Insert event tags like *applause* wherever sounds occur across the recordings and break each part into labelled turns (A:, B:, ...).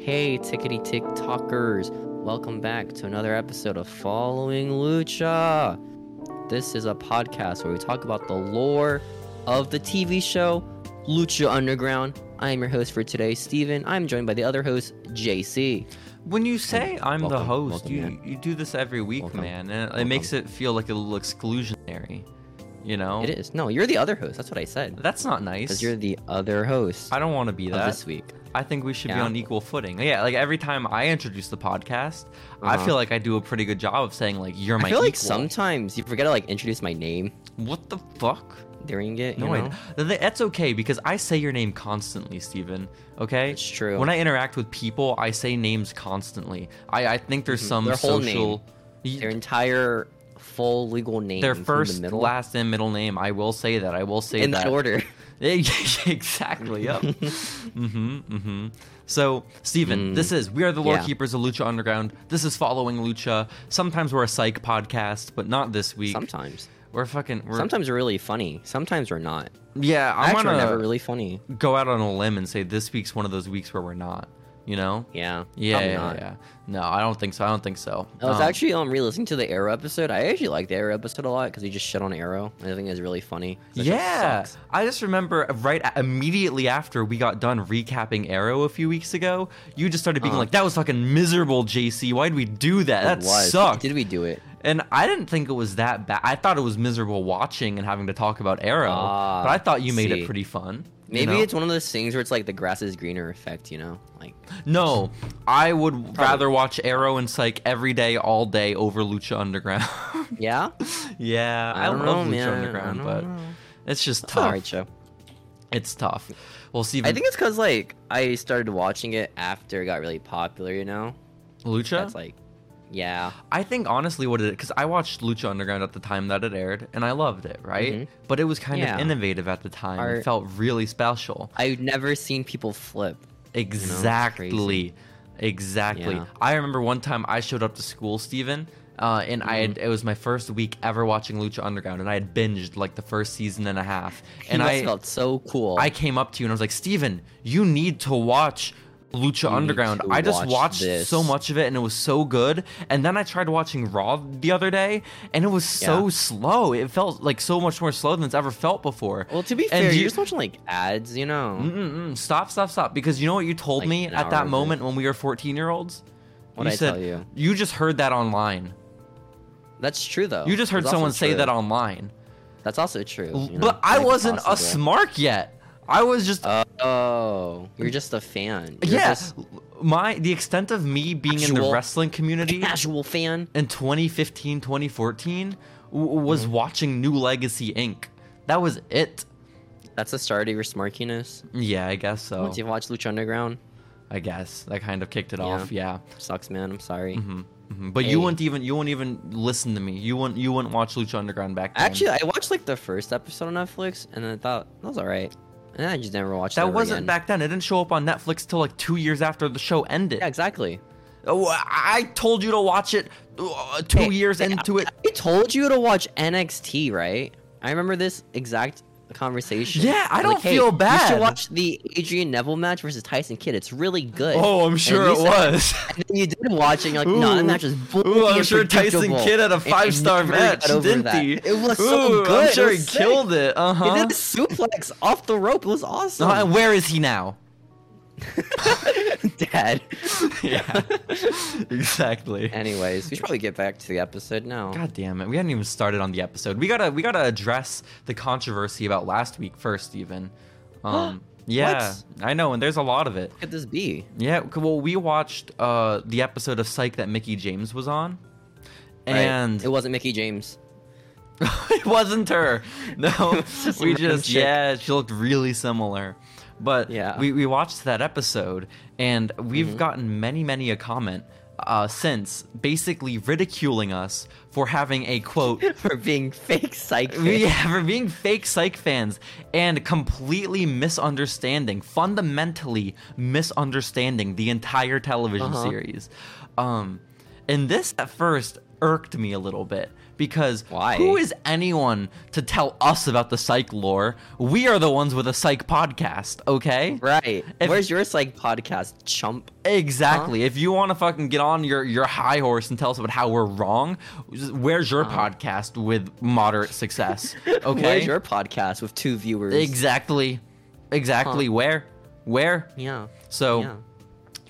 A: tickety tick talkers. Welcome back to another episode of Following Lucha. This is a podcast where we talk about the lore of the TV show Lucha Underground. I am your host for today, Steven. I'm joined by the other host, JC.
B: When you say I'm the
A: welcome,
B: host,
A: welcome,
B: you
A: man.
B: you do this every week,
A: Welcome,
B: man, and it makes it feel like a little exclusionary. You know,
A: It is. No, you're the other host. That's what I said.
B: that's not
A: Because
B: nice.
A: you're the other host
B: I don't want to be
A: of
B: that.
A: this week.
B: I think we should be
A: Yeah.
B: on equal footing. Yeah, like every time I introduce the podcast, I
A: Uh-huh.
B: feel like I do a pretty good job of saying like you're
A: I
B: my.
A: feel like
B: equal.
A: sometimes you forget to like introduce my name
B: What the fuck?
A: during it. You
B: No, I,
A: know?
B: Th- th- that's okay because I say your name constantly, Steven. Okay,
A: It's true.
B: When I interact with people, I say names constantly. I I think there's some
A: Mm-hmm. Their whole name.
B: social. Y-
A: their entire full legal name.
B: their
A: from
B: first,
A: the middle,
B: last, and middle name. I will say that. I will say
A: in
B: that.
A: that order.
B: *laughs* exactly.
A: *laughs*
B: Yep. mm-hmm. Mm-hmm. So, Steven,
A: Mm.
B: this is we are the lore
A: Yeah.
B: keepers of Lucha Underground. This is following Lucha. Sometimes we're a psych podcast, but not this
A: *laughs*
B: week.
A: Sometimes,
B: We're fucking. We're,
A: sometimes we're really funny. Sometimes we're not.
B: yeah. I
A: Actually,
B: want
A: we're
B: to
A: never really funny.
B: go out on a limb and say this week's one of those weeks where we're not. You know.
A: Yeah.
B: Yeah,
A: probably
B: yeah,
A: not.
B: yeah. No, I don't think so. I don't think so.
A: I was
B: Um,
A: actually um re-listening to the Arrow episode. I actually like the Arrow episode a lot because he just shit on Arrow. I think it's really funny. That just
B: yeah,
A: sucks.
B: I just remember right a- immediately after we got done recapping Arrow a few weeks ago, you just started being
A: Uh-huh.
B: like, "That was fucking miserable, JC. Why did we do that? That
A: It was.
B: sucked."
A: Did we do it?
B: And I didn't think it was that bad. I thought it was miserable watching and having to talk about Arrow,
A: Ah,
B: but I thought you made
A: see.
B: it pretty fun. you
A: Maybe
B: know?
A: it's one of those things where it's like the grass is greener effect. You know, like
B: *laughs* no. I would rather watch Arrow and Psych every day, all day over Lucha Underground. *laughs*
A: yeah.
B: yeah, I,
A: don't
B: love
A: know,
B: Lucha
A: man. I
B: Underground,
A: don't
B: but
A: know.
B: it's just
A: It's all
B: tough.
A: right, show.
B: It's tough. Well, Steven,
A: I think it's because like I started watching it after it got really popular. You know,
B: Lucha.
A: that's like, yeah.
B: I think honestly what it because I watched Lucha Underground at the time that it aired and I loved it, right?
A: Mhm.
B: But it was kind
A: Yeah.
B: of innovative at the time.
A: Art.
B: It felt really special.
A: I've never seen people flip.
B: Exactly. exactly.
A: Yeah.
B: I remember one time I showed up to school, Steven, uh, and I
A: Mm-hmm.
B: had, it was my first week ever watching Lucha Underground and I had binged like the first season and a half.
A: And
B: And
A: must
B: I
A: felt so cool.
B: I came up to you and I was like, Steven, you need to watch Lucha
A: need
B: Underground.
A: to
B: I just
A: watch
B: watched
A: this."
B: so much of it and it was so good. And then I tried watching Raw the other day and it was so
A: Yeah.
B: slow. It felt like so much more slow than it's ever felt before.
A: well, to be
B: And
A: fair,
B: you-
A: you're just watching like ads, you know.
B: Mm-mm-mm. Stop, stop, stop. Because you know what you told
A: Like
B: me
A: an
B: at
A: hour
B: that
A: of it.
B: moment when we were 14 year olds?
A: What'd I tell you?
B: just heard that online.
A: That's true though.
B: You just
A: Oh,
B: heard
A: That's also
B: someone say
A: true.
B: that online.
A: That's also true. you know?
B: But I
A: Like,
B: wasn't a
A: possible.
B: smark yet. I was just
A: Oh, you're just a fan. You're
B: yeah,
A: just
B: my the extent of me being in
A: Actual-
B: the wrestling
A: a
B: community
A: casual fan.
B: in 2015, 2014 w- was
A: Mm-hmm.
B: watching New Legacy Inc. That was it.
A: That's the start of your smarkiness.
B: Yeah, I guess so.
A: Once you watch Lucha Underground,
B: I guess that kind of kicked it off. Yeah,
A: sucks, man. I'm sorry.
B: hmm but
A: Hey.
B: you wouldn't even you wouldn't even listen to me. You wouldn't you wouldn't watch Lucha Underground back then.
A: Actually, I watched like the first episode on Netflix, and I thought that was alright. And I just never watched it
B: that
A: ever
B: wasn't
A: again.
B: back then. It didn't show up on Netflix till like two years after the show ended.
A: Yeah, exactly.
B: Oh, I I told you to watch it uh, two
A: Hey,
B: years
A: hey,
B: into it.
A: I told you to watch NXT, right? I remember this exact conversation.
B: Yeah, I
A: I'm
B: don't feel
A: You
B: bad."
A: should watch the Adrian Neville match versus Tyson Kidd. It's really good.
B: Oh, I'm
A: And
B: sure
A: you
B: it
A: said-
B: was. *laughs*
A: And then you did watch, and you're like, no, that
B: Ooh.
A: match is boring.
B: Ooh, I'm sure
A: and
B: Tyson
A: predictable."
B: Kidd had a
A: And I
B: five star
A: never
B: match,
A: got over
B: didn't
A: that.
B: he?
A: It was
B: Ooh,
A: so good.
B: I'm sure
A: it
B: he
A: was
B: killed
A: sick.
B: it. Uh
A: He
B: huh.
A: did a suplex off the rope. It was awesome. *laughs*
B: *laughs* And where is he now?
A: Dad.
B: yeah, *laughs*
A: *laughs*
B: exactly.
A: Anyways, we should probably get back to the episode now.
B: God damn it, we hadn't even started on the episode. We gotta we gotta address the controversy about last week first, even. Um, yeah, I know, and there's a lot of it.
A: What could this be?
B: Yeah, c- well, we watched uh the episode of Psych that Mickey James was on,
A: Right?
B: and
A: it wasn't Mickey James.
B: *laughs* it wasn't her.
A: *laughs*
B: No,
A: just a
B: we
A: random
B: just
A: chick.
B: yeah, she looked really similar. But
A: Yeah. Mm-hmm.
B: we, we watched that episode, and we've gotten many many a comment uh, since basically ridiculing us for having a quote.
A: *laughs* For being fake psychic.
B: *laughs* Yeah, for being fake psych fans and completely misunderstanding, fundamentally misunderstanding the entire television
A: Uh-huh.
B: series. Um, and this at first, irked me a little bit because
A: Why?
B: who is anyone to tell us about the psych lore? We are the ones with a psych podcast, okay?
A: Right. Uh-huh.
B: If-
A: Where's your psych podcast, chump?
B: Exactly. If you want to fucking get on your, your high horse and tell us about how we're wrong, where's your podcast with moderate success? Okay.
A: Uh-huh. *laughs* Where's your podcast with two viewers?
B: exactly. Exactly. Where? Where?
A: Yeah.
B: So
A: yeah.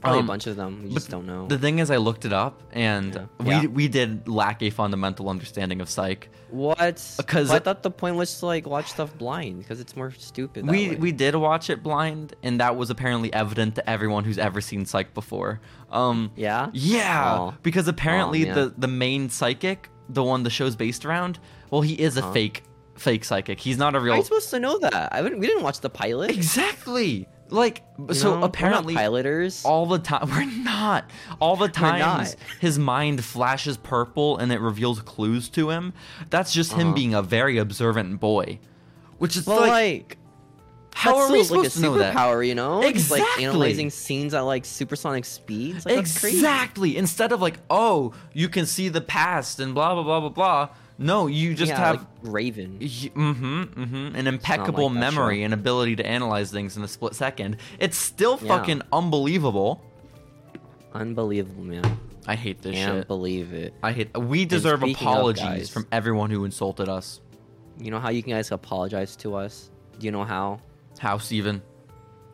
A: Probably
B: Oh. um,
A: a bunch of them. We just don't know.
B: the thing is, I looked it up, and we
A: Yeah.
B: we did lack a fundamental understanding of psych.
A: what?
B: 'Cause-
A: But I thought the point was to like watch stuff blind because it's more stupid. That
B: we
A: way.
B: we did watch it blind, and that was apparently evident to everyone who's ever seen psych before. Um,
A: Yeah?
B: yeah,
A: Aw.
B: because apparently
A: man.
B: the the main psychic, the one the show's based around, well, he is a fake fake psychic. He's not a
A: How
B: real.
A: are you supposed to know that? I wouldn't, we didn't watch the pilot.
B: exactly. Like
A: you know? We're
B: so,
A: not
B: apparently,
A: piloters.
B: all the time. *laughs* We're not. All the
A: We're not.
B: times his mind flashes purple and it reveals clues to him. That's just him
A: Uh-huh.
B: being a very observant boy. Which is
A: but
B: like,
A: like,
B: how
A: that's
B: are we
A: still,
B: supposed to know
A: like a
B: that?
A: superpower, you know? It's, like
B: Exactly.
A: analyzing scenes at like supersonic speeds. Like, that's crazy.
B: exactly. Instead of like, oh, you can see the past and blah blah blah blah blah. No, you just
A: yeah,
B: have
A: like Raven.
B: hmm hmm an impeccable
A: that
B: memory
A: show.
B: and ability to analyze things in a split second. It's still
A: Yeah.
B: fucking unbelievable.
A: Unbelievable, man.
B: I hate this
A: Can't
B: shit.
A: believe it.
B: I hate. We deserve
A: speaking of,
B: apologies
A: guys-
B: from everyone who insulted us.
A: You know how you guys apologize to us? Do you know how?
B: How, Steven?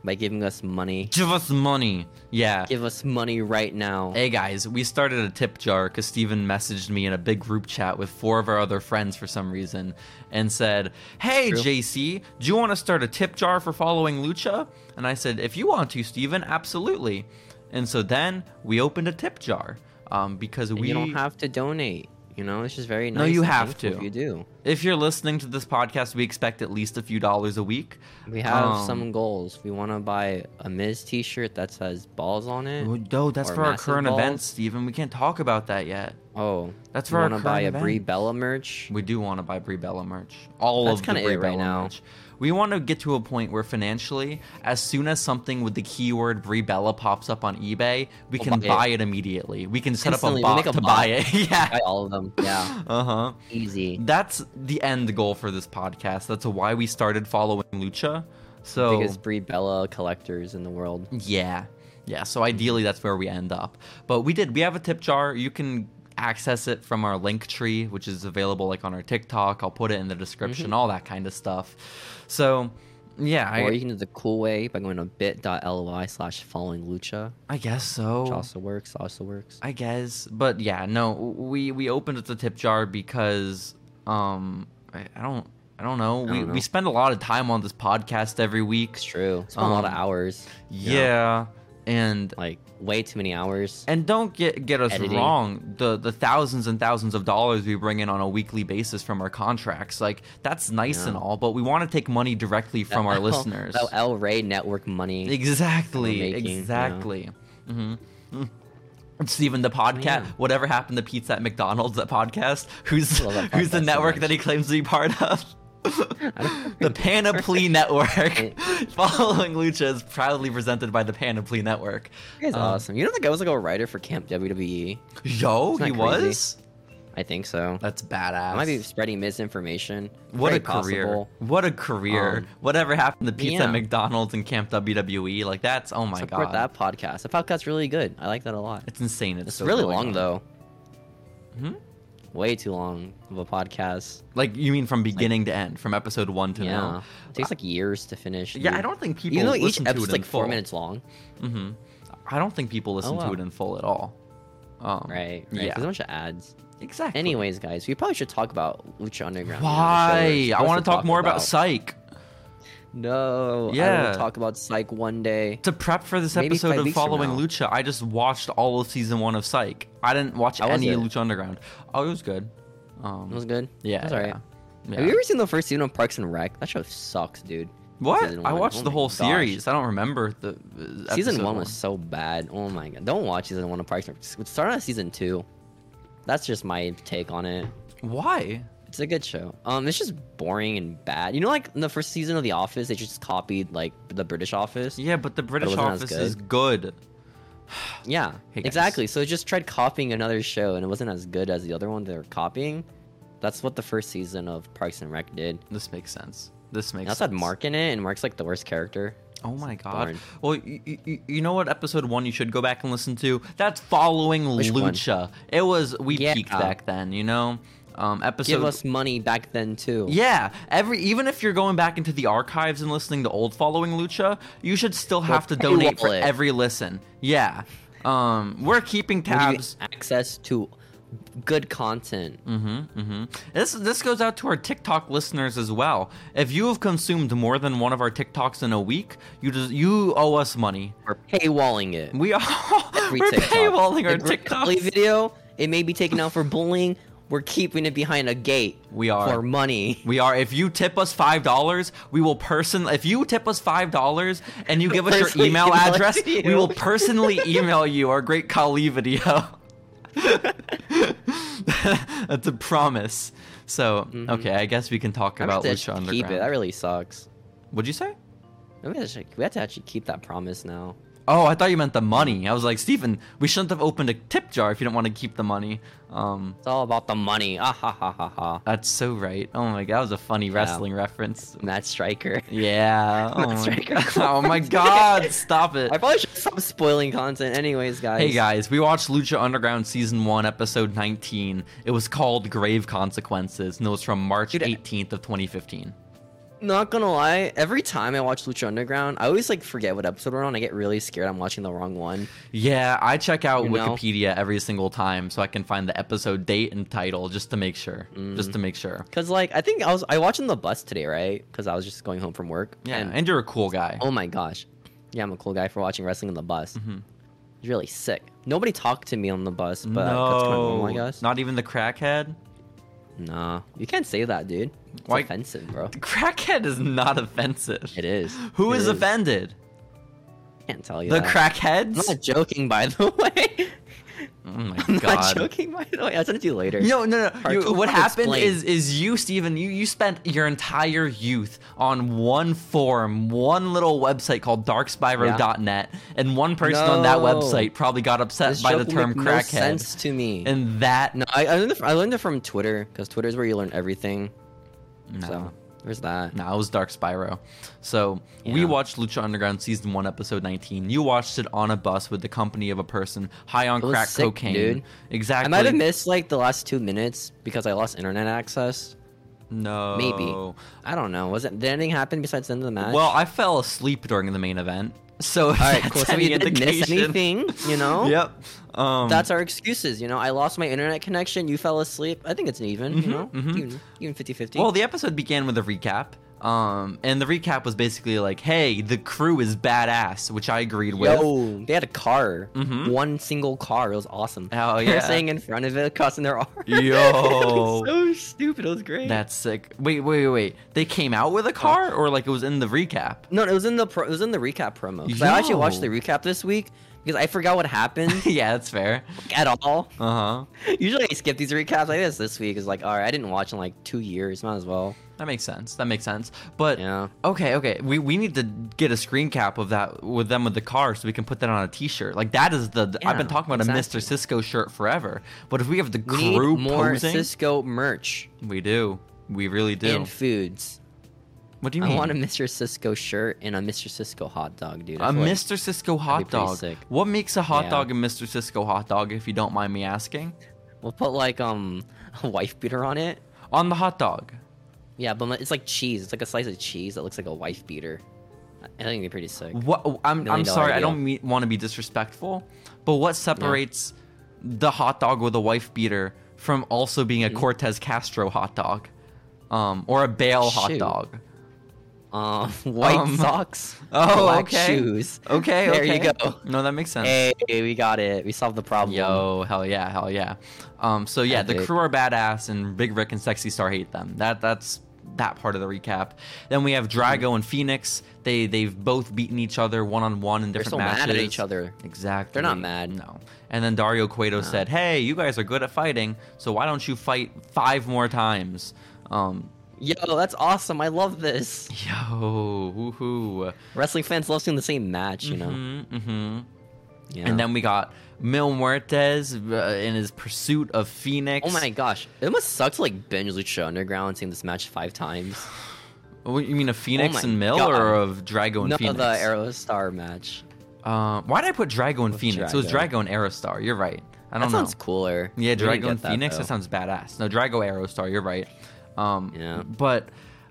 A: By giving us money.
B: Give us money. Yeah.
A: Give us money right now.
B: Hey guys, we started a tip jar because Steven messaged me in a big group chat with four of our other friends for some reason and said, Hey
A: True.
B: JC, do you want to start a tip jar for following Lucha? And I said, If you want to, Steven, absolutely. And so then we opened a tip jar um, because
A: And
B: we
A: you don't have to donate. You know, it's just very nice.
B: No, you
A: and
B: have
A: thankful
B: to.
A: If you do.
B: If you're listening to this podcast, we expect at least a few dollars a week.
A: We have
B: Um,
A: some goals. We want to buy a Miz T-shirt that says balls on it.
B: Well, No, that's
A: or
B: for our
A: massive
B: current
A: balls.
B: events, Steven. We can't talk about that yet.
A: Oh,
B: That's
A: we
B: for our
A: wanna buy
B: current
A: a Brie
B: event.
A: Bella merch.
B: We do want to buy Brie Bella merch. All
A: That's
B: of the
A: kinda
B: Brie
A: it right
B: Bella
A: now.
B: merch. We want to get to a point where financially, as soon as something with the keyword Brie Bella pops up on eBay, we can
A: buy
B: buy,
A: it.
B: it. immediately. We can set
A: Instantly, we
B: up a
A: make
B: bot
A: a
B: to
A: bot.
B: buy it. *laughs* yeah.
A: Buy all of them.
B: *laughs*
A: Yeah,
B: Uh huh.
A: easy.
B: That's the end goal for this podcast. That's why we started following Lucha. So
A: Biggest Brie Bella collectors in the world.
B: Yeah. Yeah. So ideally, that's where we end up. But we did. We have a tip jar. You can access it from our link tree, which is available like on our TikTok. I'll put it in the description, all that kind of stuff. So, yeah,
A: Or you
B: I,
A: can do the cool way by going to bit.ly slash following lucha,
B: I guess
A: which
B: so.
A: also works, also works.
B: I guess. But yeah, no, we we opened up the tip jar because um I, I don't I don't know. we
A: don't know.
B: we spend a lot of time on this podcast every week.
A: It's true. It's been a lot of
B: Um,
A: hours. you know,
B: Yeah. And
A: like way too many hours.
B: And don't get get us
A: Editing.
B: wrong. The the thousands and thousands of dollars we bring in on a weekly basis from our contracts, like that's nice and
A: Yeah.
B: all, but we want to take money directly
A: *laughs*
B: from our
A: L-
B: listeners.
A: Oh, The L Ray Network money.
B: Exactly.
A: that we're making,
B: exactly. hmm Steven, the podcast,
A: Oh, yeah.
B: whatever happened to pizza at McDonald's? That podcast, who's
A: I love that
B: who's the
A: podcast so
B: network
A: much.
B: that he claims to be part of?
A: *laughs* don't
B: the Panoply Network. *laughs* Following Lucha is proudly presented by the Panoply Network.
A: That guy's
B: Um,
A: awesome. You know the guy was like a writer for Camp WWE.
B: Yo,
A: Isn't
B: he
A: that crazy?
B: was.
A: I think so.
B: That's badass.
A: I might be spreading misinformation.
B: what
A: Very
B: a career.
A: possible.
B: What a career.
A: Um,
B: Whatever happened to pizza at
A: yeah.
B: McDonald's and Camp WWE? Like that's oh my
A: Support
B: god.
A: that podcast. The podcast's really good. I like that a lot.
B: It's insane. It's,
A: It's
B: so
A: really
B: going
A: long
B: on.
A: though.
B: Hmm?
A: Way too long of a podcast.
B: Like you mean from beginning to end, from episode 1 to
A: Yeah,
B: now.
A: it takes like years to finish.
B: Yeah,
A: dude.
B: I don't think people
A: You know, each
B: listen to
A: episode's
B: it in
A: like four
B: full.
A: minutes long,
B: Mhm. I don't think people listen to
A: wow.
B: it in full at all. Um,
A: right? right.
B: Yeah.
A: there's a bunch of ads.
B: Exactly.
A: Anyways, guys, we probably should talk about Lucha Underground. you know, the show
B: Why?
A: we're
B: I want
A: supposed
B: to talk more about, psych.
A: No, I
B: Yeah.
A: will talk about Psych one day.
B: To prep for this
A: Maybe
B: episode
A: five
B: of
A: weeks from
B: Following
A: now.
B: Lucha, I just watched all of season one of Psych. I didn't watch
A: How was
B: any
A: it?
B: Lucha Underground. Oh, it was good. Um,
A: That was good.
B: Yeah,
A: That was alright.
B: yeah, yeah.
A: Have you ever seen the first season of Parks and Rec? That show sucks, dude.
B: What?
A: Season
B: I
A: one.
B: watched
A: Oh
B: the
A: my
B: whole
A: gosh.
B: series. I don't remember the uh,
A: season
B: episode
A: one was so bad. Oh my god! Don't watch season one of Parks and Rec. Start on season two. That's just my take on it.
B: Why?
A: It's a good show. Um, it's just boring and bad. You know, like in the first season of The Office, they just copied like the British Office.
B: Yeah, but the British
A: wasn't as
B: Office is good.
A: Yeah,
B: Hey, guys.
A: exactly. So it just tried copying another show, and it wasn't as good as the other one they were copying. That's what the first season of Parks and Rec did.
B: This makes sense. This makes
A: Now it's
B: sense.
A: had Mark in it, and Mark's like the worst character.
B: Oh my god.
A: darn.
B: Well, you, you, you know what episode 1 you should go back and listen to? That's following
A: Which one?
B: Lucha. It was we
A: Yeah.
B: peaked back then, you know. Um episode
A: Give us money back then too.
B: Yeah, every even if you're going back into the archives and listening to old following Lucha, you should still have to donate for
A: paywall it.
B: every listen. Yeah. Um we're keeping
A: We'll give you
B: tabs.
A: access to good content.
B: Mm-hmm, mm-hmm. This this goes out to our TikTok listeners as well. If you have consumed more than one of our TikToks in a week, you just, you owe us money.
A: We're paywalling it.
B: We *laughs* are
A: Every
B: we're
A: TikTok.
B: paywalling our
A: If we're gonna play
B: TikToks.
A: video. It may be taken out for bullying. We're keeping it behind a gate.
B: We are.
A: for money.
B: We are. If you tip us five dollars, we will person. If you tip us five dollars and you give us your
A: Personally
B: email
A: email *laughs*
B: address,
A: you.
B: we will personally email you our great Kali video. *laughs* That's a promise. So
A: Mm-hmm.
B: okay, I guess we can talk
A: I'm
B: about
A: gonna
B: Lucha
A: keep it.
B: Underground.
A: That really sucks.
B: What'd you say?
A: We have, to, we have to actually keep that promise now.
B: Oh, I thought you meant the money. I was like, Stephen, we shouldn't have opened a tip jar if you didn't want to keep the money. Um,
A: It's all about the money. Ah ha ha ha ha.
B: that's so right. Oh my god, that was a funny wrestling reference.
A: Matt Striker.
B: Yeah.
A: *laughs*
B: Oh
A: That's
B: my, *laughs*
A: right,
B: god.
A: girl.
B: oh my god, stop it.
A: I probably should stop spoiling content, anyways, guys.
B: Hey guys, we watched Lucha Underground Season 1, Episode 19. It was called Grave Consequences, and it was from March
A: Dude, I-
B: 18th of 2015.
A: Not gonna lie, every time I watch Lucha Underground, I always like forget what episode we're on. I get really scared I'm watching the wrong one.
B: Yeah, I check out
A: You know?
B: Wikipedia every single time so I can find the episode date and title just to make sure.
A: Mm.
B: Just to make sure.
A: Cause like I think I was I watched on the bus today, right? Cause I was just going home from work.
B: Yeah,
A: And,
B: and, you're a cool guy.
A: oh my gosh, yeah, I'm a cool guy for watching wrestling on the bus.
B: Mm-hmm.
A: It's really sick. Nobody talked to me on the bus, but that's kind of normal, I guess.
B: not even the crackhead.
A: Nah, you can't say that, dude. It's
B: Why-
A: offensive, bro.
B: The crackhead is not offensive.
A: It is.
B: Who
A: It
B: is offended?
A: Can't tell you.
B: The
A: that.
B: crackheads?
A: I'm not joking, by *laughs* the way.
B: oh my
A: *laughs* I'm not
B: god.
A: joking, by the way. I'll send it to you *laughs* later.
B: No, no, no.
A: Or
B: You-
A: too
B: what
A: hard to
B: happened
A: explain.
B: is is you, Steven, you, you spent your entire youth on one forum, one little website called darkspyro.net, and one person on that
A: No.
B: website probably got upset
A: This
B: by the
A: joke will
B: term
A: make No
B: crackhead.
A: sense to me.
B: and that
A: no, I, I learned it from, I learned it from Twitter because Twitter is where you learn everything.
B: no.
A: So there's that.
B: No, it was Dark Spyro. So we
A: Yeah.
B: watched Lucha Underground season one, episode nineteen. You watched it on a bus with the company of a person high on
A: was
B: crack
A: sick,
B: cocaine.
A: dude.
B: Exactly.
A: I might have missed like the last two minutes because I lost internet access.
B: no.
A: Maybe. I don't know. Was it did anything happen besides the end of the match?
B: Oh. Well, I fell asleep during the main event. So if
A: all *laughs*
B: *laughs*
A: right,
B: that's
A: cool. So
B: any
A: we didn't miss
B: indication-
A: anything, you know?
B: *laughs* Yep. Um,
A: Oh. That's our excuses, you know. I lost my internet connection. You fell asleep. I think it's an even, you know,
B: mhm.
A: even, even 50-50.
B: well. The episode began with a recap. Um, and the recap was basically like, "Hey, the crew is badass," which I agreed with.
A: Yo, they had a car,
B: Mhm.
A: one single car. It was awesome.
B: Oh,
A: they
B: yeah.
A: were staying in front of it, crossing their *laughs* arms. it
B: Yo.
A: was so stupid. It was great.
B: That's sick. Wait, wait, wait, wait. They came out
A: Oh.
B: with a car, or like it was in the recap. *laughs*
A: no, it was in the pro- it was in the recap promo. 'Cause I actually watched the
B: Yo.
A: recap this week because I forgot what
B: *laughs*
A: happened
B: yeah, that's fair.
A: at all.
B: Uh huh.
A: Usually I skip these recaps. I guess this week is like, all right, I didn't watch in like two years. Might as well.
B: That makes sense. That makes sense. But
A: Yeah.
B: okay, okay. We we need to get a screen cap of that with them with the car so we can put that on a T-shirt. Like that is the I've been
A: Yeah,
B: talking about
A: exactly.
B: a Mr. Cisco shirt forever. But if we have the
A: We need
B: crew
A: more
B: posing,
A: Cisco merch
B: we do. We really do.
A: and foods.
B: what do you
A: I
B: mean?
A: want a Mr. Cisco shirt and a Mr. Cisco hot dog, dude. I
B: a
A: feel like-
B: Mr. Cisco
A: be
B: hot
A: pretty
B: dog.
A: sick.
B: What makes a hot
A: Yeah.
B: dog a Mr. Cisco hot dog? If you don't mind me asking,
A: We'll put like um *laughs* a wife beater on it.
B: on the hot dog.
A: Yeah, but like- it's like cheese. It's like a slice of cheese that looks like a wife beater. I I think it'd be pretty sick.
B: What oh, I'm, I'm
A: Million dollar
B: sorry, I
A: idea.
B: don't mean, want to be disrespectful, but what separates the hot dog with a wife beater from also being
A: Hmm.
B: a Cortez Castro hot dog, um, or a Bale hot
A: Shoot.
B: dog?
A: Um, *laughs* white
B: *laughs* Um,
A: socks,
B: Oh,
A: black
B: okay.
A: shoes.
B: Okay,
A: there
B: okay.
A: you go.
B: No, that makes sense.
A: Hey, we got it. We solved the problem.
B: Yo, hell yeah, hell yeah. Um, so yeah, the
A: Epic.
B: crew are badass, and Big Rick and Sexy Star hate them. That that's that part of the recap. Then we have
A: Hmm.
B: Drago and Phoenix. They they've both beaten each other one on one in
A: they're
B: different
A: so
B: matches.
A: mad at each other.
B: Exactly.
A: They're not mad.
B: No. And then Dario Cueto said, "Hey, you guys are good at fighting, so why don't you fight five more times?" Um,
A: Yo, that's awesome. I love this.
B: yo, woohoo.
A: Wrestling fans love seeing the same match. You know,
B: Mm-hmm.
A: Mm-hmm. Yeah.
B: And then we got Mil Muertes uh, in his pursuit of Phoenix.
A: oh my gosh, it must suck to like binge Lucha Underground and seeing this match five
B: *sighs*
A: times.
B: What, you mean a Phoenix
A: Oh my
B: and Mill
A: God.
B: or of Drago and
A: No,
B: Phoenix?
A: the Aerostar match.
B: Uh, why did I put Drago and Phoenix? It was
A: Drago.
B: Drago and Aerostar. You're right. I
A: That
B: don't
A: sounds
B: know.
A: cooler.
B: Oh, Yeah,
A: We didn't
B: Drago
A: get
B: and
A: that,
B: Phoenix.
A: though.
B: That sounds badass. No, Drago Aerostar. You're right. Um,
A: Yeah.
B: But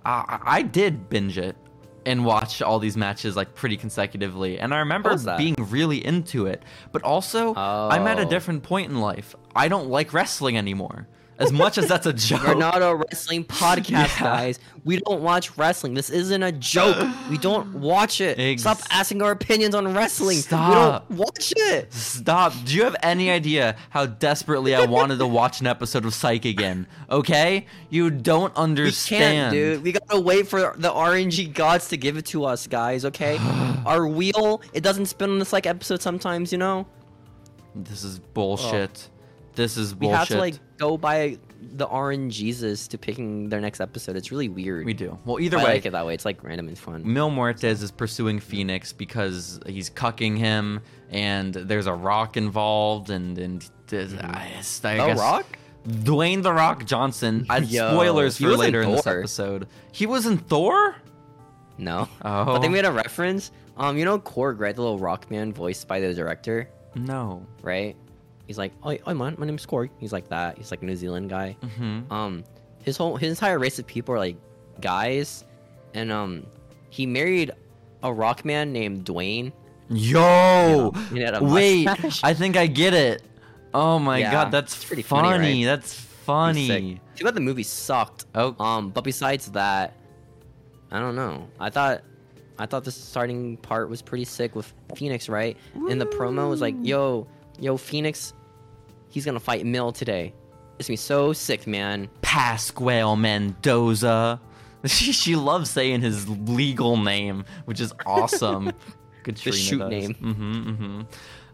B: uh, I I did binge it and watch all these matches like pretty consecutively, and I remember
A: was that?
B: being really into it. But also, I'm at a
A: Oh.
B: different point in life. I don't like wrestling anymore. As much as that's
A: *laughs*
B: a joke,
A: We're not a wrestling podcast,
B: *laughs* Yeah.
A: guys. We don't watch wrestling. This isn't a joke. We
B: *gasps*
A: don't watch it.
B: Ex-
A: Stop asking our opinions on wrestling.
B: Stop.
A: We don't watch it.
B: Stop. Do you have any idea how desperately I wanted to watch an episode of Psych again? Okay? You don't
A: We
B: understand.
A: can't, dude. We gotta wait for the RNG gods to give it to us, guys.
B: *gasps*
A: Okay, our wheel it doesn't spin on this like episode sometimes. You know,
B: This is bullshit. This is
A: Oh. we
B: bullshit.
A: have to like go by the RNGesus to picking their next episode. It's really weird.
B: we do. Well, either
A: I
B: way,
A: like it that way. It's like random and fun.
B: Mil Muertes is pursuing Phoenix because he's cucking him, and there's a rock involved, and and there's- I, guess- I
A: A
B: guess-
A: Mm-hmm. rock?
B: Dwayne the Rock Johnson.
A: *laughs*
B: I,
A: Yo,
B: spoilers
A: he
B: for
A: was in
B: later in this
A: Thor.
B: episode. He was in Thor.
A: No.
B: Oh.
A: But they made a reference. Um, you know Korg, right? The little rock man voiced by the director,
B: No.
A: right? He's like, oh, oh man, my name's Korg. He's like that. He's like a New Zealand guy.
B: hmm
A: Um, his whole his entire race of people are like guys, and um, he married a rock man named Dwayne.
B: Yo,
A: you had a
B: wait,
A: mustache.
B: I think I get it. Oh my
A: Yeah,
B: god, that's
A: it's pretty
B: funny.
A: funny,
B: That's
A: He's sick.
B: funny.
A: Too bad the movie sucked.
B: Oh.
A: Um, but besides that, I don't know. I thought, I thought the starting part was pretty sick with Phoenix, right? And the promo was like, "Yo, yo, Phoenix, he's gonna fight Mill today. It's gonna be so sick, man."
B: Pasquale Mendoza. *laughs* She, she loves saying his legal name, which is
A: *laughs*
B: awesome. Good
A: shoot name.
B: hmm hmm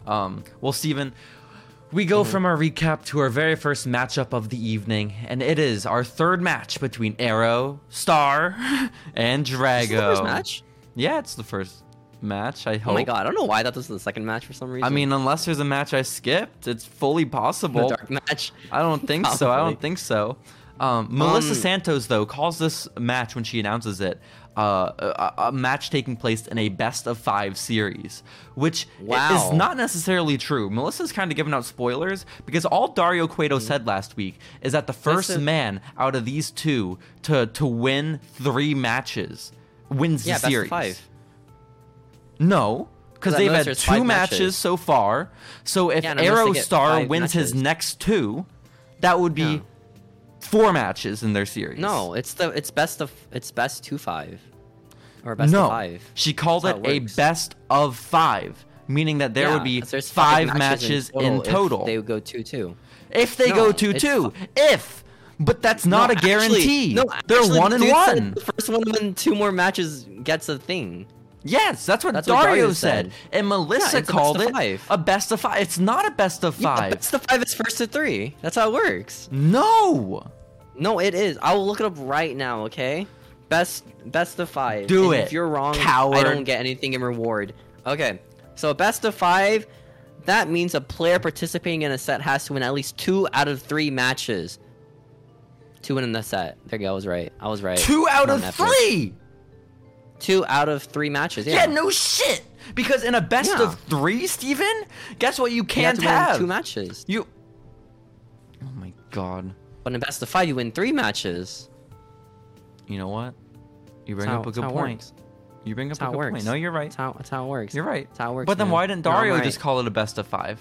B: Um, well, Steven, we
A: Mm-hmm.
B: go from our recap to our very first matchup of the evening, and it is our third match between Arrow, Star, *laughs* and Drago.
A: Is this the first match?
B: Yeah, it's the first match. I hope.
A: Oh my god, I don't know why I thought this was the second match for some reason.
B: I mean, unless there's a match I skipped, it's fully
A: the
B: possible.
A: dark match.
B: I don't think so. I
A: Probably.
B: don't think so. Um, Melissa
A: Um,
B: Santos though calls this match when she announces it uh, a, a- a match taking place in a best of five series, which i-
A: Wow.
B: is not necessarily true. Melissa's kind of giving out spoilers because all Dario Cueto said last week is that the first
A: Mm-hmm. is-
B: man out of these two to to win three matches wins
A: Yeah,
B: the
A: best of
B: series.
A: five.
B: No, because
A: I
B: they've
A: noticed
B: had
A: there's
B: two
A: five
B: matches.
A: matches.
B: so far. So if
A: Yeah, and I noticed they
B: Arrow
A: get
B: Star
A: five
B: wins his
A: matches.
B: next two, that would be
A: Yeah.
B: four matches in their series.
A: No, it's the it's best of it's best two five, or best
B: no.
A: of five.
B: She called
A: That's
B: it
A: how it
B: a
A: works.
B: best of five, meaning that there
A: Yeah,
B: would be
A: 'cause there's
B: five, matches, in
A: if
B: total.
A: they
B: If
A: would go two two.
B: they, go
A: No,
B: to
A: it's
B: two, if. But that's not a
A: No, actually-
B: guarantee.
A: no,
B: they're
A: actually,
B: one and
A: dude said
B: one.
A: The first one to win two more matches gets a thing.
B: Yes, that's what
A: That's
B: Dario,
A: what Dario
B: said.
A: said.
B: and Melissa
A: Yeah, it's a
B: called
A: best
B: it
A: of five.
B: a best of five. It's not a best of
A: Yeah,
B: five. Mm.
A: best of five is first to three. That's how it works.
B: no.
A: No, it is. I will look it up right now. Okay, best best of five.
B: Do
A: And
B: it,
A: If you're wrong, I
B: coward.
A: don't get anything in reward. Okay, so best of five. That means a player participating in a set has to win at least two out of three matches. Two win in the set. There you go. I was right. I was right.
B: Two out
A: Come
B: of
A: on, Netflix.
B: three.
A: Two out of three matches.
B: Yeah. no shit. Because in a best
A: Yeah.
B: of three, Steven, guess what you
A: You have
B: can't
A: to win
B: have?
A: two matches.
B: You. Oh my god.
A: But in best of five, you win three matches.
B: You know what? You bring
A: That's
B: up
A: how-
B: a good
A: that's how it
B: point.
A: works.
B: You bring up
A: how
B: a
A: it
B: good point.
A: works.
B: No, you're right.
A: That's how, that's how it works.
B: You're right.
A: That's how it works.
B: But then
A: man.
B: why didn't
A: No, I'm
B: Dario
A: right.
B: just call it a best of five?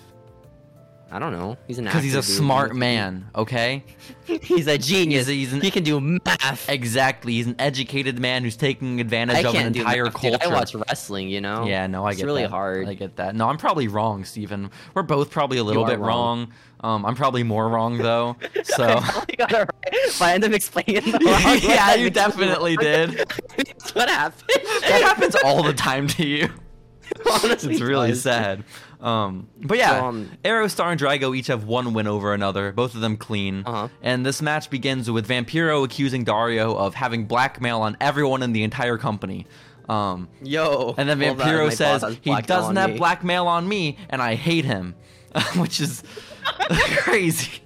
A: I don't know. He's an
B: Because he's a
A: actor, dude.
B: smart man, okay?
A: *laughs* he's a genius.
B: He's- he's an-
A: he can do math.
B: Exactly. He's an educated man who's taking advantage
A: I
B: of an
A: can't do
B: entire
A: math,
B: culture.
A: dude. I watch wrestling, you know.
B: Yeah, no, I
A: Oh, it's
B: get
A: really
B: that.
A: hard. *laughs*
B: I get that. No, I'm probably wrong, Steven. We're both probably a little
A: are
B: bit wrong. Um, I'm probably more
A: *laughs*
B: wrong though. So
A: I got it right. If I end up explaining, the wrong way,
B: *laughs* yeah,
A: that
B: you
A: makes me
B: definitely
A: wrong.
B: did.
A: That's *laughs* what happened.
B: That happens
A: *laughs*
B: all the time to you.
A: Honestly,
B: It's really
A: does.
B: sad. Um, but yeah,
A: So, um,
B: Arrow Star and Drago each have one win over another, both of them clean.
A: Uh-huh.
B: And this match begins with Vampiro accusing Dario of having blackmail on everyone in the entire company. Um,
A: Yo.
B: and then
A: hold on,
B: Vampiro
A: my boss
B: says
A: has
B: he
A: blackmail
B: doesn't
A: on
B: have
A: me. *laughs*
B: blackmail on me, and I hate him, *laughs* which is *laughs* crazy.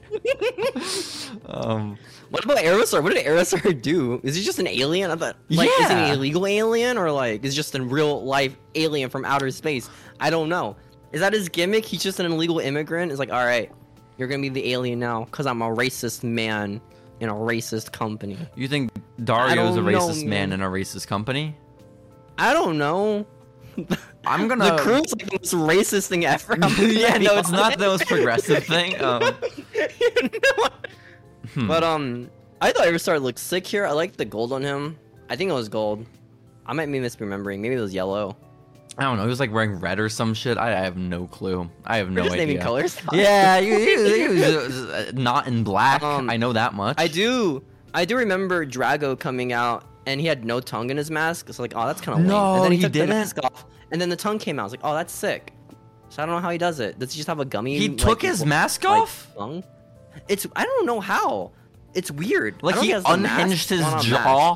B: um,
A: What about Aerosar? What did Aerosar *laughs* do? Is he just an alien? I thought, like, is he
B: Yeah.
A: an illegal alien or like is he just a real life alien from outer space? I don't know. Is that his gimmick? He's just an illegal immigrant. It's like, all right, you're gonna be the alien now because I'm a racist man in a racist company.
B: you think Dario's a
A: don't know,
B: racist man
A: man.
B: in a racist company?
A: I don't know.
B: I'm gonna.
A: *laughs* The crew's like the most racist thing ever. I'm gonna
B: *laughs* yeah,
A: be *laughs*
B: no, it's not
A: honest.
B: the most progressive
A: *laughs*
B: thing. Um, hmm.
A: But um, I thought Aerostar looked sick here. I like the gold on him. I think it was gold. I might be misremembering. Maybe it was yellow.
B: I don't know. He was like wearing red or some shit. I, I have no clue. I have no
A: We're just
B: idea.
A: naming colors.
B: *laughs* Yeah, you, you, you was, uh, not in black.
A: Um,
B: I know that much.
A: I do. I do remember Drago coming out and he had no tongue in his mask. It's like, oh, that's kind of lame.
B: No,
A: And then he,
B: he
A: took
B: didn't?
A: the mask off, and then the tongue came out. I was like, oh, that's sick. So I don't know how he does it. Does he just have a gummy?
B: He
A: like,
B: took his
A: bl-
B: mask
A: like,
B: off?
A: tongue? It's I don't know how. It's weird. I
B: Like
A: don't
B: he
A: think that's the mask,
B: unhinged his
A: it's not a mask.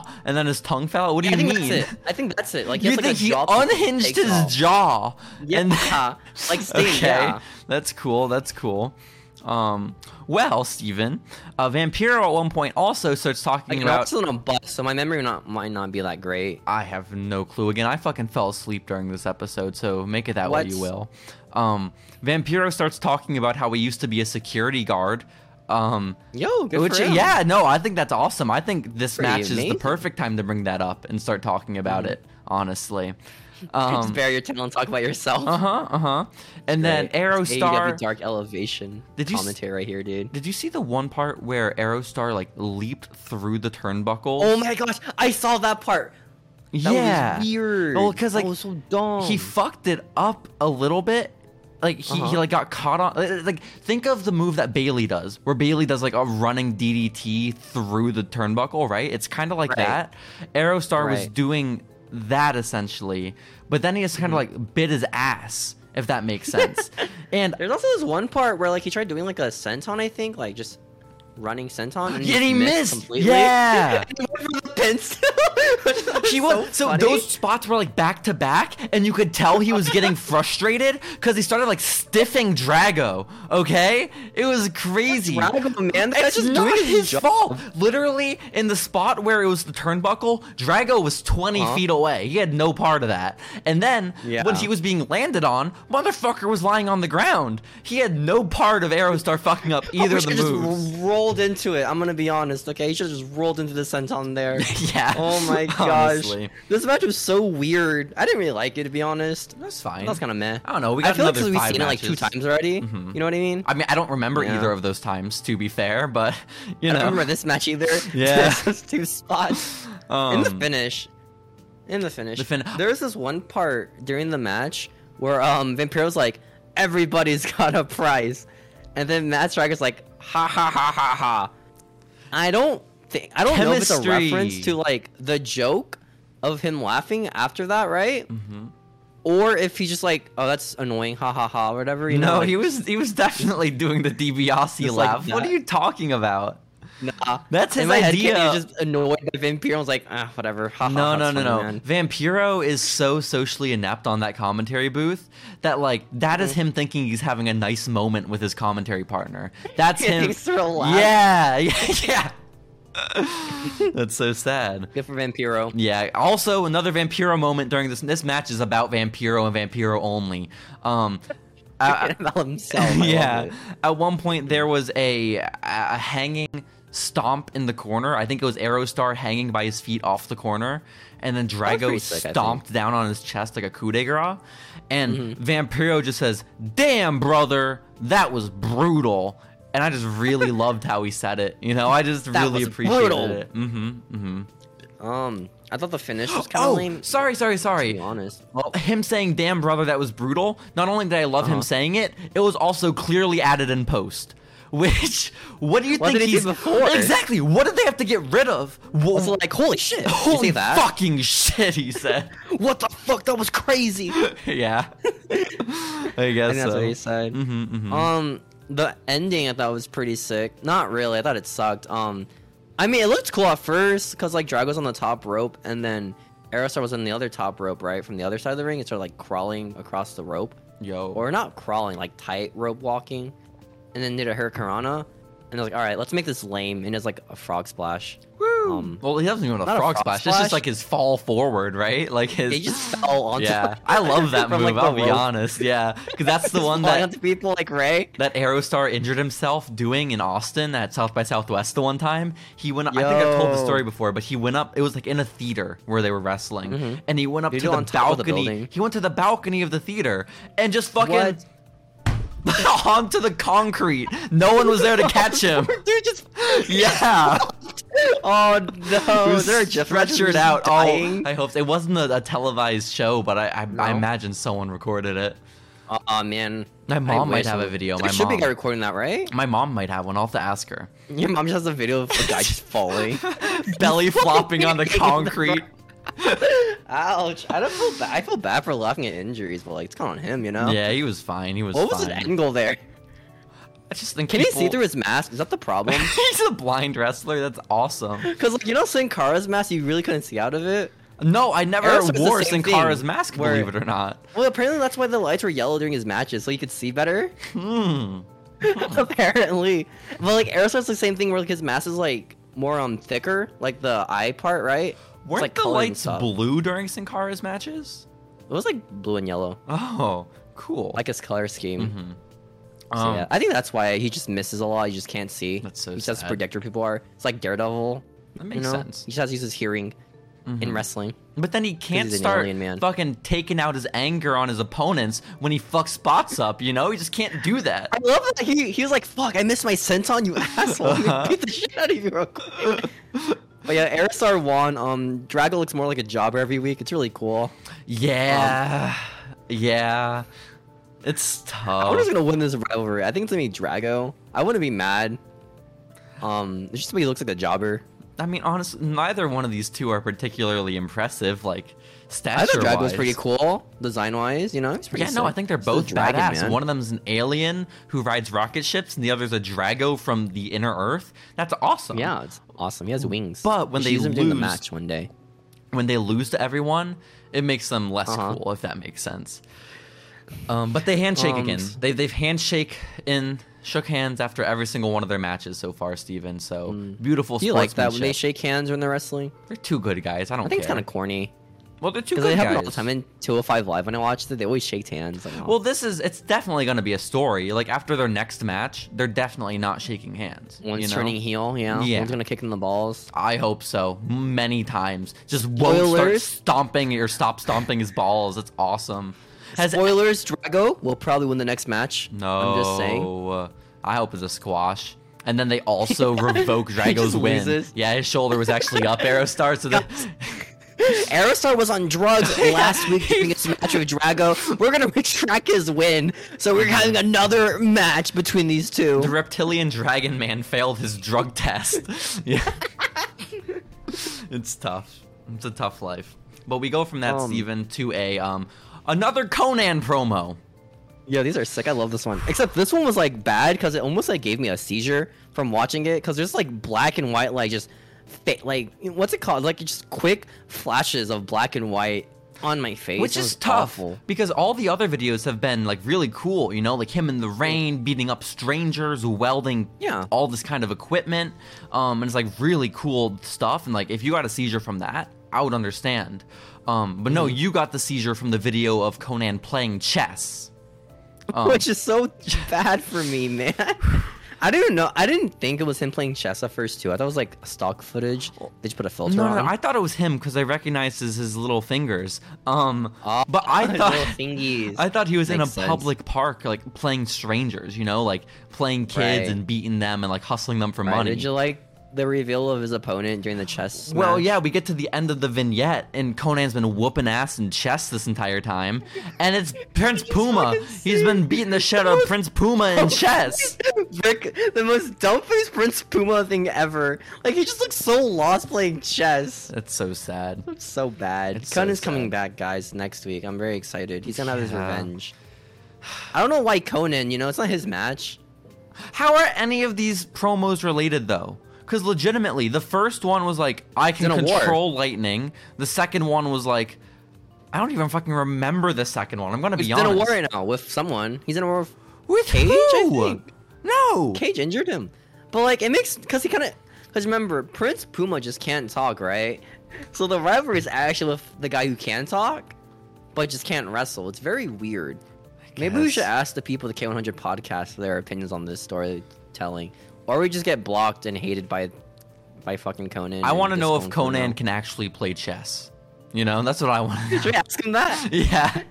B: jaw and then his tongue fell. out? What do
A: I
B: you
A: think
B: mean?
A: that's it. I think that's it. Like he
B: you
A: has,
B: think
A: like, a
B: he
A: jaw piece that he
B: unhinged
A: takes
B: his
A: off.
B: jaw? And
A: Yeah, *laughs*
B: *laughs*
A: like Sting,
B: okay,
A: yeah.
B: that's cool. That's cool. Um, well, Steven, uh, Vampiro at one point also starts talking
A: Like,
B: about.
A: I'm still on a bus, so my memory not might not be that great.
B: I have no clue. Again, I fucking fell asleep during this episode, so make it that
A: What?
B: way you will. Um, Vampiro starts talking about how he used to be a security guard. Um,
A: Yo, good
B: which
A: for him.
B: yeah, no, I think that's awesome. I think this
A: Pretty
B: match is the
A: amazing. Mm-hmm.
B: perfect time to bring that up and start talking about it.
A: *laughs*
B: Honestly.
A: just
B: Um,
A: bury your talent and talk about yourself.
B: uh huh. Uh huh. And then
A: Right. It's AEW
B: Aerostar.
A: Dark Elevation
B: Did you s-
A: commentary right here, dude.
B: Did you see the one part where Aerostar like leaped through the turnbuckle?
A: Oh my gosh, I saw that part. That
B: yeah.
A: was weird.
B: Well, 'cause, like,
A: that was so dumb.
B: he fucked it up a little bit. Like he, he
A: Uh-huh.
B: like got caught on. like- Like think of the move that Bailey does, where Bailey does like a running DDT through the turnbuckle, right? It's kind of like
A: Right.
B: that. Aerostar was
A: Right.
B: doing that essentially, but then he just kind of
A: Mm-hmm.
B: like bit his ass, if that
A: *laughs*
B: makes sense. and
A: There's also this one part where like he tried doing like a senton, I think, like just running
B: *gasps*
A: senton, and
B: Yeah,
A: just
B: he missed.
A: completely.
B: Yeah.
A: And *laughs* he went for the pin *laughs* still, which was
B: He was so,
A: funny.
B: those spots were like back to back, and you could tell he was
A: *laughs*
B: getting frustrated because he started like stiffing Drago. Okay, it was crazy.
A: Drago, man, that's
B: it's
A: just
B: not
A: doing his
B: his
A: job.
B: fault. Literally, in the spot where it was the turnbuckle, Drago was 20
A: Uh-huh.
B: feet away. He had no part of that. And then
A: Yeah.
B: when he was being landed on, motherfucker was lying on the ground. He had no part of Aerostar fucking up
A: *laughs* I
B: either of
A: wish
B: the
A: I
B: moves.
A: just rolled into it. I'm gonna be honest, okay? He should have just rolled into the senton there.
B: *laughs* *laughs* yeah.
A: Oh my gosh.
B: *laughs* honestly.
A: This match was so weird. I didn't really like it to be honest.
B: That's fine.
A: That's kind of meh.
B: I don't know, we
A: I
B: got
A: feel like
B: another
A: we've
B: five
A: seen it like two
B: matches. Mm-hmm.
A: times already. You know what I mean?
B: I mean, I don't remember
A: Yeah.
B: either of those times, to be fair, but you
A: I
B: know,
A: don't remember this match either. *laughs*
B: Yeah.
A: Those two
B: *laughs*
A: spots. In the
B: um,
A: finish. In the finish.
B: The fin-
A: there was this one part during the match where um Vampiro's like, everybody's *laughs* got a prize. And then Matt Striker's like, ha ha ha ha ha. I don't think I don't know if it's a
B: Chemistry.
A: reference to like the joke of him laughing after that, right?
B: Mm-hmm.
A: Or if he's just like, oh, that's annoying, ha ha ha, or whatever. You know,
B: no,
A: like,
B: he was he was definitely doing the DiBiase
A: Just like
B: laugh. what
A: that.
B: are you talking about?
A: nah.
B: That's his
A: In my head,
B: idea.
A: Kenny was just annoyed by Vampiro. I was like, ah, whatever, ha ha.
B: No, no,
A: that's
B: no,
A: funny,
B: no.
A: man."
B: Vampiro is so socially inept on that commentary booth that like that
A: Mm-hmm.
B: is him thinking he's having a nice moment with his commentary partner.
A: *laughs*
B: That's
A: He
B: him.
A: thinks they're alive.
B: Yeah, *laughs* yeah, yeah. That's so sad.
A: Good for Vampiro.
B: Yeah. Also, another Vampiro moment during this this match is about Vampiro and Vampiro only. Um, I-
A: *laughs* about himself. I love
B: yeah.
A: it.
B: At one point, there was a a hanging stomp in the corner. I think it was Aerostar hanging by his feet off the corner, and then Drago
A: pretty sick, I think.
B: stomped down on his chest like a coup de grace. And
A: Mm-hmm.
B: Vampiro just says, "Damn, brother, that was brutal." And I just
A: *laughs*
B: really loved how he said it. You know, I just
A: That
B: really
A: was
B: appreciated
A: brutal.
B: it. Mm-hmm. Mm-hmm.
A: Um, I thought the finish was kind of
B: Oh,
A: lame.
B: sorry, sorry,
A: To
B: sorry.
A: be honest.
B: Well, him saying "damn brother," that was brutal. Not only did I love him
A: Uh-huh.
B: saying it, it was also clearly added in post. *laughs* Which, what do you
A: What
B: think
A: did he do
B: he's
A: before?
B: exactly? What did they have to get rid of? Wha-
A: I was like, holy shit! did you
B: holy
A: see that?
B: fucking *laughs* shit! He said, *laughs*
A: What the fuck? That was crazy. I
B: "Yeah, *laughs* I guess
A: think that's
B: so."
A: what he said.
B: Mhm, mhm.
A: Um, the ending I thought was pretty sick. Not really. I thought it sucked. Um, I mean, it looked cool at first because like Drago's on the top rope, and then Aerostar was on the other top rope, right, from the other side of the ring, and started like crawling across the rope,
B: Yo.
A: or not crawling, like tight rope walking, and then did a hurricanrana, and I was like, all right, let's make this lame, and it's like a frog splash. Woo! Um,
B: well, he doesn't even want
A: Not
B: a
A: a
B: frog
A: frog
B: splash. It's just
A: splash.
B: like his fall forward, right? Like his.
A: yeah, you
B: *laughs*
A: just fell onto.
B: yeah, I love that
A: *laughs*
B: move.
A: from, like, the
B: I'll be
A: rope.
B: honest. Yeah, because that's the
A: *laughs* Just
B: one
A: falling
B: that
A: onto people like Ray.
B: *laughs* that Aerostar injured himself doing in Austin at South by Southwest the one time. He went. I think I've told the
A: Yo.
B: story before, but he went up. It was like in a theater where they were wrestling,
A: Mhm.
B: and he went up
A: They
B: to
A: do
B: the
A: on top of the
B: balcony.
A: building.
B: he went to the balcony of the theater and just fucking *laughs*
A: What?
B: onto the concrete. No one was there to catch him.
A: *laughs* Dude, just.
B: Yeah, *laughs*
A: Oh
B: He
A: no!
B: was
A: Is there a GIF of him
B: stretchered
A: just
B: out.
A: dying?
B: Oh, I hope so. it wasn't a, a televised show, but I I, I
A: No?
B: imagine someone recorded it.
A: Oh, oh, man.
B: My mom might
A: wish-
B: have a video,
A: There
B: my
A: should be a
B: mom.
A: guy recording that, right?
B: *laughs* My mom might have one. I'll have to ask her. *laughs*
A: Your mom just has a video of a guy just falling.
B: Belly
A: *laughs*
B: flopping on the concrete.
A: Ouch! I don't feel bad. I feel bad for laughing at injuries, but like it's kind of on him, you know.
B: Yeah, he was fine. He was.
A: What was
B: fine.
A: his angle there?
B: I just think.
A: Can
B: people...
A: he see
B: *laughs*
A: through his mask? Is that the problem?
B: He's a blind wrestler. That's awesome.
A: Because like you know, Sin Cara's mask, you really couldn't see out of it.
B: No, I never
A: Aerosmith's the
B: wore Sin
A: same
B: Cara's
A: thing,
B: mask,
A: where-
B: believe it or not.
A: Well, apparently that's why the lights were yellow during his matches, so you could see
B: *laughs*
A: better. *laughs*
B: Hmm.
A: apparently, but like Aerosmith's the same thing where like his mask is like more um thicker, like the eye part, right? It's,
B: Weren't
A: like,
B: the
A: colored and
B: lights
A: stuff.
B: blue during Sin Cara's matches?
A: It was like blue and yellow,
B: Oh, cool.
A: like his color scheme.
B: Mhm.
A: So,
B: Um,
A: yeah, I think that's why he just misses a lot. He just can't see.
B: That's so
A: He just has to
B: sad.
A: predict where people are. It's like Daredevil.
B: That
A: you
B: makes
A: know?
B: sense. Mm-hmm.
A: He just has to use his hearing in wrestling.
B: But then he can't
A: he's an
B: start
A: alien man.
B: fucking taking out his anger on his opponents when he fucks spots up. You know, he just can't do that.
A: I *laughs* love that he he was like, "Fuck, I missed my senton, you *laughs* asshole! Let me
B: Uh-huh.
A: Beat the shit out of you real quick." but yeah, Aerostar won. Um, Drago looks more like a jobber every week. It's really cool.
B: Yeah, yeah. It's
A: Um, I wonder
B: tough.
A: who's gonna win this rivalry. I think it's gonna be Drago. I wouldn't be mad. Um, it's just he looks like a jobber.
B: I mean, honestly, neither one of these two are particularly impressive, like
A: I
B: stature
A: thought Drago was
B: wise.
A: pretty cool, design wise. You know, he's pretty
B: Yeah, no,
A: sick.
B: I think they're
A: He's a
B: both
A: dragon,
B: badass.
A: man.
B: One of them's an alien who rides rocket ships, and the other's a Drago from the inner Earth. That's awesome.
A: Yeah, it's awesome. He has wings.
B: But when
A: We should
B: they
A: use him during the
B: lose-
A: match one day,
B: When they lose to everyone, it makes them less
A: Uh-huh.
B: cool, if that makes sense. Um, but they handshake
A: Um,
B: again. They they've handshake in shook hands after every single one of their matches so far, Steven. So beautiful.
A: Hmm. do you like that when they
B: sportsmanship.
A: shake hands when they're wrestling?
B: They're two good guys. I don't
A: I think it's
B: care.
A: kind of corny
B: well, they're two
A: because they
B: good
A: happen
B: guys.
A: all the time in 205 Live. When I watched it, they always shake hands. Like,
B: Well, this is it's definitely going to be a story. Like after their next match, they're definitely not shaking hands.
A: one's
B: you know?
A: turning heel, yeah.
B: Yeah.
A: One's gonna kick in the balls.
B: I hope so. Many times, just won't start
A: Spoilers.
B: stomping or stop stomping his balls. That's awesome. Has
A: Spoilers: Drago will probably win the next match.
B: no.
A: I'm just saying.
B: I hope it's a squash. And
A: *laughs*
B: then they also revoke Drago's
A: just
B: win.
A: loses.
B: Yeah, his shoulder was actually up
A: *laughs*
B: Aerostar, so that
A: Aerostar was on
B: *laughs*
A: drugs last week
B: He-
A: during his match with Drago. We're gonna *laughs* retract his win, so
B: Mm-hmm.
A: we're having another match between these two.
B: the reptilian dragon man failed his drug test.
A: *laughs*
B: *laughs* yeah. it's tough. It's a tough life. But we go from that,
A: Um.
B: Steven, to a um another Conan promo.
A: Yo, these are sick. I love this one. Except this one was like bad because it almost like gave me a seizure from watching it because there's like black and white, like just fa- like what's it called? Like just quick flashes of black and white on my face,
B: which
A: It was
B: is tough
A: awful.
B: because all the other videos have been like really cool you know like him in the rain beating up strangers welding
A: Yeah.
B: all this kind of equipment um and it's like really cool stuff and like if you got a seizure from that i would understand um but no
A: Mm-hmm.
B: you got the seizure from the video of conan playing chess um,
A: *laughs* which is so bad for me, man. *laughs* I don't even know. I didn't think it was him playing chess at first too. I thought it was like stock footage. They just put a filter
B: Oh. no, no,
A: on.
B: no, I thought it was him because I recognized his, his little fingers. Um, but I
A: Ah, his *laughs*
B: thought
A: little fingies.
B: I thought he was in a
A: Makes sense.
B: public park, like playing strangers, you know, like playing
A: Right.
B: kids and beating them and like hustling them for
A: Right,
B: money.
A: Did you like the reveal of his opponent during the chess?
B: well,
A: match?
B: yeah, we get to the end of the vignette, and Conan's been whooping ass and chest this entire time, and it's Prince Puma.
A: fucking
B: He's been beating the shit out of Prince Puma
A: *laughs*
B: in chess.
A: Rick, the most dumb faced Prince Puma thing ever. Like he just looks so lost playing chess.
B: That's so sad.
A: It's so bad.
B: It's
A: Kun
B: so
A: is coming
B: sad.
A: back, guys, next week. I'm very excited. He's gonna have his
B: Yeah.
A: revenge. I don't know why Conan. You know, it's not his match.
B: How are any of these promos related though? Because legitimately, the first one was like, I can
A: an award.
B: control lightning. The second one was like, I don't even fucking remember the second one. I'm gonna
A: He's
B: be
A: in a
B: honest.
A: war right now with someone. He's in a war with
B: With
A: Cage, I
B: who?
A: think.
B: No.
A: Cage injured him. But like it makes because he kind of because remember Prince Puma just can't talk, right? So the rivalry is actually with the guy who can talk, but just can't wrestle. It's very weird. Maybe we
B: guess.
A: should ask the people of the K100 podcast their opinions on this storytelling, or we just get blocked and hated by by fucking Conan.
B: I
A: and
B: want to know if
A: disown Kumo.
B: Conan can actually play chess. You know, that's what
A: *laughs*
B: I want to know.
A: Should we ask him that?
B: *laughs* yeah.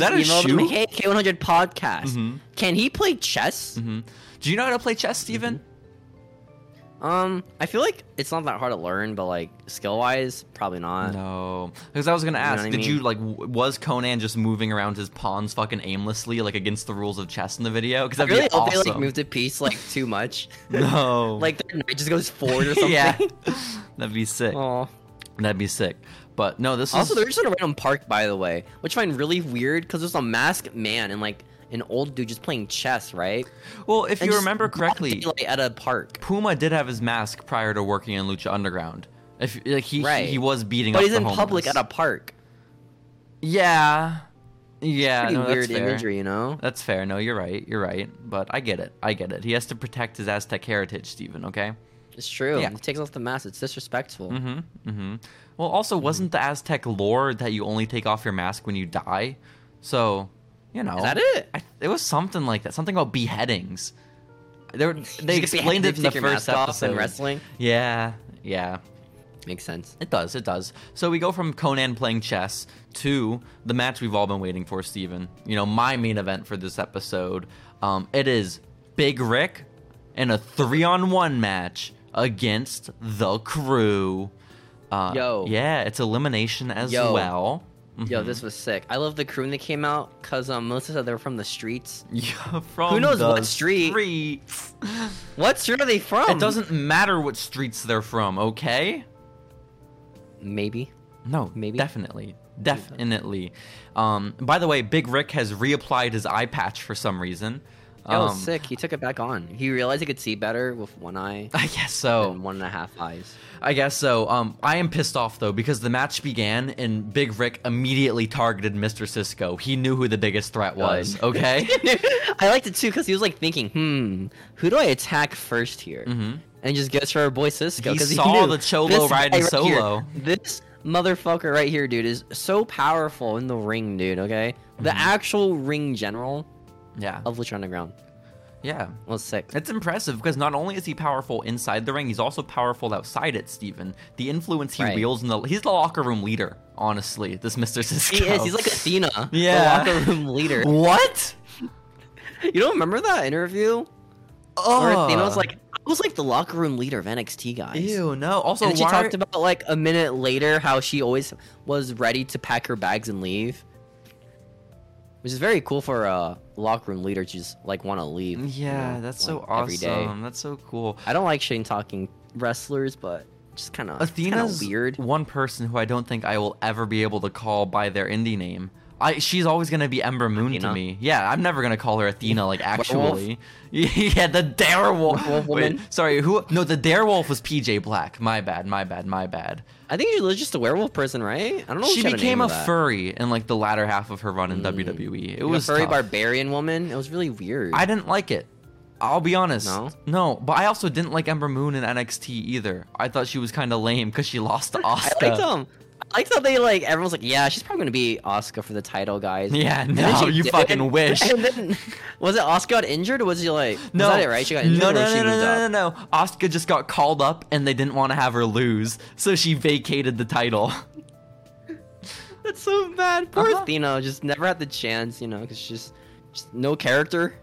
A: Let's
B: that a
A: email them,
B: shoe?
A: Hey, K100 podcast.
B: Mhm.
A: Can he play chess?
B: hmm Do you know how to play chess, Steven?
A: Mm-hmm. Um, I feel like it's not that hard to learn, but like skill wise, probably not.
B: No, because I was gonna
A: know
B: ask,
A: what I
B: did you
A: mean?
B: like? W- was Conan just moving around his pawns fucking aimlessly, like against the rules of chess in the video? Because
A: I
B: that'd
A: really
B: be
A: hope
B: awesome.
A: they like move the piece like too much.
B: *laughs* no,
A: *laughs*
B: *laughs*
A: like their knight just goes forward or something.
B: yeah, *laughs* that'd be sick.
A: Aw.
B: That'd be sick. But no, this
A: Also,
B: is
A: they're just in a random park, by the way, which I find really weird because there's a masked man and like an old dude just playing chess, right?
B: well, if
A: And
B: you
A: just
B: remember
A: broad
B: correctly,
A: daylight at a park,
B: Puma did have his mask prior to working in Lucha Underground. If like he
A: Right.
B: he was beating,
A: but
B: up
A: he's
B: the
A: in public at
B: homeless.
A: a park.
B: yeah, yeah.
A: Pretty
B: no, that's
A: weird
B: fair.
A: imagery, you know.
B: That's fair. No, you're right. You're right. But I get it. I get it. He has to protect his Aztec heritage, Steven, okay?
A: It's true.
B: Yeah.
A: He takes off the mask. It's disrespectful.
B: Mm-hmm. Mm-hmm. Well, also, wasn't the Aztec lore that you only take off your mask when you die? So, you know,
A: Is that it?
B: I, it was something like that. Something about beheadings. They, were, they
A: *laughs* You get
B: explained
A: beheaded if
B: it in
A: you take
B: the
A: your
B: first
A: mask off
B: episode.
A: in wrestling.
B: Yeah, yeah.
A: Makes sense.
B: It does, it does. So we go from Conan playing chess to the match we've all been waiting for, Steven. You know, my main event for this episode. Um, it is Big Rick in a three on one match against the crew. Uh,
A: Yo.
B: Yeah, it's elimination as
A: Yo. *laughs*
B: well.
A: Yo,
B: Mm-hmm.
A: this was sick. I love the crew that came out because um, Melissa said they were from the streets.
B: Yeah, from
A: Who knows
B: the
A: what street?
B: streets.
A: What street are they from?
B: It doesn't matter what streets they're from, okay?
A: Maybe.
B: No,
A: Maybe.
B: definitely, definitely. Um, by the way, Big Rick has reapplied his eye patch for some reason.
A: Oh,
B: Um,
A: sick. He took it back on. He realized he could see better with one eye
B: *laughs* I guess so.
A: and one and a half eyes. *laughs*
B: I guess so. Um, I am pissed off though because the match began and Big Rick immediately targeted Mr. Cisco. He knew who the biggest threat was.
A: Does. *laughs*
B: Okay.
A: I liked it too because he was like thinking, hmm, who do I attack first here?
B: Mhm.
A: And just goes for our boy Cisco.
B: He
A: 'cause
B: saw
A: knew,
B: the Cholo
A: "This guy
B: riding
A: right here-
B: solo."
A: this motherfucker right here, dude, is so powerful in the ring, dude, okay? The
B: Mm-hmm.
A: actual ring general
B: yeah.
A: of Lucha Underground
B: Yeah.
A: was sick.
B: It's impressive because not only is he powerful inside the ring, he's also powerful outside it, Steven. The influence he
A: Right.
B: wields in the he's the locker room leader, honestly, this Mr. Cisco.
A: He is. He's like Athena,
B: Yeah.
A: the locker room
B: *laughs*
A: leader.
B: What?
A: You don't remember that interview?
B: Oh,
A: Or Athena was like, I was like the locker room leader of NXT guys.
B: ew, no. Also,
A: And then she
B: why-
A: talked about like a minute later how she always was ready to pack her bags and leave, which is very cool for a locker room leader to just like want to leave. you
B: Yeah,
A: know,
B: that's so
A: like,
B: awesome.
A: Every day,
B: That's so cool.
A: I don't like shane talking wrestlers, but just kind of
B: Athena's
A: weird.
B: one person who I don't think I will ever be able to call by their indie name. I she's always gonna be Ember Moon to
A: Athena?
B: me. Yeah, I'm never gonna call her Athena. Like actually, *laughs* yeah, the Darewolf.
A: Werewolf
B: Wait,
A: woman?
B: sorry, who? No, the Darewolf was PJ Black. My bad. My bad. My bad.
A: I think she was just a werewolf person, right? I don't know. if
B: she
A: had a, name
B: became a
A: of that.
B: furry in like the latter half of her run in WWE. It
A: Like,
B: was
A: a furry
B: tough.
A: barbarian woman. It was really weird.
B: I didn't like it. I'll be honest.
A: No?
B: but I also didn't like Ember Moon in NXT either. I thought she was kind of lame because she lost to
A: I
B: Oscar.
A: liked um, them. I liked how they like everyone's like, yeah, she's probably gonna be Oscar for the title, guys.
B: Yeah,
A: And then
B: no,
A: she
B: you
A: did.
B: fucking wish.
A: And then *laughs* was it Oscar got injured or was she like was
B: No,
A: that it, right? She got injured
B: no,
A: or
B: no,
A: she
B: no, no,
A: moved
B: no, no,
A: up.
B: no. Oscar just got called up, and they didn't want to have her lose, so she vacated the title. *laughs*
A: That's so bad. Poor
B: Uh-huh.
A: Athena just never had the chance, you know, because she's just, just no character.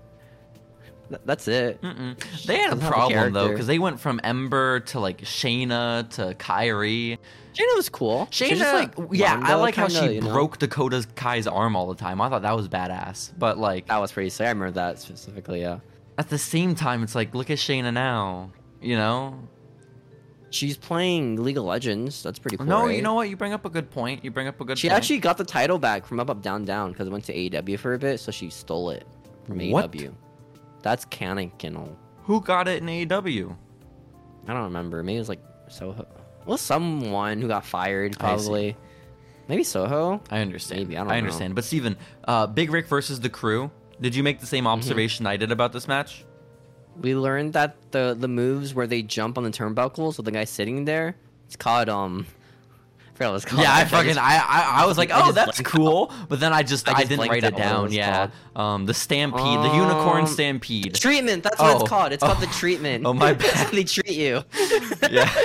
A: Th- that's it.
B: Mm-mm. They had a
A: Doesn't have a
B: problem though,
A: character.
B: because they went from Ember to like Shayna to Kyrie.
A: Shayna was cool. She
B: Shayna,
A: was just,
B: yeah, I
A: Ronda
B: like how
A: kinda,
B: she
A: you know?
B: broke Dakota Kai's arm all the time. I thought that was badass, but like
A: That was pretty sick. I remember that specifically. Yeah,
B: at the same time, it's like look at Shayna now. You know,
A: she's playing League of Legends. That's pretty cool.
B: No,
A: right?
B: you know what? You bring up a good point. You bring up a good
A: She
B: point.
A: actually got the title back from Up Up Down Down because it went to AEW for a bit, so she stole it from
B: What?
A: AEW. That's canonical.
B: E Who got it in AEW?
A: I don't remember. Maybe it was like Soho. Well, someone who got fired
B: I see.
A: probably. Maybe Soho.
B: I understand.
A: Maybe, I don't know.
B: understand. But Steven, uh, Big Rick versus the crew. Did you make the same observation I did about this match?
A: We learned that the the moves where they jump on the turnbuckles with the guy sitting there. It's called um. I forgot what it's called.
B: Yeah, I
A: just-
B: fucking I I, I was like,
A: I
B: oh,
A: just
B: that's
A: blanked
B: cool. But then I just
A: I
B: I,
A: just
B: didn't
A: blanked
B: write
A: out
B: it
A: what it
B: down.
A: was
B: Yeah, um, the stampede, the
A: Um,
B: unicorn
A: *laughs*
B: stampede.
A: Treatment. That's what
B: Oh.
A: it's called. It's called the
B: Oh.
A: treatment.
B: Oh, my
A: *laughs* That's how
B: bad.
A: they treat you.
B: yeah. *laughs*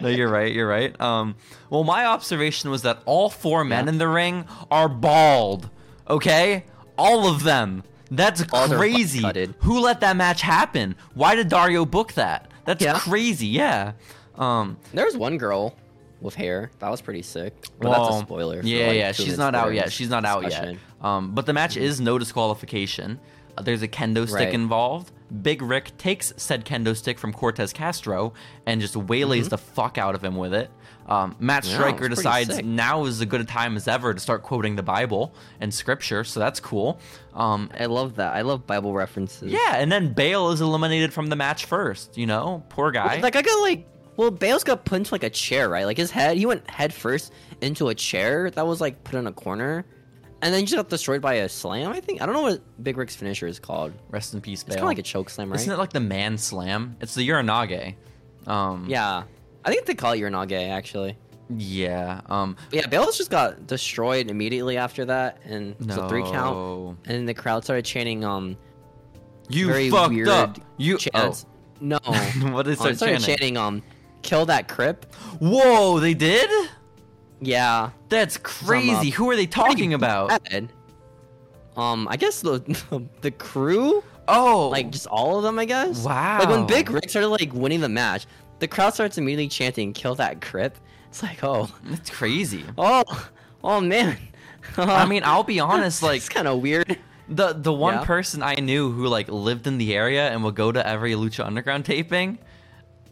B: No, you're right. You're right. Um, well, my observation was that all four men
A: Yeah.
B: in the ring are bald. Okay, all of them. That's
A: All their
B: crazy.
A: butt-cutted.
B: Who let that match happen? Why did Dario book that? That's
A: Yeah.
B: crazy. Yeah. Um,
A: There was one girl with hair. That was pretty sick. But that's
B: well,
A: a spoiler. for,
B: Yeah,
A: like,
B: yeah.
A: two
B: She's
A: minutes
B: not out
A: later
B: yet.
A: in
B: She's not out
A: discussion.
B: yet. Um, but the match is no disqualification. Uh, there's a kendo stick
A: Right.
B: involved. Big Rick takes said kendo stick from Cortez Castro and just waylays the fuck out of him with it. Um, Matt
A: Mm-hmm. Yeah,
B: Stryker
A: it's pretty
B: decides
A: sick.
B: now is as good a time as ever to start quoting the Bible and scripture, so that's cool. Um,
A: I love that. I love Bible references.
B: yeah, and then Bale is eliminated from the match first. You know, poor guy.
A: Like I got like well, Bales got put into like a chair, right? Like his head, he went head first into a chair that was like put in a corner, and then he just got destroyed by a slam. I think I don't know what Big Rick's finisher is called.
B: Rest in peace, Bale.
A: It's kind of like a choke slam, right?
B: Isn't it like the man slam? It's the Uranage. Um,
A: yeah, I think they call it Uranage actually.
B: Yeah. Um.
A: But yeah, Bales just got destroyed immediately after that, and it was a three
B: No.
A: count, and then the crowd started chanting um
B: You
A: very
B: fucked
A: weird
B: up. You. uh, oh.
A: chants. No,
B: *laughs* What did they
A: Um,
B: start
A: started
B: chanting?
A: chanting um kill that crip.
B: Oh. Whoa! They did.
A: Yeah,
B: That's crazy.
A: up.
B: Who are they talking *laughs* about?
A: bad. Um, I guess the *laughs* the crew,
B: *laughs* Oh,
A: like just all of them, I guess.
B: Wow.
A: Like when Big Rick started like winning the match, the crowd starts immediately chanting "Kill that Crip." It's like, oh,
B: that's crazy.
A: oh, oh man. *laughs*
B: I mean, I'll be honest. Like
A: it's kind of weird.
B: the the one
A: Yeah.
B: person I knew who like lived in the area and would go to every Lucha Underground taping,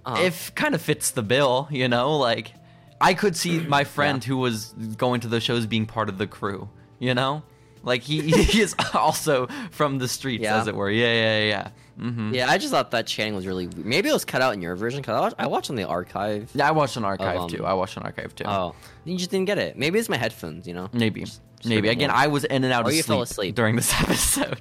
A: Uh-huh.
B: if kind of fits the bill, you know. Like I could *clears throat* see my friend who was going to the shows being part of the crew, you know. Like he, *laughs* he is also from the streets,
A: Yeah.
B: as it were. Yeah, yeah, yeah. Mm-hmm.
A: Yeah, I just thought that chanting was really. Weird. Maybe it was cut out in your version because I watched, I watched on the archive.
B: Yeah, I watched an archive
A: um,
B: too. I watched an archive too.
A: Oh, you just didn't get it. Maybe it's my headphones. You know.
B: maybe, maybe.
A: a bit
B: Again,
A: more.
B: I was in and out
A: Or
B: of
A: you
B: sleep,
A: fell asleep.
B: during this *laughs* episode.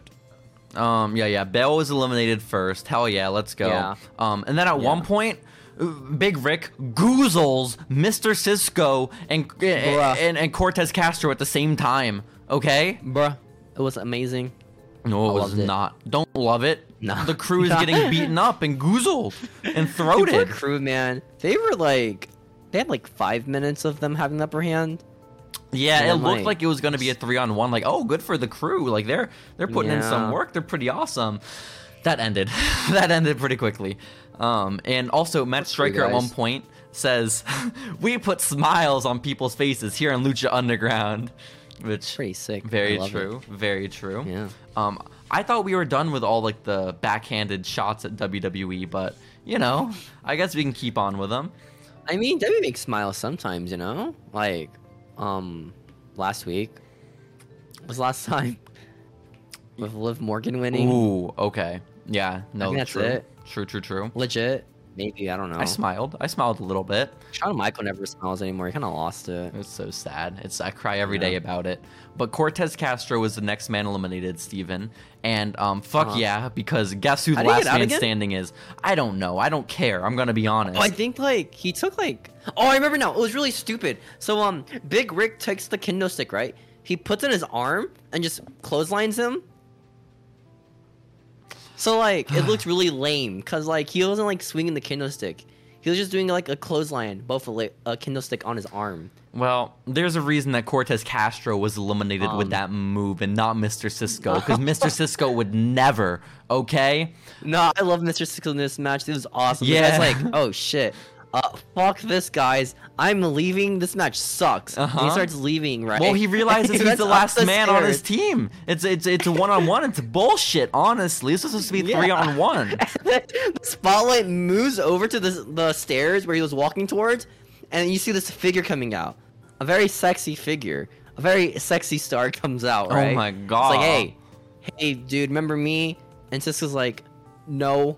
B: Um, yeah, yeah. Bell was eliminated first. Hell yeah, let's go.
A: Yeah.
B: Um, and then at one
A: Yeah.
B: point, uh, Big Rick goozles Mr. Cisco and
A: Bruh.
B: and, and Cortez Castro at the same time. Okay.
A: Bruh, it was amazing.
B: No, it
A: I
B: was
A: loved it.
B: not. Don't love it.
A: No.
B: The
A: *laughs*
B: crew is getting beaten up and goozled and
A: Dude, poor
B: throated.
A: crew, man. They were like, they had like five minutes of them having the upper hand.
B: Yeah,
A: Yeah,
B: it looked
A: like-
B: like it was going to be a three on one. Like, oh, good for the crew. Like they're they're putting in some
A: Yeah.
B: work. They're pretty awesome. That ended. *laughs* that ended pretty quickly. Um, and also Matt
A: for you
B: Stryker at
A: guys.
B: one point says, *laughs* "We put smiles on people's faces here in Lucha Underground," which
A: Pretty sick. I
B: Very
A: love it.
B: true. Very true.
A: Yeah.
B: Um, I thought we were done with all like the backhanded shots at WWE, but you know, I guess we can keep on with them.
A: I mean, Debbie makes smiles sometimes, you know? Like, um, last week was last time *laughs* with Liv Morgan winning.
B: Ooh, okay. Yeah, no,
A: think that's
B: true.
A: it.
B: True, true, true.
A: Legit. Maybe, I don't know.
B: I smiled. I smiled a little bit.
A: Shawn Michael never smiles anymore. He kind of lost it.
B: It's so sad. It's I cry every
A: Yeah.
B: day about it. But Cortez Castro was the next man eliminated, Steven. And um fuck
A: Uh-huh.
B: yeah, because guess who the
A: How do you
B: last
A: get out
B: man
A: again?
B: standing is? I don't know. I don't care. I'm gonna be honest.
A: Oh, I think like he took like oh I remember now it was really stupid. So um Big Rick takes the kendo stick right. He puts in his arm and just clotheslines him. So like
B: *sighs*
A: it looked really lame because like he wasn't like swinging the kendo stick. He was just doing like a clothesline, both a, la- a kendo stick on his arm.
B: Well, there's a reason that Cortez Castro was eliminated with
A: Um.
B: that move and not Mr.
A: *laughs*
B: Cisco, because Mr. Cisco would never, okay?
A: No, I love Mr. Six in this match. This was awesome.
B: Yeah.
A: Yeah, it's like oh shit. Uh, fuck this, guys! I'm leaving. This match sucks. And
B: Uh-huh.
A: he starts leaving, right?
B: Well, he realizes
A: *laughs* He
B: he's
A: runs
B: the
A: up
B: last man on
A: stairs.
B: his team. It's it's it's a one on one. It's bullshit. Honestly, this was supposed to be
A: Yeah.
B: three
A: *laughs*
B: on one.
A: the spotlight moves over to the, the stairs where he was walking towards, and you see this figure coming out. A very sexy figure. A very sexy star *laughs* comes out,
B: Oh
A: right?
B: my
A: It's
B: God.
A: like, hey, hey, dude, remember me? And Cisco's like, no.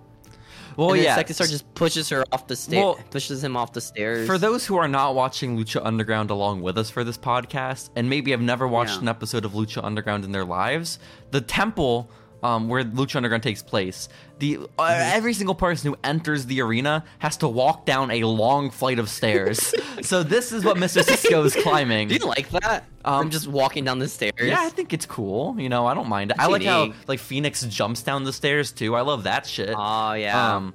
B: Well,
A: and then
B: Oh, yeah.
A: Sexy Star just pushes her off the stairs,
B: Well,
A: pushes him off the stairs.
B: For those who are not watching Lucha Underground along with us for this podcast, and maybe have never watched
A: Yeah.
B: an episode of Lucha Underground in their lives, the temple um, where Lucha Underground takes place, the uh,
A: Mm-hmm.
B: every single person who enters the arena has to walk down a long flight of stairs.
A: *laughs*
B: so this is what Mr. Cisco is climbing.
A: do *laughs* you like that?
B: Um,
A: I'm just walking down the stairs.
B: Yeah, I think it's cool. You know, I don't mind it. I like how
A: unique.
B: like Phoenix jumps down the stairs too. I love that shit.
A: Oh yeah.
B: Um,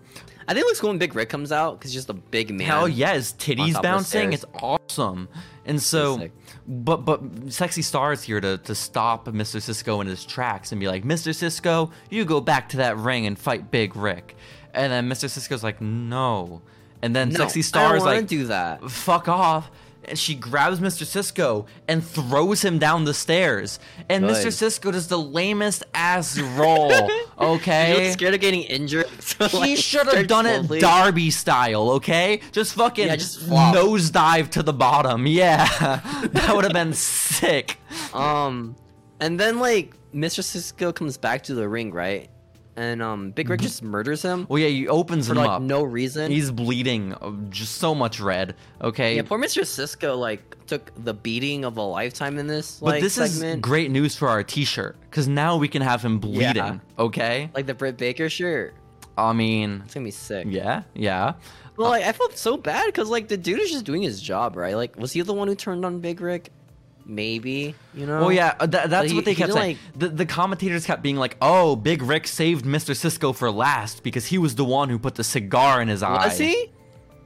A: I think it looks cool when Big Rick comes out because he's just a big man.
B: Hell yeah, his
A: On top
B: titties
A: of
B: bouncing.
A: stairs.
B: It's awesome. And so,
A: sick.
B: but but sexy star is here to to stop Mr. Cisco in his tracks and be like, Mr. Cisco, you go back to that ring and fight Big Rick. And then Mr. Cisco's like, no. And then
A: No,
B: sexy star
A: I
B: is
A: don't wanna
B: like,
A: do that.
B: fuck off. And she grabs Mr. Cisco and throws him down the stairs. And Mr.
A: Good.
B: Cisco does the lamest ass roll.
A: *laughs*
B: Okay.
A: He was scared of getting
B: *laughs*
A: injured. so,
B: He
A: *laughs* like,
B: should have
A: starts
B: done
A: slowly-
B: it Darby style, okay? Just fucking
A: Yeah, just flop.
B: nosedive to the bottom. Yeah. *laughs* that would have been sick.
A: Um, and then like Mr. Cisco comes back to the ring, right? And um, Big Rick just murders him
B: Well, yeah, he opens
A: for
B: Mm-hmm. him
A: like
B: up.
A: no reason.
B: He's bleeding, uh, just so much red, okay?
A: yeah, poor Mr. Cisco like took the beating of a lifetime in this.
B: but
A: Like,
B: this is
A: segment.
B: great news for our t shirt, because now we can have him bleeding, okay?
A: Like the Britt Baker shirt,
B: I mean,
A: it's gonna be sick.
B: yeah, yeah.
A: Well, like I felt so bad because like the dude is just doing his job, right? Like, was he the one who turned on Big Rick? Maybe you know.
B: Oh yeah, uh, tha- that's
A: he-
B: what they
A: he
B: kept
A: didn't,
B: saying. the, the commentators kept being like, "Oh, Big Rick saved Mr. Cisco for last because he was the one who put the cigar in his eye."
A: Was he?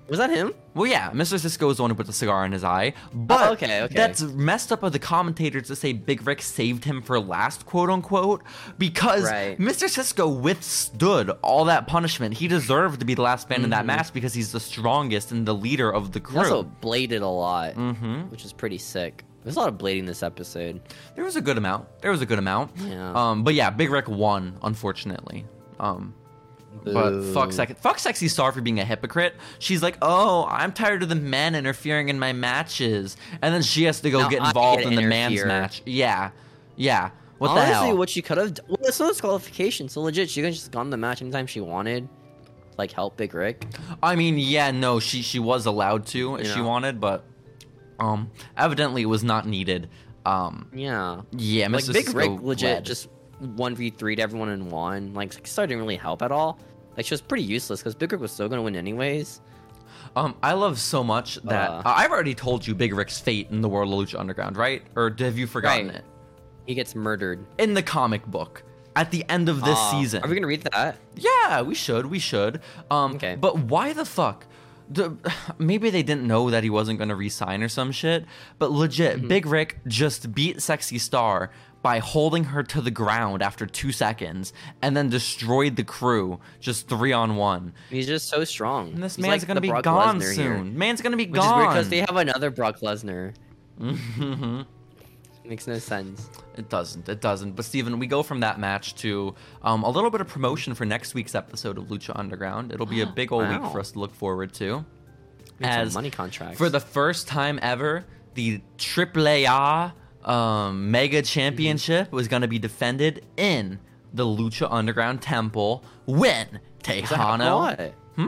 A: Was that him?
B: Well, yeah, Mr. Cisco is the one who put the cigar in his eye, but
A: Oh, okay, okay.
B: that's messed up of the commentators to say Big Rick saved him for last, quote unquote, because
A: Right.
B: Mr. Cisco withstood all that punishment. He deserved to be the last man in that match because he's the strongest and the leader of the
A: He
B: crew.
A: also bladed Mm-hmm. a lot,
B: Mhm.
A: which is pretty sick. There's a lot of blading this episode.
B: There was a good amount. There was a good amount.
A: Yeah.
B: Um, but yeah, Big Rick won, unfortunately. Um, but
A: Boo.
B: fuck, sec- fuck sexy star for being a hypocrite. She's like, oh, I'm tired of the men interfering in my matches, and then she has to go
A: Now
B: get
A: I
B: involved
A: get
B: in the man's
A: interfere.
B: match. Yeah, yeah. What
A: Honestly,
B: the hell?
A: what she could have done. Well, it's no disqualification, so legit, she could have just gone to the match anytime she wanted. Like, help Big Rick.
B: I mean, yeah, no, she she was allowed to if she
A: Yeah.
B: wanted, but um, evidently it was not needed. Um,
A: Yeah.
B: yeah,
A: Like,
B: Mr.
A: Big
B: Cisco
A: Rick legit
B: led.
A: just 1v3'd everyone in one. Like, Sexy Star didn't really help at all. Like, she was pretty useless because Big Rick was still going to win anyways.
B: Um, I love so much that
A: Uh.
B: I've already told you Big Rick's fate in the world of Lucha Underground, right? Or have you forgotten
A: Right.
B: it?
A: He gets murdered.
B: In the comic book, at the end of this
A: Uh,
B: season.
A: Are we going to read that?
B: Yeah, we should. We should. Um,
A: Okay.
B: But why the fuck? The, *sighs* maybe they didn't know that he wasn't going to resign or some shit. But legit,
A: Mm-hmm.
B: Big Rick just beat Sexy Star by holding her to the ground after two seconds and then destroyed the crew just three on one.
A: He's just so strong.
B: And this
A: He's
B: man's
A: like
B: going to
A: the
B: be
A: Brock
B: gone
A: Lesnar here,
B: soon. Man's going to be
A: Which is weird
B: gone.
A: because they have another Brock
B: *laughs*
A: Lesnar.
B: Mhm.
A: Makes no sense.
B: It doesn't. It doesn't. But Steven, we go from that match to um, a little bit of promotion for next week's episode of Lucha Underground.
A: *gasps*
B: It'll be a big old week
A: Wow.
B: for us to look forward to.
A: Make some
B: As
A: money contracts.
B: for the first time ever, the Triple A um, Mega Championship
A: Mm-hmm.
B: was going to be defended in the Lucha Underground Temple when
A: Does that happen a lot?
B: Tejano. Hmm?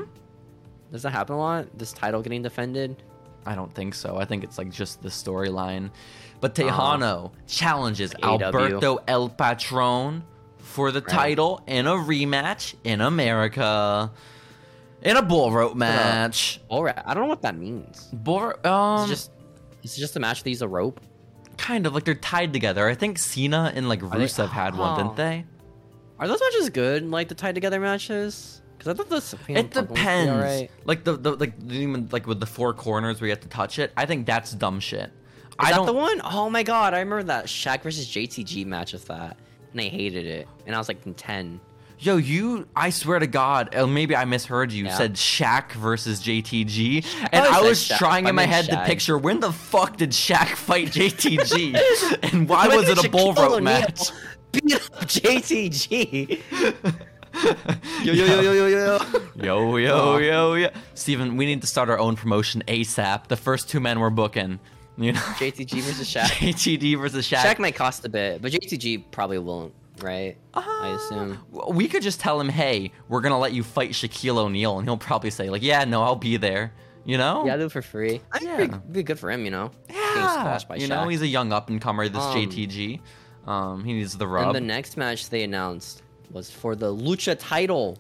A: Does that happen a lot? This title getting defended?
B: I don't think so. I think it's like just the storyline. But
A: Oh.
B: Tejano challenges
A: AW.
B: Alberto El Patron for the title in a rematch in America. In a bull
A: uh,
B: rope match.
A: All right. I don't know what that means.
B: Bull, um,
A: It's just it's just a match that use a rope.
B: kind of like they're tied together. I think Cena and like
A: they-
B: Rusev had one, didn't
A: Oh.
B: they?
A: Are those matches good? Like the tied together matches? Because I thought the Sapphire
B: It
A: Punk ones were
B: depends.
A: alright.
B: Like the, the like the demon- like with the four corners where you have to touch it. I think that's dumb shit.
A: Is
B: I
A: that
B: don't.
A: the one? Oh my god! I remember that Shaq versus JTG match with that, and I hated it. And I was like in ten.
B: Yo, you. I swear to God. Or maybe I misheard you.
A: Yeah.
B: Said Shaq versus JTG, and I,
A: said
B: was
A: Shaq.
B: trying
A: I
B: in my
A: meant
B: head to
A: Shaq.
B: picture when the fuck did Shaq fight
A: *laughs*
B: JTG, and why was it a bull rope match?
A: Beat up JTG.
B: *laughs*
A: *laughs* yo
B: yo,
A: yo. *laughs*
B: Yo, yo, yo, yo. Steven, we need to start our own promotion ASAP. The first two men we're booking. You know?
A: JTG versus Shaq.
B: *laughs* JTG versus Shaq.
A: Shaq might cost a bit, but JTG probably won't. right? I assume.
B: Ah. We could just tell him, "Hey, we're gonna let you fight Shaquille O'Neal," and he'll probably say, "Like, yeah, no, I'll be there." You know?
A: Yeah, I'll do it for free. Oh. I mean,
B: Yeah.
A: it'd be good for him, you know. Getting
B: Yeah.
A: squashed by
B: You know,
A: Shaq.
B: he's a young up and comer. This
A: Um,
B: JTG, um, *laughs* he needs the
A: And
B: rub.
A: the next match they announced was for the Lucha title,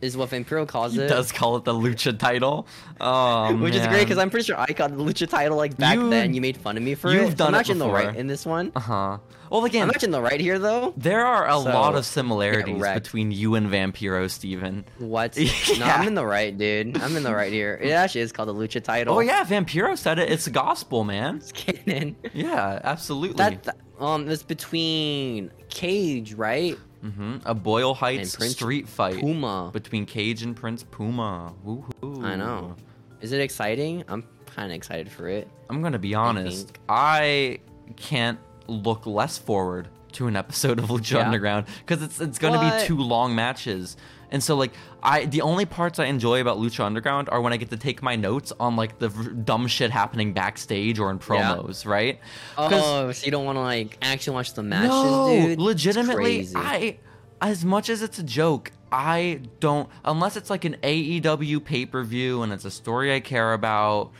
A: is what Vampiro calls
B: he
A: it.
B: does call it the lucha title, oh,
A: which is great because
B: man.
A: I'm pretty sure I got the Lucha title like back
B: You-
A: then. You made fun of me for
B: you've
A: it.
B: done
A: I'm
B: it
A: not in the
B: before.
A: right in this one.
B: Uh-huh. Well, again,
A: I'm not in the right here though.
B: there are a
A: So,
B: lot of similarities
A: wrecked.
B: between you and Vampiro, Steven. *laughs*
A: What? No,
B: Yeah.
A: I'm in the right, dude. I'm in the right here. It actually is called the Lucha title.
B: Oh yeah, Vampiro said it. It's gospel, man.
A: Just kidding.
B: Yeah, absolutely.
A: That th- um, it's between Cage, right?
B: hmm A Boyle Heights
A: Prince
B: street fight
A: Puma.
B: between Cage and Prince Puma. Woohoo!
A: I know. Is it exciting? I'm kind of excited for it.
B: I'm gonna be honest.
A: think.
B: I, can't look less forward to an episode of Lucha
A: Yeah.
B: Underground because it's it's gonna
A: What?
B: be two long matches. And so like I the only parts I enjoy about Lucha Underground are when I get to take my notes on like the v- dumb shit happening backstage or in promos, right? 'Cause-
A: Oh, so you don't want to like actually watch the matches,
B: no,
A: dude? It's
B: legitimately,
A: crazy.
B: I as much as it's a joke, I don't unless it's like an AEW pay-per-view and it's a story I care about,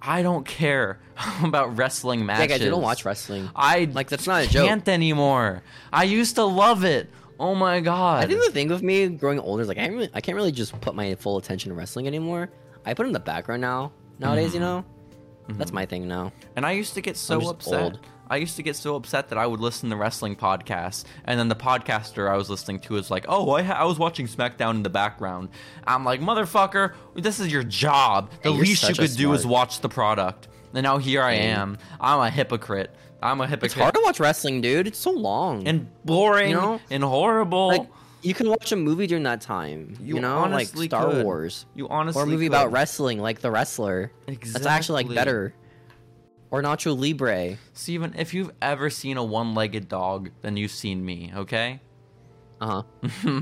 B: I don't care *laughs* about wrestling
A: Like,
B: matches.
A: I don't watch wrestling.
B: I
A: Like, that's not a joke.
B: can't anymore. I used to love it. Oh my god.
A: I think the thing with me growing older is like I, can't really, I can't really just put my full attention to wrestling anymore. I put it in the background now. Nowadays, you know, that's my thing now.
B: And I used to get so
A: I'm just
B: upset.
A: old.
B: I used to get so upset that I would listen to wrestling podcasts, and then the podcaster I was listening to is like, "Oh, I, ha- I was watching SmackDown in the background." I'm like, "Motherfucker, this is your job. The
A: Yeah, you're
B: least you
A: such a
B: could do is
A: smart.
B: watch the product." And now here I
A: Dang.
B: am. I'm a hypocrite. I'm a hypocrite.
A: It's hard to watch wrestling, dude. It's so long.
B: and boring
A: You know?
B: and horrible.
A: like you can watch a movie during that time. You,
B: You
A: know, like
B: honestly
A: Star
B: could.
A: Wars
B: you honestly
A: or a movie
B: could.
A: about wrestling, like The Wrestler. That's actually like
B: Exactly.
A: better. Or Nacho Libre.
B: Steven, if you've ever seen a one-legged dog, then you've seen me. Okay.
A: Uh
B: *laughs*
A: huh.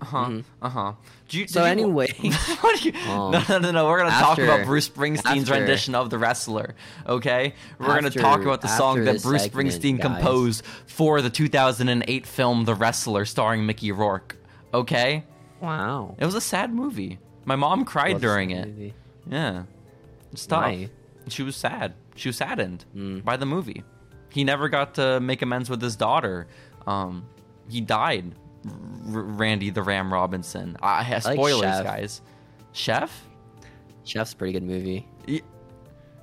B: Uh-huh. Uh-huh. Do you,
A: So
B: did you-
A: anyway-
B: *laughs*
A: Oh. *laughs*
B: what do you, no, no, no, no. We're gonna talk
A: After-
B: about Bruce Springsteen's
A: after-
B: rendition of "The Wrestler." Okay, we're
A: After-
B: gonna talk about the song
A: after
B: that
A: this
B: Bruce
A: segment,
B: Springsteen
A: guys.
B: composed for the 2008 film "The Wrestler," starring Mickey Rourke. Okay,
A: Wow.
B: it was a sad movie. My mom cried
A: Love
B: during
A: this
B: it.
A: movie.
B: Yeah, it's tough.
A: Why? Hmm.
B: She was sad. She was saddened by the movie. He never got to make amends with his daughter. Um, he died. R- Randy the Ram Robinson. I, I
A: like
B: spoilers,
A: Chef.
B: guys. Chef.
A: Chef's a pretty good movie.
B: Y-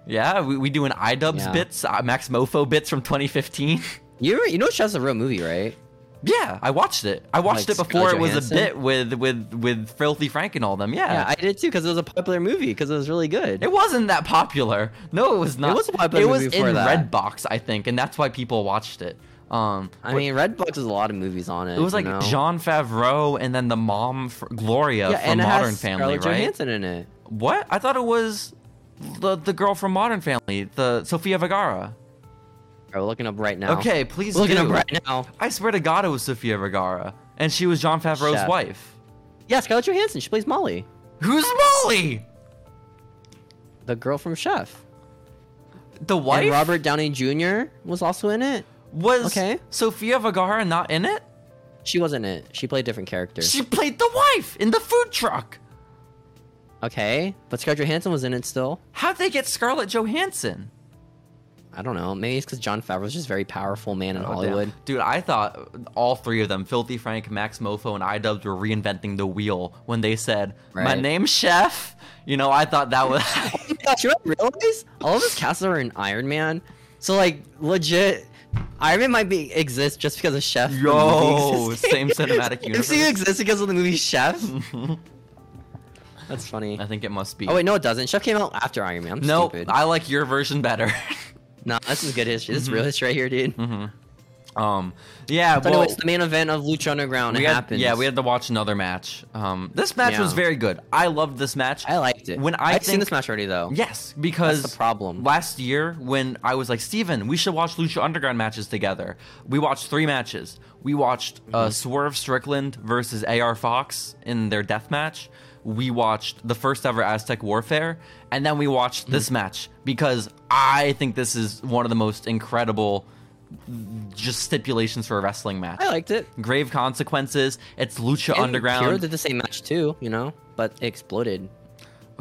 B: Yeah, we, we doing iDubbbz
A: Yeah.
B: bits, uh, Max Mofo bits from 2015.
A: You re- you know Chef's a real movie, right?
B: *laughs* yeah, I watched it. I watched
A: Like
B: it before
A: Scarlett
B: it was a
A: Johansson?
B: bit with with with Filthy Frank and all them. Yeah,
A: Yeah, I did too because it was a popular movie because it was really good.
B: It wasn't that popular. No, it was not.
A: was a popular
B: It was
A: movie before
B: in
A: that.
B: Redbox, I think, and that's why people watched it. Um,
A: I
B: but
A: mean, Redbox has a lot of movies on it.
B: it was
A: you
B: like
A: know?
B: John Favreau and then the mom fr- Gloria
A: yeah,
B: from
A: and it
B: Modern
A: has
B: Family,
A: Scarlett
B: right?
A: Johansson in it.
B: What? I thought it was the the girl from Modern Family, the Sofia Vergara.
A: We're looking up right now.
B: Okay, please
A: looking
B: do.
A: up right now.
B: I swear to God, it was Sofia Vergara, and she was John Favreau's
A: Chef.
B: wife.
A: Yeah, Scarlett Johansson. She plays Molly,
B: Who's Molly?
A: the girl from Chef.
B: The wife
A: And Robert Downey Jr. was also in it.
B: was
A: okay.
B: Sofia Vergara not in it?
A: She wasn't in it. She played a different character.
B: She played the wife in the food truck.
A: Okay, but Scarlett Johansson was in it still.
B: How'd they get Scarlett Johansson?
A: I don't know. Maybe it's because John Favreau's just a very powerful man
B: Oh,
A: in Hollywood.
B: Dude, I thought all three of them, Filthy Frank, Max Mofo, and iDubbbz, were reinventing the wheel when they said, My
A: Right.
B: name's Chef. You know, I thought that was. *laughs*
A: Oh my gosh, you don't realize all of his casts are in Iron Man. So like legit, Iron Man might be exist just because of Chef. the movie
B: Yo,
A: existing. *laughs*
B: same cinematic universe.
A: MCU exists because of the movie
B: *laughs*
A: Chef. That's funny.
B: I think it must be.
A: Oh wait, no, it doesn't. Chef came out after Iron Man. I'm
B: no,
A: stupid.
B: I Mm-hmm. like your version better. *laughs*
A: Nah, this is good history. This is real history right here, dude.
B: um, yeah,
A: So
B: well,
A: anyways, the main event of Lucha Underground.
B: we
A: it
B: had,
A: happens.
B: yeah, we had to watch another match. Um, this match
A: Yeah.
B: was very good. I loved this match.
A: I liked it.
B: When I
A: I've seen
B: think-
A: this match already though.
B: Yes, because
A: the problem.
B: Last year, when I was like, Steven, we should watch Lucha Underground matches together. We watched three matches. We watched uh,
A: Mm-hmm.
B: Swerve Strickland versus AR Fox in their death match. We watched the first ever Aztec Warfare,
A: Mm-hmm.
B: and then we watched this match because I think this is one of the most incredible just stipulations for a wrestling match.
A: I liked it.
B: Grave consequences. It's Lucha
A: And Kira
B: Underground.
A: did the same match too, you know, but it exploded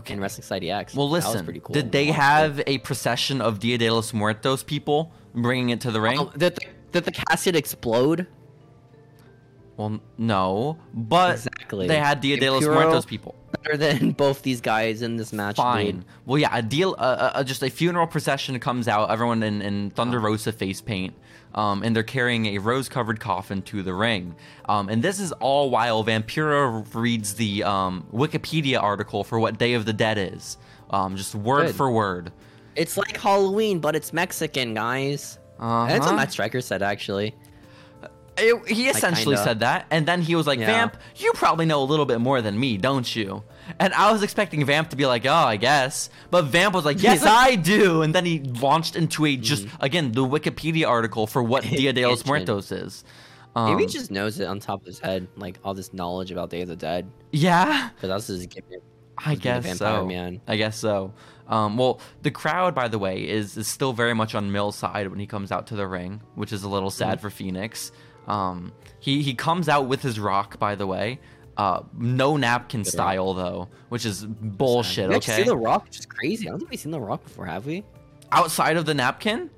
A: in Wrestling Society X.
B: Well,
A: that was
B: listen.
A: pretty cool.
B: Did they have a procession of Dia de los Muertos people bringing it to the ring?
A: Um, did, the, did the casket explode?
B: well, n- no. But
A: Exactly.
B: they had Dia de los
A: Impuro-
B: Muertos people.
A: Better than *laughs* both these guys in this match.
B: Fine.
A: dude.
B: Well, yeah. A deal. Uh, uh, uh, just a funeral procession comes out. Everyone in, in Thunder Rosa face paint, um, and they're carrying a rose-covered coffin to the ring. Um, and this is all while Vampira reads the um, Wikipedia article for what Day of the Dead is, um, just word
A: Good.
B: for word.
A: It's like Halloween, but it's Mexican, guys.
B: Uh-huh.
A: That's what Matt Stryker said, actually.
B: It- he essentially
A: kinda.
B: said that, and then he was like,
A: Yeah.
B: "Vamp, you probably know a little bit more than me, don't you?" And I was expecting Vamp to be like, "Oh, I guess," but Vamp was
A: *laughs*
B: like, "Yes, I do." And then he launched into a just
A: Mm-hmm.
B: again the Wikipedia article
A: *laughs*
B: for what Dia de los
A: Tangent.
B: Muertos is.
A: Maybe
B: Um,
A: he just knows it on top of his head, like all this knowledge about Day of the Dead.
B: yeah,
A: Because that's his gimmick.
B: I
A: He's been a
B: guess
A: vampire
B: so.
A: man.
B: I guess so. Um, well, the crowd, by the way, is is still very much on Mill's side when he comes out to the ring, which is a little
A: Mm.
B: sad for Phoenix. Um, he he comes out with his rock, by the way. Uh, no napkin style though, which is bullshit.
A: We actually
B: Okay,
A: see The Rock, which is crazy. I don't think we've seen The Rock before, have we?
B: outside of the napkin.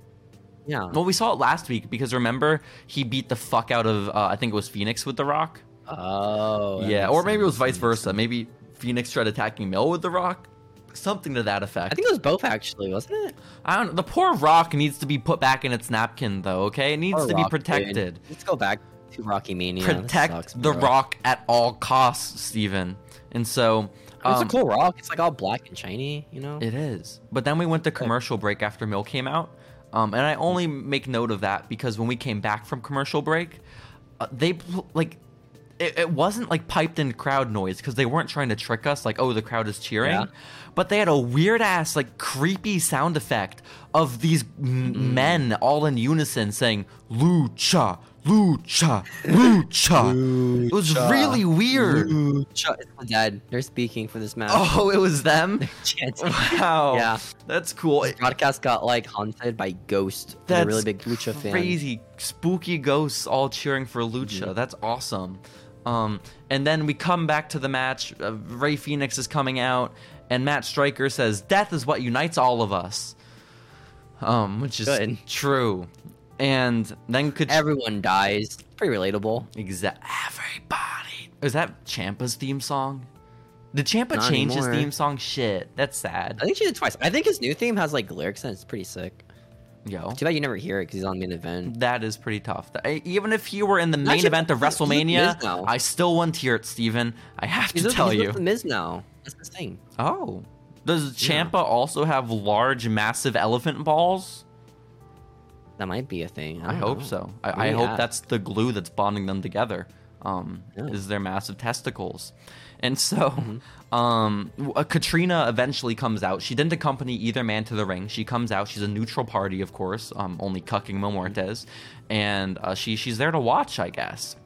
A: Yeah.
B: Well, we saw it last week because remember he beat the fuck out of uh, I think it was Phoenix with the rock.
A: Oh. that
B: yeah,
A: makes
B: or maybe it was
A: sense.
B: vice versa. Maybe Phoenix tried attacking Mill with the rock, something to that effect.
A: I think it was both actually, wasn't it?
B: I don't. The poor rock needs to be put back in its napkin, though. Okay, it needs
A: Or
B: to
A: Rock,
B: be
A: dude.
B: protected.
A: Let's go back to Rocky Mania. This
B: Protect
A: sucks,
B: the
A: bro.
B: rock at all costs, Steven. And so,
A: It's
B: um,
A: a cool rock. It's like all black and shiny, you know.
B: it is. But then we went to commercial break after Mill came out, um, and I only make note of that because when we came back from commercial break, uh, they pl- like. It, it wasn't like piped in crowd noise because they weren't trying to trick us, like, oh, the crowd is cheering.
A: Yeah.
B: But they had a weird ass, like, creepy sound effect of these m- men all in unison saying, Lucha, Lucha, Lucha. it was
A: Lucha,
B: really weird.
A: Shut- it's the dead. They're speaking for this match. *laughs*
B: Oh, it was them? *laughs*
A: Chance.
B: Wow.
A: Yeah.
B: That's cool.
A: Podcast got like haunted by Ghost. That's
B: That's
A: a really big Lucha fan.
B: Crazy, spooky ghosts all cheering for Lucha.
A: Mm-hmm.
B: That's awesome. Um, and then we come back to the match. Uh, Ray Phoenix is coming out, and Matt Stryker says, "Death is what unites all of us," um, which is
A: Good.
B: true. And then could
A: Everyone dies. Pretty relatable.
B: Exa- everybody is that Champa's theme song? Did Champa
A: Not
B: change his
A: anymore.
B: theme song? Shit, that's sad.
A: I think she did twice. I think his new theme has like lyrics and it's pretty sick.
B: Yo,
A: Too bad you never hear it because he's on main event.
B: That is pretty tough. Th- I- Even if he were in the main
A: Actually,
B: event of
A: he- he is
B: WrestleMania,
A: now.
B: I still wouldn't hear it, Steven. I have to
A: He's with-
B: tell
A: he's
B: you.
A: with the Miz now. That's the thing.
B: Oh. Does Champa also have large, massive elephant balls?
A: That might be a thing.
B: I,
A: don't
B: hope
A: know.
B: so. I, I
A: Maybe
B: hope
A: that-
B: that's the glue that's bonding them together. Um,
A: Yeah.
B: Is their massive testicles, and so
A: Mm-hmm.
B: *laughs* um, w- uh, Katrina eventually comes out. She didn't accompany either man to the ring. She comes out. She's a neutral party, of course, um, only cucking Mil
A: Mm-hmm.
B: Muertes, and uh, she she's there to watch, I guess.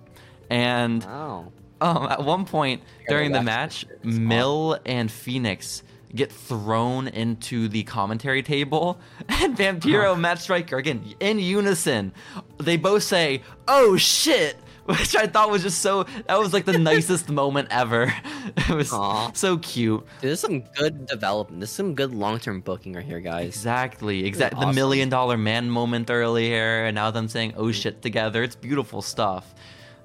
B: And
A: Wow.
B: um, at one point during the
A: watch
B: match,
A: this. It's
B: Mill and Phoenix get thrown into the commentary table, *laughs* and
A: Uh-huh.
B: Vampiro, and Matt Striker, again in unison, they both say, "Oh shit." *laughs* Which I thought was just so. That was
A: *laughs*
B: like the nicest moment ever. *laughs* It was
A: Aw.
B: so cute.
A: Dude, there's some good development. There's some good long term booking right here, guys.
B: Exactly. Exactly. The
A: awesome.
B: million dollar man moment earlier, and now them saying "oh shit" together. It's beautiful stuff.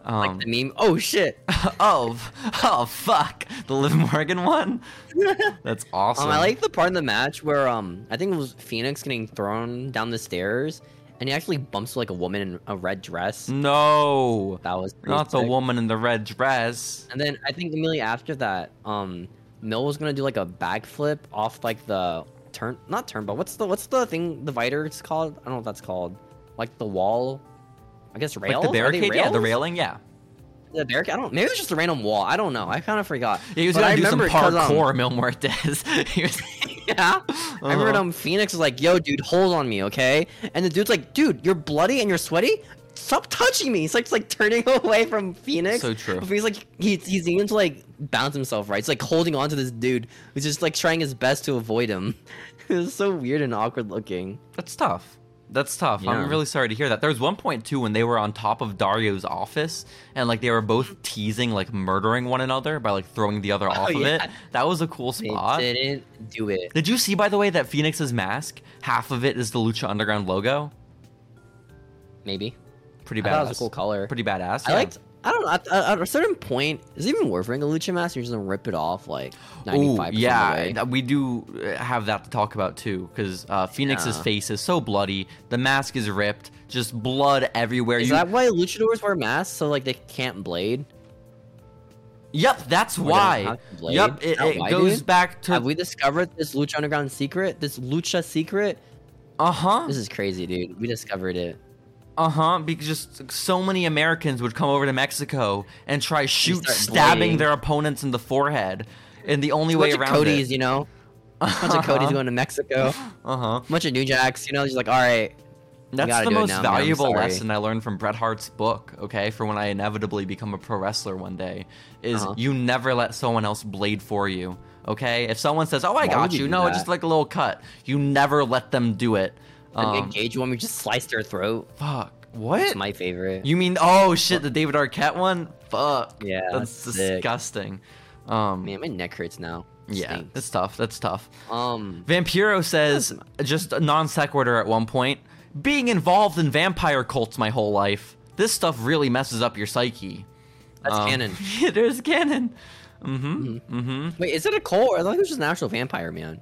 B: Um,
A: Like the meme. Oh shit. *laughs*
B: *laughs* oh, f- oh fuck, the Liv
A: *laughs*
B: Morgan one. That's awesome.
A: Um, I like the part in the match where um I think it was Phoenix getting thrown down the stairs, and he actually bumps like a woman in a red dress.
B: No,
A: That was pretty
B: Mm. not the
A: sick.
B: woman in the red dress.
A: And then I think immediately after that, um, Mill was gonna do like a backflip off like the turn, not turn, but what's the what's the thing the viter it's called? I don't know what that's called. Like the wall, I guess rail.
B: Like the barricade, yeah, the railing, yeah.
A: The barricade. I don't. Maybe it was just a random wall. I don't know. I kind of forgot.
B: yeah he was
A: But
B: gonna
A: I
B: do some
A: remember 'cause, um,
B: parkour, *laughs* Mil Muertes. He was- *laughs*
A: *laughs* Yeah. I remember
B: Uh-huh.
A: um, Phoenix was like, yo, dude, hold on me, okay? And the dude's like, dude, you're bloody and you're sweaty? Stop touching me. He's like, just, like turning *laughs* away from Phoenix.
B: So true.
A: But he's like, he, he's even to like bounce himself, right? He's like holding on to this dude *laughs* who's just like trying his best to avoid him. it was so weird and awkward looking.
B: That's tough. That's tough.
A: Yeah.
B: I'm really sorry to hear that. There was one point too when they were on top of Dario's office and like they were both teasing like murdering one another by like throwing
A: *laughs*
B: the other
A: Oh,
B: off
A: yeah.
B: of it. That was a cool
A: They
B: spot. Did.
A: didn't do it.
B: you see by the way that Phoenix's mask, half of it is the Lucha Underground logo?
A: Maybe.
B: Pretty
A: I
B: badass.
A: thought it was a cool color.
B: Pretty badass.
A: I
B: yeah.
A: liked. I don't know. At, at a certain point, is it even worth wearing a lucha mask? You're just gonna rip it off like ninety
B: Ooh,
A: five.
B: yeah,
A: Of the way?
B: th- we do uh, have that to talk about too, because uh, Phoenix's
A: Yeah.
B: face is so bloody, the mask is ripped, just blood everywhere.
A: Is
B: You-
A: that why luchadors wear masks so like they can't blade?
B: Yep, that's
A: don't
B: why.
A: have to blade?
B: Yep, it,
A: Is that
B: it
A: why,
B: goes
A: dude?
B: back to
A: Have we discovered this lucha underground secret? This lucha secret?
B: uh huh,
A: This is crazy, dude. We discovered it.
B: uh huh. Because just so many Americans would come over to Mexico and try shoot
A: start
B: stabbing
A: blading.
B: their opponents in the forehead, and the only
A: A
B: way
A: bunch of
B: around
A: Cody's,
B: it. Uh-huh,
A: you know. A bunch of
B: *laughs*
A: Cody's going to Mexico.
B: Uh huh.
A: A bunch of New Jacks, you know. He's like, all right,
B: That's
A: gotta
B: the
A: do it
B: most
A: now, man. I'm
B: valuable
A: sorry.
B: lesson I learned from Bret Hart's book, okay, for when I inevitably become a pro wrestler one day, is
A: Uh-huh.
B: you never let someone else blade for you, okay? If someone says, oh, I
A: Why
B: got
A: would you
B: you,
A: do
B: no,
A: that?
B: it's just like a little cut, you never let them do it.
A: the big
B: Um,
A: Gage one, we just sliced their throat.
B: fuck. What?
A: It's my favorite.
B: You mean, oh shit, the David Arquette one? Fuck.
A: Yeah,
B: That's
A: sick.
B: disgusting. Um,
A: Man, my neck hurts now.
B: yeah,
A: Stinks.
B: that's tough. That's tough.
A: Um.
B: Vampiro says, just a non sequitur at one point, being involved in vampire cults my whole life. This stuff really messes up your psyche.
A: That's
B: Um, *laughs*
A: canon.
B: there's canon. Mm-hmm.
A: Hmm.
B: Mm-hmm.
A: Wait, is it a cult? Or I thought it was just an actual vampire man.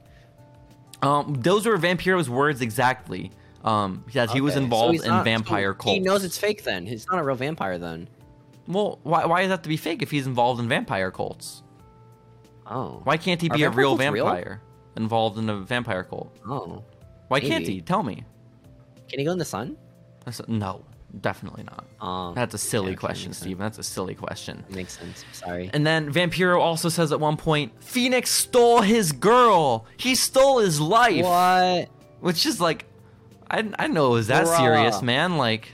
B: Um, those were Vampiro's words exactly. Um, that he was
A: Okay, so
B: involved
A: he's
B: in
A: not- so
B: vampire cults.
A: He knows it's fake. Then he's not a real vampire. Then
B: Well, why why is that to be fake if he's involved in vampire cults?
A: oh,
B: Why can't he
A: Are
B: be a
A: vampire
B: real
A: cults real?
B: vampire involved in a vampire cult?
A: oh,
B: Why can't
A: Maybe.
B: he? Tell me.
A: can he go in the sun?
B: I said, no, definitely not.
A: Um,
B: That's a silly
A: okay,
B: question,
A: makes sense.
B: Steven. That's a silly question.
A: makes sense. Sorry.
B: And then Vampiro also says at one point, Phoenix stole his girl. He stole his life,
A: what?
B: which is like, I I didn't know it was that
A: Bruh.
B: serious, man. Like,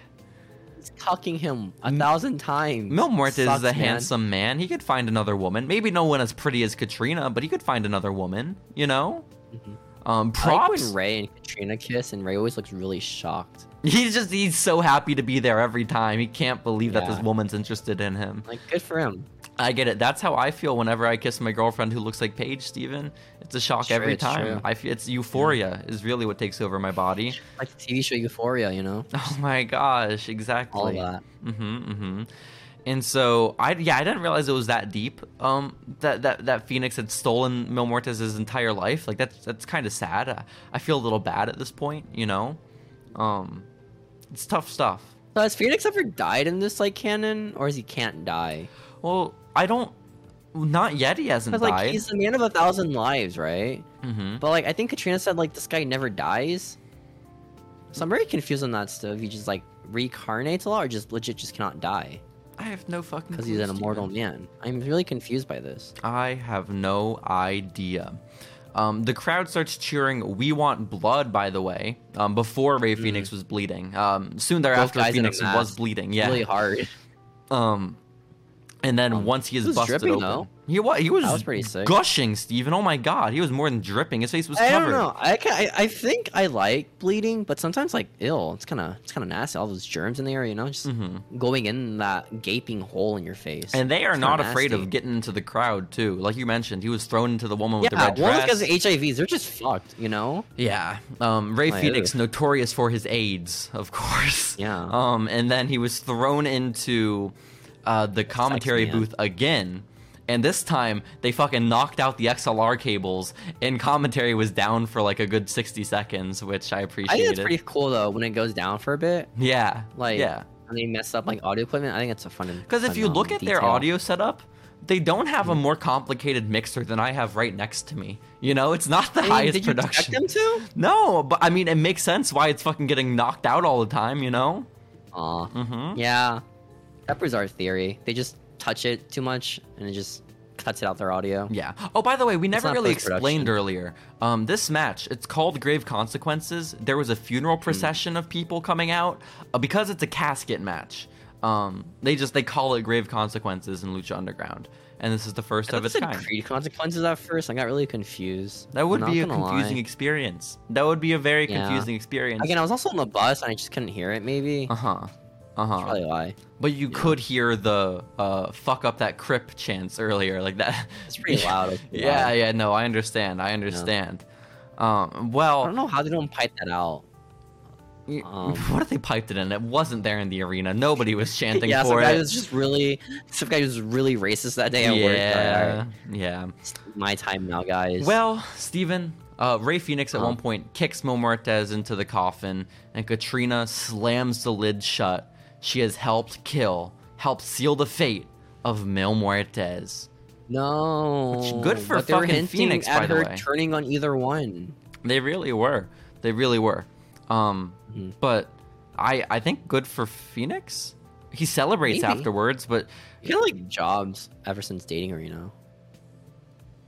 A: He's cucking him a thousand times.
B: Mil Muertes
A: Sucks,
B: is
A: man.
B: a handsome man. He could find another woman. Maybe no one as pretty as Katrina, but he could find another woman. You know. Um,
A: Mm-hmm. I like
B: props.
A: when Ray and Katrina kiss, and Ray always looks really shocked.
B: *laughs* He's just he's so happy to be there every time. He can't believe that this
A: Yeah.
B: woman's interested in him.
A: Like, good for him.
B: I get it. That's how I feel whenever I kiss my girlfriend who looks like Paige, Steven. It's a shock
A: It's true,
B: every
A: it's
B: time.
A: true.
B: I feel it's euphoria is really what takes over my body.
A: Like the TV show Euphoria, you know,
B: *laughs* Oh my gosh, exactly.
A: all of that.
B: Mm-hmm, mm-hmm. And so I yeah, I didn't realize it was that deep. Um that that, that Phoenix had stolen Mil Muertes' entire life. Like that's that's kinda sad. I, I feel a little bad at this point, you know? Um it's tough stuff.
A: So has Phoenix ever died in this like canon, or is he can't die?
B: Well, I don't not yet he hasn't
A: Because
B: died.
A: like he's the man of a thousand lives, right?
B: mm-hmm.
A: But like I think Katrina said like this guy never dies. So I'm very confused on that stuff. He just like reincarnates a lot or just legit just cannot die
B: I have no fucking
A: because he's an
B: clue,
A: immortal
B: Steven.
A: man. I'm really confused by this.
B: I have no idea. Um, the crowd starts cheering "We want blood." By the way, um, before
A: Mm.
B: Ray Phoenix was bleeding, um, soon thereafter
A: guys in a
B: Phoenix
A: mask.
B: was bleeding.
A: It's
B: Yeah.
A: really hard. Um,
B: um, and then once he is
A: he was
B: busted
A: dripping,
B: open,
A: though.
B: he was he was,
A: That was pretty sick.
B: gushing. Steven, oh my god, he was more than dripping. His face was
A: I don't
B: covered.
A: know. I, ca I I think I like bleeding, but sometimes like ill. It's kind of it's kind of nasty. All those germs in the air, you know, just going in that gaping hole in your face.
B: Mm-hmm. And they are
A: It's kinda
B: not afraid of
A: nasty.
B: getting into the crowd too. Like you mentioned, he was thrown into the woman with the
A: Yeah,
B: red
A: one
B: dress.
A: because of HIVs, they're just fucked, you know.
B: Yeah. Um, Ray
A: Like,
B: Phoenix,
A: ugh.
B: notorious for his AIDS, *laughs* of course.
A: Yeah.
B: Um, and then he was thrown into uh, the commentary
A: man.
B: booth again. And this time, they fucking knocked out the XLR cables, and commentary was down for like a good 60 seconds, which I
A: I
B: appreciated.
A: think that's pretty cool though when it goes down for a bit.
B: Yeah.
A: Like
B: yeah.
A: and they mess up like audio equipment. I think it's a fun
B: Because if
A: fun,
B: you look
A: um,
B: at their
A: detail. Mm-hmm.
B: audio setup, they don't have a more complicated mixer than I have right next to me. You know, it's not the
A: I mean,
B: highest
A: did you
B: production.
A: expect them
B: No, but I mean, it makes sense why it's fucking getting knocked out all the time, you know?
A: to? Aw.
B: Mm-hmm.
A: Yeah, that proves our theory. They just touch it too much and it just cuts it out their audio.
B: Yeah. Oh, by the way, we never
A: not
B: really
A: post-production.
B: explained earlier. Um, this match, it's called Grave
A: Hmm.
B: Consequences. There was a funeral procession of people coming out. Uh, because it's a casket match, Um, they just they call it grave consequences in Lucha Underground, and this is the first
A: I
B: of
A: thought
B: its
A: you said
B: kind.
A: Creed consequences at first. I got really confused.
B: That would
A: I'm
B: be a
A: not gonna
B: confusing
A: lie.
B: experience. That would be a very
A: Yeah.
B: confusing experience.
A: Again, I was also on the bus and I just couldn't hear it. Maybe
B: Uh huh. Uh huh.
A: probably why.
B: But you could hear the uh, "fuck up that crip" chants earlier,
A: *laughs*
B: like that.
A: It's pretty loud, it's pretty
B: *laughs* yeah,
A: loud.
B: yeah. No, I understand. I understand. Um,
A: I don't
B: well,
A: know how they don't pipe that out.
B: y-
A: um,
B: *laughs* what if they piped it in? It wasn't there in the arena. Nobody was
A: *laughs*
B: chanting
A: yeah, some
B: for
A: guy
B: it.
A: was just really, some guy was really racist that day at work. All
B: yeah,
A: right,
B: yeah.
A: it's my time now, guys.
B: Well, Steven, uh, Ray Phoenix at
A: Huh?
B: one point kicks Mo Muertes into the coffin, and Katrina slams the lid shut. She has helped kill, helped seal the fate of Mil Muertes.
A: no,
B: good for
A: but they were
B: fucking
A: hinting
B: Phoenix,
A: At
B: by the
A: her
B: way.
A: turning on either one.
B: They really were. They really were. Um,
A: Mhm.
B: But I I think good for Phoenix. He celebrates
A: Maybe.
B: afterwards, but
A: He had like jobs ever since dating her, you know.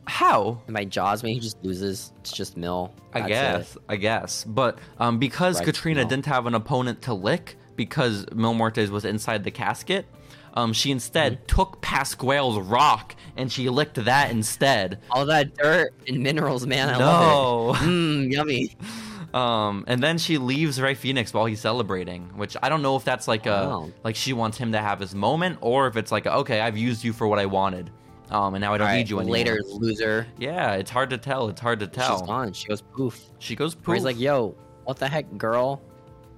B: how?
A: And by jobs, maybe he just loses. It's just Mill.
B: I
A: That's it.
B: guess. I guess. But um, because
A: Right,
B: Katrina
A: no.
B: didn't have an opponent to lick, because Mil Muertes was inside the casket, um, she instead
A: Mm-hmm.
B: took Pasquale's rock and she licked that instead.
A: All that dirt and minerals, man. I love *laughs* it.
B: no.
A: Mmm, yummy.
B: Um, and then she leaves Ray Phoenix while he's celebrating, which I don't know if that's like a
A: Wow.
B: like she wants him to have his moment, or if it's like okay, I've used you for what I wanted, um, and now I don't
A: All right,
B: need you anymore.
A: later, loser.
B: Yeah, it's hard to tell. It's hard to
A: She's
B: tell.
A: gone. She goes poof.
B: She goes poof,
A: Ray's like, yo, what the heck, girl?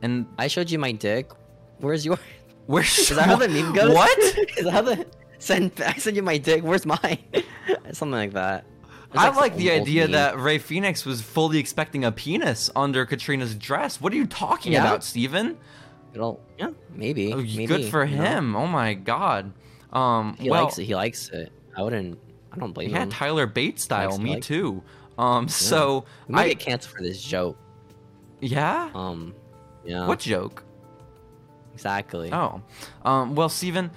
B: and
A: I showed you my dick. Where's yours?
B: where's
A: *laughs* Is
B: *laughs*
A: that how the meme goes?
B: What?
A: *laughs* Is that how the send? I sent you my dick. Where's mine? *laughs* Something like that. It's
B: I
A: some
B: like the
A: old
B: idea
A: meme.
B: that Ray Phoenix was fully expecting a penis under Katrina's dress. What are you talking
A: Yeah?
B: about, Steven?
A: It'll, yeah, maybe.
B: Oh,
A: maybe
B: Good for
A: you know?
B: him. Oh my god. Um,
A: He
B: well,
A: likes it. He likes it. I wouldn't. I don't blame
B: Yeah,
A: him.
B: Tyler Bates style.
A: Likes to
B: Me
A: like-
B: too. Um, so
A: We might
B: I
A: get canceled for this joke.
B: yeah.
A: Um, yeah.
B: What joke?
A: exactly?
B: Oh, um, well, Steven,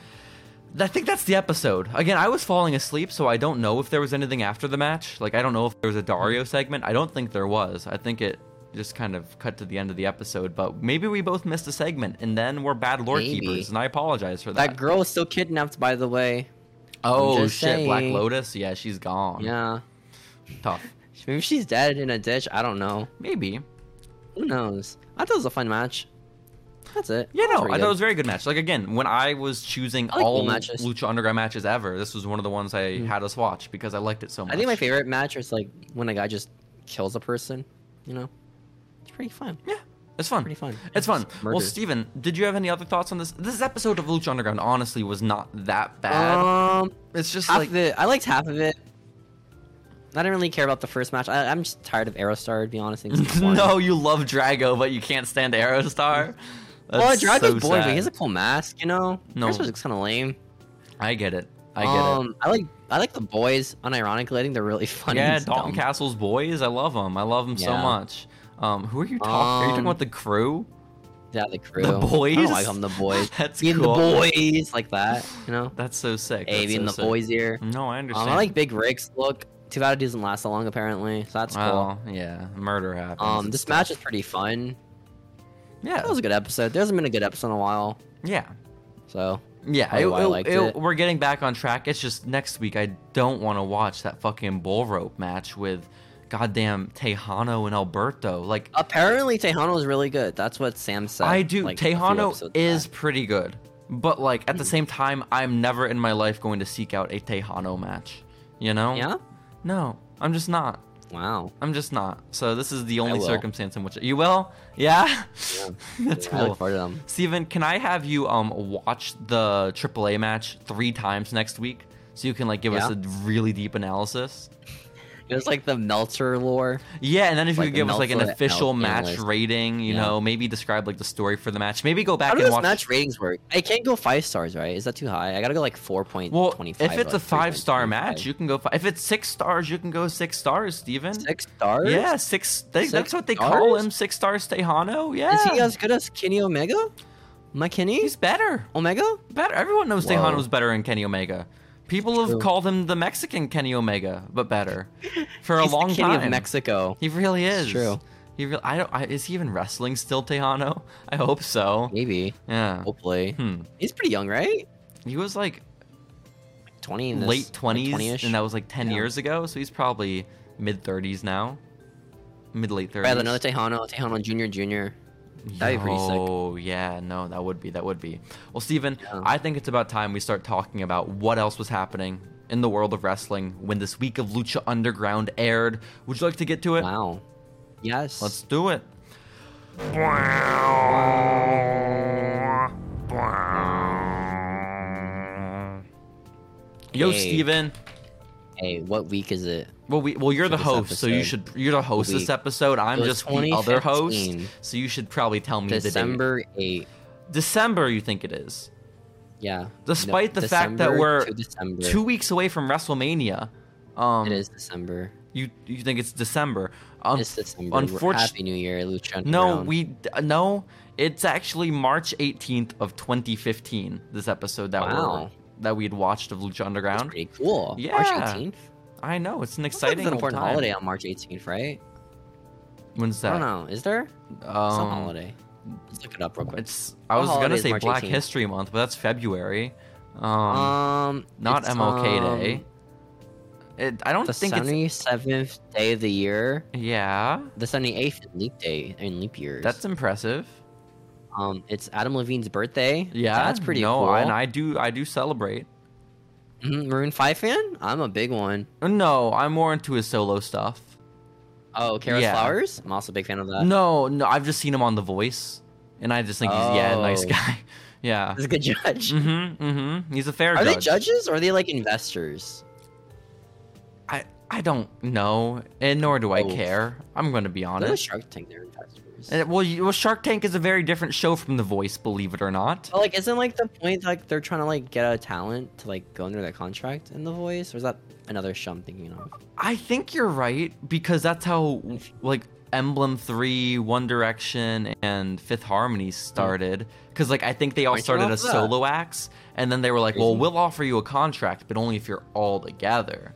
B: I think that's the episode. Again, I was falling asleep, so I don't know if there was anything after the match. Like, I don't know if there was a Dario
A: Mm-hmm.
B: segment. I don't think there was. I think it just kind of cut to the end of the episode. But maybe we both missed a segment, and then we're bad lore
A: Maybe.
B: keepers, and I apologize for that.
A: That girl is still kidnapped, by the way.
B: oh shit,
A: just
B: Black
A: saying.
B: Lotus. Yeah, she's gone.
A: Yeah.
B: Tough.
A: Maybe she's dead in a ditch. I don't know.
B: Maybe.
A: Who knows? I thought it was a fun match. That's it.
B: Yeah,
A: That was
B: no, I
A: pretty
B: thought
A: good.
B: it was a very good match. Like again, when I was choosing
A: I like
B: all
A: cool matches. Mm-hmm.
B: Lucha Underground matches ever, this was one of the ones I had us watch because I liked it so much.
A: I think my favorite match is like when a guy just kills a person. You know, it's pretty fun.
B: Yeah, it's fun.
A: Pretty fun.
B: It's fun.
A: Just
B: Well,
A: murders.
B: Steven, did you have any other thoughts on this? This episode of Lucha Underground honestly was not that bad.
A: Um,
B: it's just
A: half
B: like *laughs*
A: of it. I liked half of it. I didn't really care about the first match. I, I'm just tired of Aerostar, to be honest. Things
B: *laughs*
A: are boring.
B: no, you love Drago, but you can't stand Aerostar.
A: well,
B: That's
A: Drago's
B: so
A: boring, but he has a
B: sad.
A: cool mask. You know,
B: No.
A: Aerostar's kind of lame.
B: I get it. I get it.
A: um, I like I like the boys. Unironically, I think they're really *laughs* funny.
B: Yeah,
A: and
B: Dalton
A: dumb.
B: Castle's boys. I love them. I love them so
A: Yeah.
B: much. Um, who are you talking? are you talking
A: Um,
B: about the crew?
A: Yeah, the crew.
B: The
A: I don't
B: boys?
A: like them, the boys.
B: *laughs* That's
A: being
B: cool.
A: the boys like that. You know,
B: That's so sick.
A: hey,
B: That's
A: being
B: so
A: the
B: sick.
A: boys here.
B: No, I
A: Um,
B: understand.
A: I like Big Rick's look. Tuvada doesn't last that long apparently, so that's
B: Well, yeah, murder
A: cool.
B: happens.
A: Um,
B: It's
A: this
B: tough.
A: match is pretty fun. That
B: Yeah,
A: was a good episode. There hasn't been a good episode in a while,
B: yeah,
A: so
B: yeah.
A: Probably
B: It,
A: why Oh, I
B: it-
A: liked
B: it-
A: it.
B: We're getting back on track. It's just next week. I don't want to watch that fucking bull rope match with goddamn Tejano and Alberto. Like,
A: Oh, apparently Tejano is really good. That's what Sam said.
B: I do.
A: like, a few
B: Tejano
A: episodes
B: is
A: back. Hmm.
B: pretty good, but like at the same time, I'm never in my life going to seek out a Tejano match. You know?
A: Yeah.
B: No, I'm just not.
A: Wow.
B: I'm just not. So this is the only
A: will.
B: circumstance in which you will. *laughs* Yeah. *laughs* That's
A: I
B: cool.
A: look forward to them.
B: Steven, can I have you um watch the AAA match three times next week so you can like give us a
A: Yeah.
B: really deep analysis?
A: It was like the Meltzer lore.
B: Yeah, and then if
A: Like
B: you could
A: a
B: give us like an
A: mouthful of
B: official
A: al-
B: match
A: analyst.
B: rating, you
A: Yeah.
B: know, maybe describe like the story for the match. Maybe go
A: How
B: back
A: do
B: and
A: those
B: watch.
A: match ratings work? I can't go five stars, right? Is that too high? I gotta go like four point
B: well,
A: twenty five.
B: if it's a five star match, you can go. Five. If it's six stars, you can go six stars, Steven.
A: six stars.
B: Yeah, six. They,
A: Six
B: that's what they call
A: stars?
B: him, six stars Tejano. Yeah,
A: Is he as good as Kenny Omega? My Kenny
B: he's better.
A: Omega?
B: Better. Everyone knows
A: Whoa.
B: Tejano's better than Kenny Omega. People have
A: True.
B: called him
A: *laughs*
B: the Mexican Kenny Omega, but better for a
A: He's the
B: long
A: Kenny
B: time.
A: of Mexico.
B: he really is.
A: It's true.
B: He real I don't. I, is he even wrestling still, Tejano? *laughs* I hope so.
A: Maybe.
B: Yeah.
A: Hopefully.
B: Hmm.
A: He's pretty young, right?
B: He was like
A: 20 in this,
B: late twenties,
A: 20-ish.
B: and that was like ten
A: Yeah.
B: years ago. So he's probably mid thirties now, mid late thirties.
A: Rather another Tejano, Tejano Junior,
B: *laughs*
A: Junior. That'd be pretty sick.
B: Oh yeah, no, that would be that would be. Well, Steven,
A: Yeah.
B: I think it's about time we start talking about what else was happening in the world of wrestling when this week of Lucha Underground aired. Would you like to get to it?
A: Wow. Yes.
B: Let's do it. Yo,
A: Hey.
B: Steven.
A: hey, what week is it?
B: Well, we well you're
A: For
B: the
A: this
B: host, so you should
A: episode.
B: you're the host
A: Week.
B: this episode. I'm
A: was
B: just the other host,
A: 2015.
B: so you should probably tell me the
A: December 8th.
B: date. December, you think it is?
A: Yeah.
B: Despite
A: No,
B: the fact that
A: December
B: we're
A: to December.
B: two weeks away from WrestleMania, um,
A: It is December.
B: you you think it's December? Um,
A: It's December. Unfortunately,
B: unfortun-
A: Happy New Year, Lucha.
B: No,
A: Underground.
B: we uh, no. It's actually March 18th of 2015. This episode that
A: Wow.
B: we're, that we'd watched of Lucha
A: That's
B: Underground.
A: pretty cool. March
B: Yeah.
A: 18th.
B: I know it's an
A: Exciting.
B: exciting
A: It's an
B: old
A: important
B: time.
A: holiday on March 18th, right?
B: When's
A: I
B: that?
A: don't know. Is there some
B: Um,
A: holiday? Let's look it up real quick.
B: It's I
A: What
B: was
A: holiday
B: gonna
A: is
B: say
A: March
B: Black
A: 18th?
B: History Month, but that's February. Um,
A: Um,
B: not
A: it's,
B: MLK
A: um,
B: Day. It, I don't
A: The
B: think it's.
A: seventy seventh day of the year.
B: Yeah,
A: The seventy eighth leap day in leap years.
B: that's impressive.
A: um, it's Adam Levine's birthday.
B: Yeah,
A: that's pretty
B: No,
A: cool.
B: I, and I do I do celebrate.
A: Mhm, Maroon Five fan? I'm a big one.
B: No, I'm more into his solo stuff.
A: Oh, Kara's
B: Yeah.
A: flowers. I'm also a big fan of that.
B: no, no, I've just seen him on The Voice, and I just think he's yeah, a nice
A: Oh.
B: guy. *laughs* yeah.
A: He's a good *laughs* judge.
B: Mm-hmm. Mm-hmm. He's a fair
A: Are
B: judge.
A: they judges or are they like investors?
B: I I don't know, and nor do I
A: Oh.
B: care. I'm going to be
A: They're the
B: honest.
A: Shark Tank. They're investors.
B: Uh, Well, you, well, Shark Tank is a very different show from The Voice, believe it or not.
A: But like, isn't like the point like they're trying to like get a talent to like go under their contract in The Voice, or is that another show I'm thinking of?
B: I think you're right because that's how like Emblem Three, One Direction, and Fifth Harmony started. Because like I think they all
A: Aren't you
B: started
A: off
B: as
A: that?
B: solo acts, and then they were like, "Well,
A: Crazy.
B: we'll offer you a contract, but only if you're all together."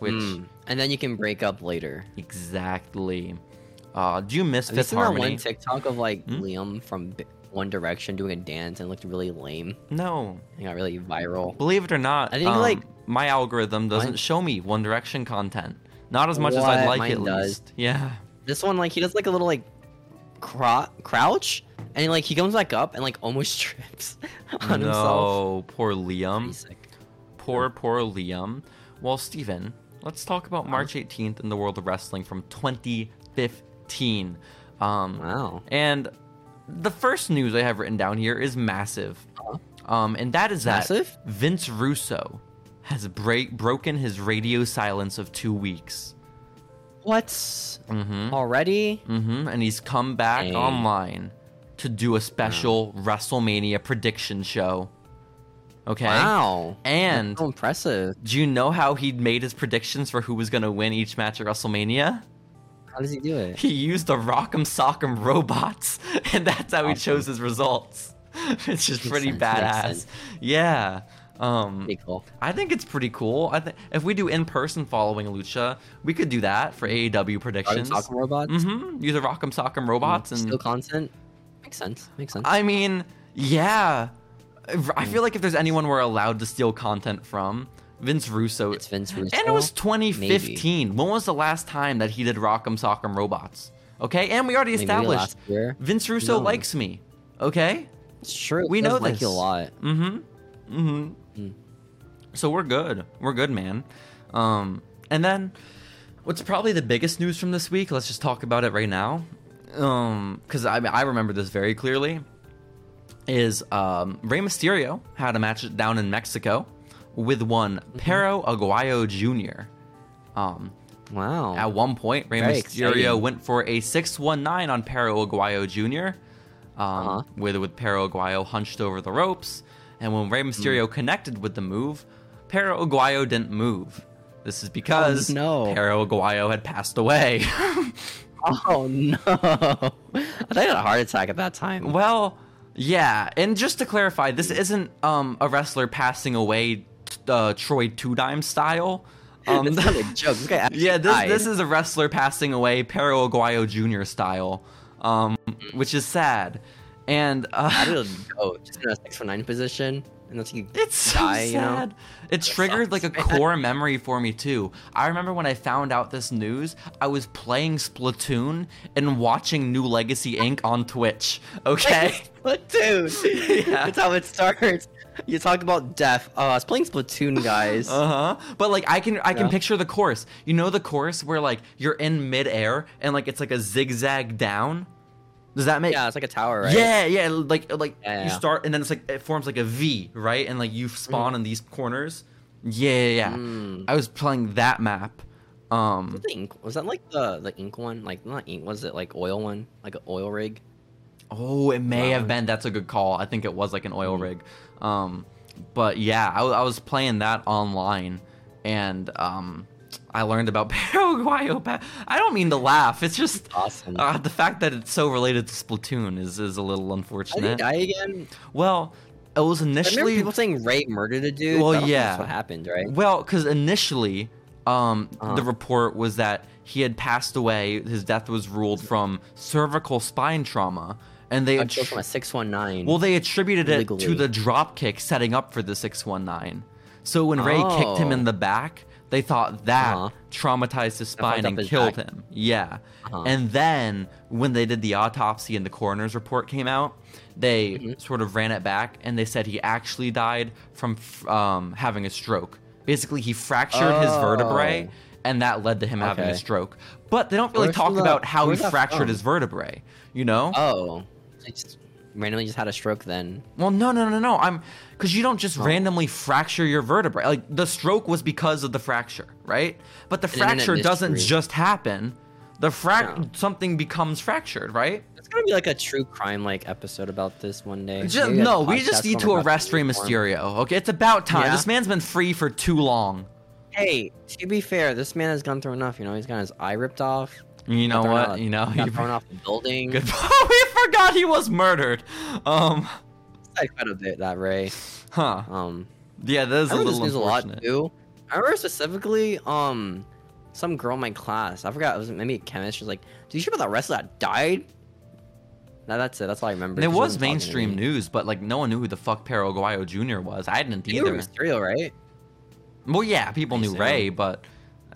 B: Which
A: Hmm. and then you can break up later.
B: exactly? Uh, do you miss
A: Have you
B: Fifth
A: seen that
B: Harmony?
A: one TikTok of like
B: Hmm?
A: Liam from B- One Direction doing a dance and it looked really lame?
B: no,
A: It got really viral.
B: believe it or not,
A: I think,
B: um,
A: like-
B: my algorithm doesn't
A: Mine-
B: show me One Direction content. Not as much as I'd
A: What?
B: like,
A: Mine
B: at
A: does.
B: least. Yeah.
A: This one, like, he does like a little like cro- crouch, and like he comes back up and like almost *laughs* trips on
B: no,
A: himself.
B: poor Liam.
A: Pretty sick.
B: Poor, poor Liam. Well, Steven, let's talk about March 18th in the world of wrestling from 2015. Um,
A: Wow.
B: And the first news I have written down here is massive. Um, and that is that
A: Massive?
B: Vince Russo has break broken his radio silence of two weeks.
A: What's
B: Mm-hmm.
A: already?
B: Mm-hmm. And he's come back
A: Dang.
B: online to do a special WrestleMania prediction show. Okay.
A: Wow.
B: And
A: So impressive.
B: Do you know how he made his predictions for who was going to win each match at WrestleMania?
A: How does he do it?
B: He used the Rock'em Sock'em robots, *laughs* and that's how he
A: Awesome.
B: chose his results. *laughs* It's just
A: Makes
B: pretty
A: sense, makes
B: badass.
A: sense.
B: Yeah. Um,
A: Pretty cool.
B: I think it's pretty cool. I think if we do in-person following Lucha, we could do that for AEW predictions.
A: Talking robots. Mm-hmm,
B: Mm-hmm. Use the Rock'em Sock'em robots, and
A: Still content. Makes sense. Makes sense.
B: I mean, yeah. I feel like if there's anyone we're allowed to steal content from, Vince Russo.
A: It's Vince Russo.
B: And it was 2015. When was the last time that he did Rock'em Sock'em Robots? Okay, and we already
A: Maybe
B: established
A: last year.
B: Vince Russo
A: No.
B: likes me. Okay,
A: It's true.
B: we
A: He does
B: know
A: like you a
B: this.
A: lot.
B: mm-hmm, mm-hmm.
A: Mm.
B: So we're good. We're good, man. Um, and then what's probably the biggest news from this week? Let's just talk about it right now, because I I remember this very clearly. Is um, Rey Mysterio had a match down in Mexico with one Pero Aguayo Jr. Um,
A: Wow.
B: At one point, Rey
A: Very
B: Mysterio
A: exciting.
B: went for a 619 on Pero Aguayo Jr. Um,
A: Uh-huh.
B: with, with Pero Aguayo hunched over the ropes. And when Rey Mysterio
A: Hmm.
B: connected with the move, Pero Aguayo didn't move. This is because
A: Oh, no.
B: Pero Aguayo had passed away.
A: *laughs*
B: *laughs*
A: Oh no! *laughs* I thought I had a heart attack at that time. *laughs*
B: well, yeah. And just to clarify,
A: Hmm. *laughs*
B: this isn't um, a wrestler passing away t- uh, Troy Two Dime style. Um,
A: That's not a joke. This guy actually
B: yeah, this,
A: died.
B: this is a wrestler passing away, Pero Aguayo Jr. style, um,
A: Mm-hmm.
B: which is sad. And
A: How
B: uh,
A: did *laughs* it go? Oh, Just in a six foot nine position, and that's *laughs* you.
B: *laughs* it's so
A: die,
B: sad.
A: you know?
B: It triggered like a
A: sucks.
B: core memory for me too. I remember when I found out this news, I was playing Splatoon and watching New Legacy Inc. on
A: *laughs*
B: Twitch. Okay. *laughs*
A: Splatoon.
B: Yeah.
A: That's how it starts. You talk about death. Uh, I was playing Splatoon, guys.
B: Uh huh. But like I can I can
A: Yeah.
B: picture the course. You know the course where like you're in midair and like it's like a zigzag down. Does that make
A: yeah, it's like a tower, right?
B: Yeah, yeah, like like
A: Yeah,
B: you
A: yeah.
B: start and then it's like it forms like a V, right? And like you spawn in these corners. Yeah, yeah, yeah.
A: Mm.
B: I was playing that map. Um
A: Was, the ink, was that like the the ink one? Like not ink. Was it like oil one? Like an oil rig?
B: oh, it may
A: Wow. Mm.
B: have been that's a good call. I think it was like an oil rig. Um but yeah, I, I was playing that online and um I learned about *laughs* Paraguayo. Pa- I don't mean to laugh. It's just
A: Awesome.
B: Uh, the fact that it's so related to Splatoon is, is a little
A: Did he
B: unfortunate.
A: die again?
B: well, it was
A: I remember
B: initially
A: people saying Ray murdered a dude. but
B: Well,
A: I don't think
B: yeah.
A: That's what happened, right?
B: well because initially, um,
A: Uh-huh.
B: the report was that he had passed away. His death was ruled from cervical spine trauma, and they
A: I killed
B: attr-
A: from a six one nine.
B: well they attributed it to
A: Legally.
B: the drop kick setting up for the six one nine. So when Ray kicked him in
A: Oh.
B: the back, they thought that
A: Uh-huh.
B: traumatized his
A: fucked
B: spine
A: up
B: and
A: his
B: killed
A: back.
B: him. Yeah.
A: Uh-huh.
B: And then when they did the autopsy and the coroner's report came out, they
A: Mm-hmm.
B: sort of ran it back and they said he actually died from f- um, having a stroke. Basically, he fractured his vertebrae
A: Oh.
B: and that led to him having a
A: Okay.
B: stroke. But they don't really
A: Where's
B: talk
A: the-
B: about how he
A: where's that
B: fractured
A: from?
B: his vertebrae, you know?
A: oh, I just randomly just had a stroke then.
B: Well, no, no, no, no. I'm because you don't just
A: Oh.
B: randomly fracture your vertebrae. Like the stroke was because of the fracture, right? But the
A: internet
B: fracture doesn't
A: mystery.
B: just happen. The frac
A: No.
B: something becomes fractured, right?
A: It's gonna be like a true crime like episode about this one day.
B: Just,
A: Maybe a
B: no, we just
A: podcast
B: need
A: on
B: to
A: about
B: arrest Rey
A: the reform.
B: Mysterio. Okay, it's about time.
A: Yeah.
B: This man's been free for too long.
A: Hey, to be fair, this man has gone through enough. You know, he's got his eye ripped off.
B: You
A: got
B: know
A: thrown
B: what?
A: out-
B: you know,
A: got
B: he,
A: thrown off the building.
B: *laughs* good. *laughs* we forgot he was murdered. Um,
A: I quite a bit that Ray.
B: huh?
A: Um,
B: Yeah, that is
A: I
B: a
A: remember this
B: little
A: news a lot
B: unfortunate.
A: too. I remember specifically, um, some girl in my class. I forgot it was maybe a chemist. She was like, "Do you sure about that wrestler that died?" No, that's it. That's all I remember.
B: And it
A: She
B: was
A: wasn't talking to
B: mainstream
A: me.
B: news, but like no one knew who the fuck Paraguayo Jr. was. I didn't
A: You were
B: either.
A: Mysterio, right?
B: Well, yeah, people
A: I
B: knew
A: assume.
B: Ray, but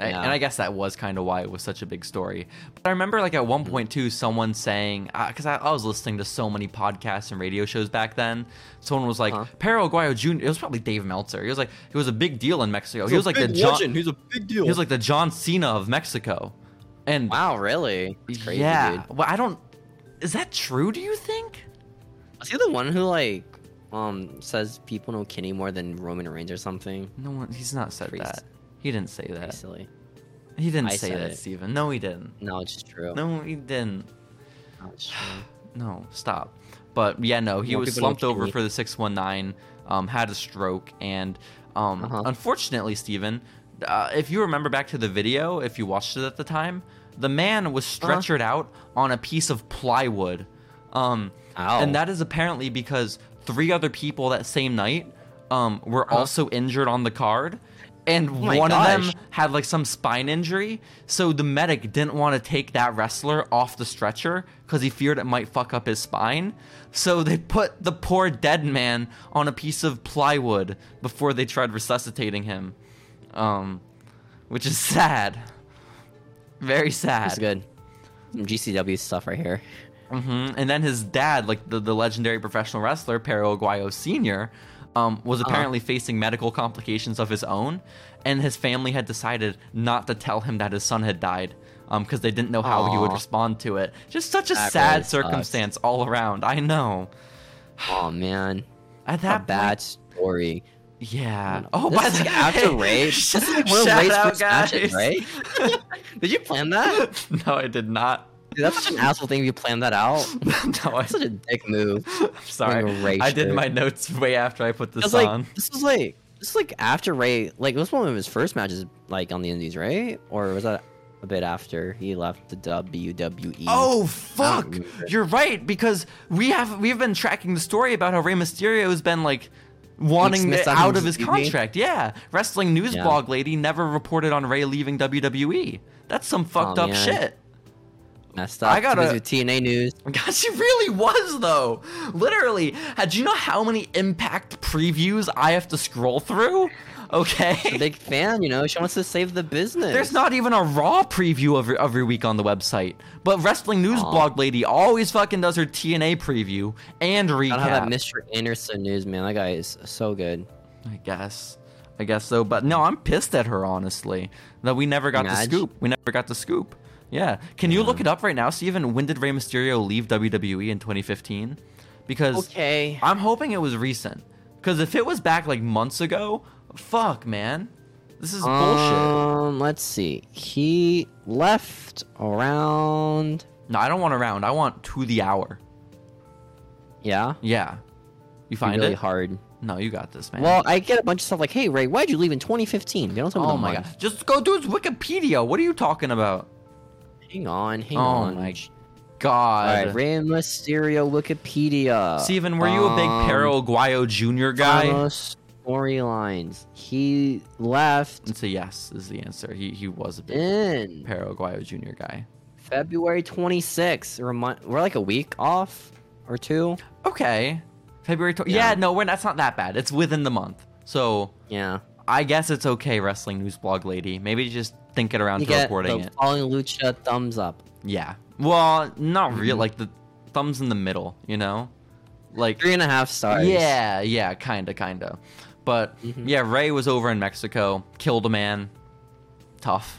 A: Yeah.
B: and I guess that was kind of why it was such a big story. But I remember, like at one point too, someone saying because I, I was listening to so many podcasts and radio shows back then. Someone was like,
A: Huh.
B: Paraguayo Jr. It was probably Dave Meltzer. He was like, he was a big deal in Mexico. Oh, He was like the John.
A: He's a big deal.
B: He was like the John Cena of Mexico. And
A: wow, really? That's crazy,
B: yeah,
A: dude.
B: well, I don't. Is that true? Do you think?
A: Was he the one who like um says people know Kenny more than Roman Reigns or something?
B: No one. He's not said
A: Priest.
B: that. He didn't say
A: Pretty
B: that.
A: silly.
B: He didn't
A: I
B: say
A: said
B: that,
A: it.
B: Steven. No, he didn't.
A: No, it's just true.
B: No, he didn't.
A: No, it's true.
B: No, stop. But yeah, no, he
A: More
B: was
A: people don't
B: slumped over
A: cheat.
B: for the 619, um, had a stroke, and um,
A: Uh-huh.
B: unfortunately, Steven, uh, if you remember back to the video, if you watched it at the time, the man was
A: Uh-huh.
B: stretchered out on a piece of plywood. Um,
A: Ow.
B: and that is apparently because three other people that same night um, were
A: Uh-huh.
B: also injured on the card. And one
A: Oh my
B: of
A: gosh.
B: them had like some spine injury, so the medic didn't want to take that wrestler off the stretcher because he feared it might fuck up his spine. So they put the poor dead man on a piece of plywood before they tried resuscitating him, um, which is *laughs* sad, very
A: It's
B: sad.
A: good. Some GCW stuff right here.
B: hmm And then his dad, like the, the legendary professional wrestler Pero Aguayo Sr., um, was
A: Uh-huh.
B: apparently facing medical complications of his own, and his family had decided not to tell him that his son had died because they didn't know how he would
A: Aw.
B: respond to it. Just such a
A: That
B: sad
A: really sucks.
B: circumstance all around. I know.
A: Oh man,
B: At
A: what a
B: that
A: bad story.
B: point- yeah.
A: know.
B: Oh,
A: This
B: by
A: is
B: the way,
A: after Ray-
B: *laughs* sh-
A: This is like one of
B: shout
A: Ray's
B: out,
A: first matches,
B: *laughs* guys.
A: Did you plan that?
B: no, I did not. *laughs*
A: Dude, that's such an asshole thing if you planned that out.
B: no, I,
A: That's such a dick move.
B: I'm sorry.
A: Ray
B: I did
A: shirt.
B: my notes way after I put this
A: That's
B: on.
A: like this was like this was like after Ray like this was one of his first matches like on the Indies, right? Or was that a bit after he left the E? WWE?
B: Oh fuck!
A: remember.
B: You're right because we have we've been tracking the story about how Rey Mysterio has been like wanting
A: Smith's
B: it
A: out of
B: out of his
A: WWE?
B: contract. Yeah, wrestling news
A: Yeah.
B: blog lady never reported on Ray leaving WWE. That's some fucked
A: Oh,
B: up
A: man.
B: shit. *laughs*
A: Messed up.
B: I gotta-
A: Because of TNA news.
B: God, she really was though. Literally, had do you know how many Impact previews I have to scroll through? *laughs* Okay.
A: Big fan, you know. She wants to save the business.
B: There's not even a raw preview every, every week on the website. But Wrestling News
A: Aw.
B: Blog Lady always fucking does her TNA preview and recap.
A: I don't have that Mr. Anderson news, man. That guy is so good.
B: I guess. I guess so. But no, I'm pissed at her, honestly. That we never got
A: Madge?
B: the scoop. We never got the scoop. Yeah. Can you look it up right now, Steven? When did Rey Mysterio leave WWE in 2015? Because
A: Okay.
B: I'm hoping it was recent. Because if it was back like months ago, fuck, man. This is bullshit.
A: Um, let's see. He left around.
B: No, I don't want a round. I want to the hour.
A: Yeah.
B: Yeah. You find
A: really
B: it?
A: hard.
B: No, you got this, man.
A: Well, I get a bunch of stuff like, "Hey, Ray, why'd you leave in 2015?" They don't tell me
B: oh
A: the
B: my
A: month.
B: god. Just go do his Wikipedia. What are you talking about?
A: Hang on, hang
B: Oh
A: on.
B: my
A: All
B: God.
A: right, Rey Mysterio Wikipedia.
B: Steven, were you a big
A: Um,
B: Paraguayo Jr. guy?
A: Ramos Storylines. He left
B: It's a yes, is the answer. He he was a
A: Eh.
B: big
A: in
B: Paraguayo Jr. guy.
A: February 26th. Remi- we're like a week off or two.
B: Okay. February tw-
A: Yeah.
B: yeah. no, we're that's not that bad. It's within the month. So
A: Yeah.
B: I guess it's okay, wrestling news blog lady. Maybe just think it around
A: You
B: to
A: get
B: reporting
A: the
B: it.
A: following lucha thumbs up.
B: Yeah. Well, not
A: Mm-hmm.
B: real like the thumbs in the middle, you know? Like
A: Three and a half stars.
B: Yeah, yeah, kinda, kinda. But
A: Mm-hmm.
B: yeah, Ray was over in Mexico, killed a man. Tough.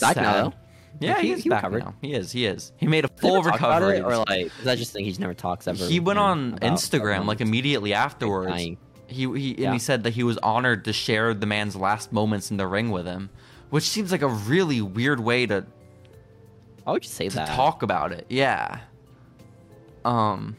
A: back now,
B: Sad.
A: though.
B: Yeah,
A: He-
B: he's
A: he
B: back
A: recovered.
B: now. He is. He is. He made a
A: Did he
B: full
A: ever talk about
B: recovery.
A: it, or like is that just thing he just never talks ever?
B: he went
A: again
B: on
A: about
B: Instagram like
A: problems?
B: immediately afterwards.
A: dying.
B: He he and
A: Yeah.
B: he said that he was honored to share the man's last moments in the ring with him, which seems like a really weird way to
A: Why would you say
B: to
A: that?
B: talk about it. Yeah. Um.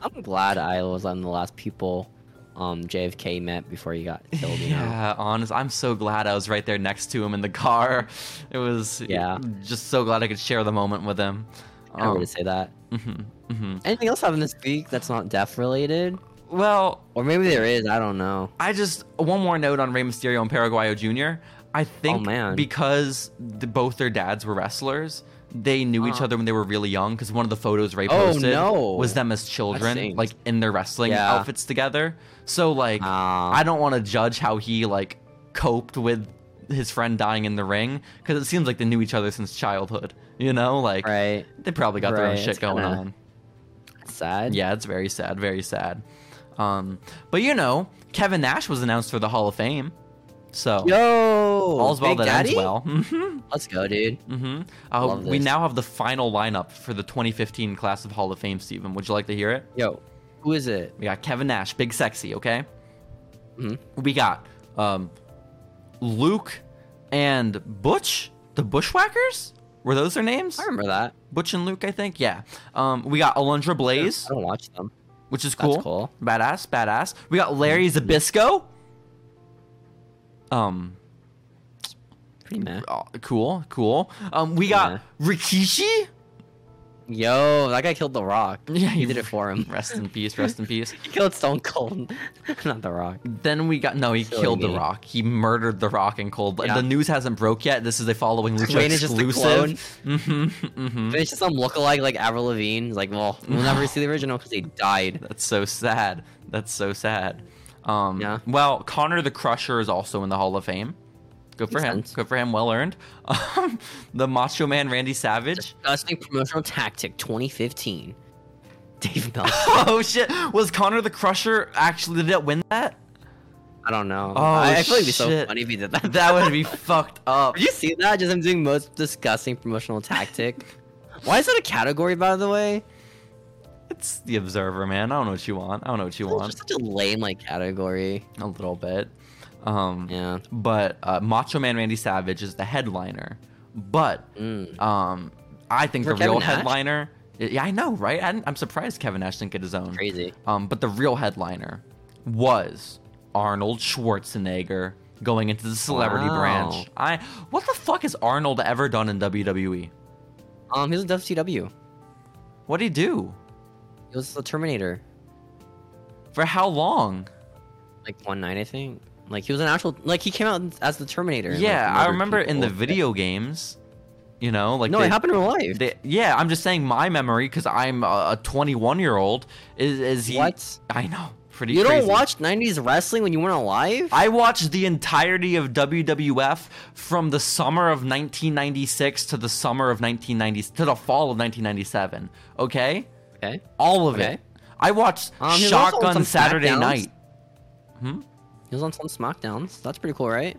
A: I'm glad I was on the last people um, JFK met before he got killed. You know?
B: Yeah, honest. I'm so glad I was right there next to him in the car. It was
A: Yeah.
B: just so glad I could share the moment with him.
A: I don't
B: Um,
A: want to say that.
B: mhm, mhm.
A: Anything else happened this week that's not death related?
B: Well,
A: Or maybe there is. I don't know.
B: I just one more note on Rey Mysterio and Paraguayo Jr. I think
A: Oh, man.
B: because the, both their dads were wrestlers, they knew each
A: Uh-huh.
B: other when they were really young. Because one of the photos Ray
A: Oh,
B: posted
A: no.
B: was them as children,
A: stinks.
B: like in their wrestling
A: Yeah.
B: outfits together. So like,
A: Ah.
B: I don't want to judge how he like coped with his friend dying in the ring because it seems like they knew each other since childhood. You know, like
A: Right.
B: they probably got their own
A: Right,
B: shit
A: it's
B: going
A: kinda-
B: on.
A: Sad.
B: Yeah, it's very sad, very sad. Um, but you know, Kevin Nash was announced for the Hall of Fame, so
A: Yo.
B: all's well
A: Big
B: that
A: Daddy?
B: ends well. *laughs* hmm
A: Let's go, dude.
B: hmm Uh,
A: Love
B: we
A: this.
B: now have the final lineup for the 2015 class of Hall of Fame. Stephen, would you like to hear it?
A: Yo. Who is it?
B: We got Kevin Nash, Big Sexy. Okay,
A: Mhm.
B: we got um, Luke and Butch, the Bushwhackers. Were those their names?
A: I remember that.
B: Butch and Luke, I think. Yeah. Um, we got Alundra Blaze.
A: I don't watch them.
B: which is
A: That's
B: cool.
A: cool. Mm-hmm.
B: Badass, badass. We got Larry Zabisco. Um,
A: Pretty meh.
B: oh, cool, cool. Um, we got
A: Yeah.
B: Rikishi.
A: *laughs* Yo, that guy killed The Rock. *laughs* he did it for him.
B: Rest in peace. Rest in peace.
A: He killed Stone Cold, *laughs* not The Rock.
B: Then we got no. He
A: Silly
B: killed
A: me.
B: the Rock. He murdered the Rock and Cold. Blood.
A: Yeah.
B: The news hasn't broke yet. This is a following Lucha
A: Wayne is just a
B: exclusive. *laughs* hmm hmm
A: But it's just some lookalike like Avril Lavigne. It's Like,
B: *laughs*
A: well, we'll never see the original because they died.
B: That's so sad. That's so sad. Um,
A: Yeah.
B: Well, Connor the Crusher is also in the Hall of Fame. Good for
A: Makes
B: him.
A: sense.
B: Good for him. Well earned. *laughs* Um, the Macho Man Randy
A: *laughs*
B: Savage.
A: Disgusting promotional tactic 2015. *laughs* Dave Meltzer.
B: oh shit! Was Connor the Crusher actually did it win that? *laughs*
A: I don't know.
B: Oh,
A: I, I feel like it'd be so
B: shit.
A: funny if he did that. *laughs*
B: That would be fucked up.
A: Did you see that? Just him doing most disgusting promotional *laughs* tactic. Why is that a category, by the way?
B: It's the Observer, man. I don't know what you want. I don't know what you
A: It's
B: want.
A: just such a lame like category.
B: A little bit. Um,
A: Yeah.
B: But uh, Macho Man Randy Savage is the headliner. But
A: Mm.
B: Um, I think
A: For
B: the real
A: Kevin Nash?
B: headliner. Yeah, I know, right? I, I'm surprised Kevin Nash didn't get his own.
A: Crazy.
B: Um, but the real headliner was Arnold Schwarzenegger going into the celebrity
A: Wow.
B: branch. I what the fuck has Arnold ever done in WWE?
A: Um, he was in WCW.
B: What would he do?
A: He was the Terminator.
B: For how long?
A: like one night, I think. Like he was an actual like he came out as the Terminator. and, like,
B: yeah, I
A: murdered
B: remember in the
A: people.
B: video games, you know, like
A: no,
B: they,
A: it happened in real life.
B: they- yeah, I'm just saying my memory because I'm a 21 year old. Is is he?
A: what?
B: I know, pretty.
A: You don't
B: crazy.
A: watch '90s wrestling when you weren't alive?
B: I watched the entirety of WWF from the summer of 1996 to the summer of 1990 to the fall of 1997. Okay,
A: okay.
B: all of
A: Okay.
B: it. I watched
A: Um, he was also on
B: Shotgun
A: some
B: Saturday
A: SmackDowns.
B: Night. Hmm?
A: He was on some SmackDowns. That's pretty cool, right?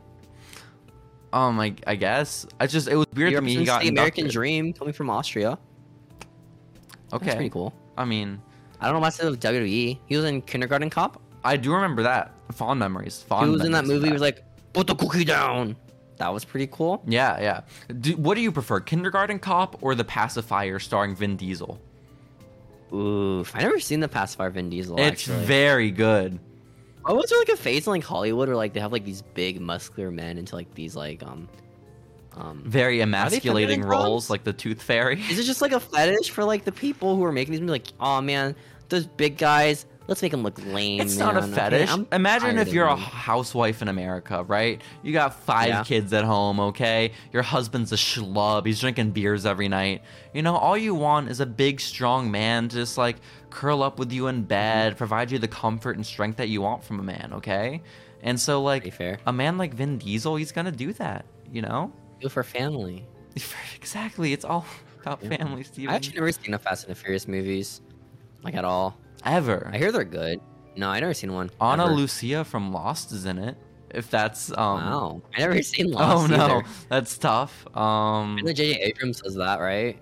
B: Um, I, I guess I just it was weird to me. He
A: represents
B: got
A: the American
B: inducted.
A: Dream coming from Austria.
B: Okay,
A: That's pretty cool.
B: I mean,
A: I don't know about of WWE. He was in Kindergarten Cop.
B: I do remember that fond memories. Fond.
A: he was in that
B: memories of
A: movie. He was like, "Put the cookie down." That was pretty cool.
B: Yeah, yeah. Do, what do you prefer, Kindergarten Cop or The Pacifier, starring Vin Diesel?
A: Oof, I never seen the past five Vin Diesel.
B: it's
A: actually.
B: very good.
A: Oh, was there like a phase in like Hollywood where like they have like these big muscular men into like these like um um
B: Very emasculating
A: feminine
B: roles,
A: roles?
B: like the Tooth Fairy.
A: Is it just like a fetish for like the people who are making these movies? Like, oh man, those big guys, let's make them look lame.
B: It's not a
A: man. Okay,
B: fetish.
A: I'm
B: Imagine
A: tired
B: if
A: of
B: you're a
A: them."
B: housewife in America, right? You got five
A: Yeah.
B: kids at home, okay? Your husband's a schlub. He's drinking beers every night. You know, all you want is a big, strong man to just like curl up with you
A: Mm-hmm.
B: in bed, provide you the comfort and strength that you want from a man, okay? And so, like,
A: Pretty fair.
B: a man like Vin Diesel, he's gonna do that, you know? *laughs*
A: Good for family.
B: exactly. It's all about
A: Yeah.
B: family, Steven.
A: I actually never seen the Fast and the Furious movies, like at all.
B: Ever.
A: I hear they're good. No, I never seen one.
B: Anna
A: ever.
B: Lucia from Lost is in it. If that's um
A: Wow, I never *laughs* seen
B: Oh
A: Lost.
B: no,
A: either.
B: that's tough.
A: I
B: Um,
A: know J.J. Abrams does that, right?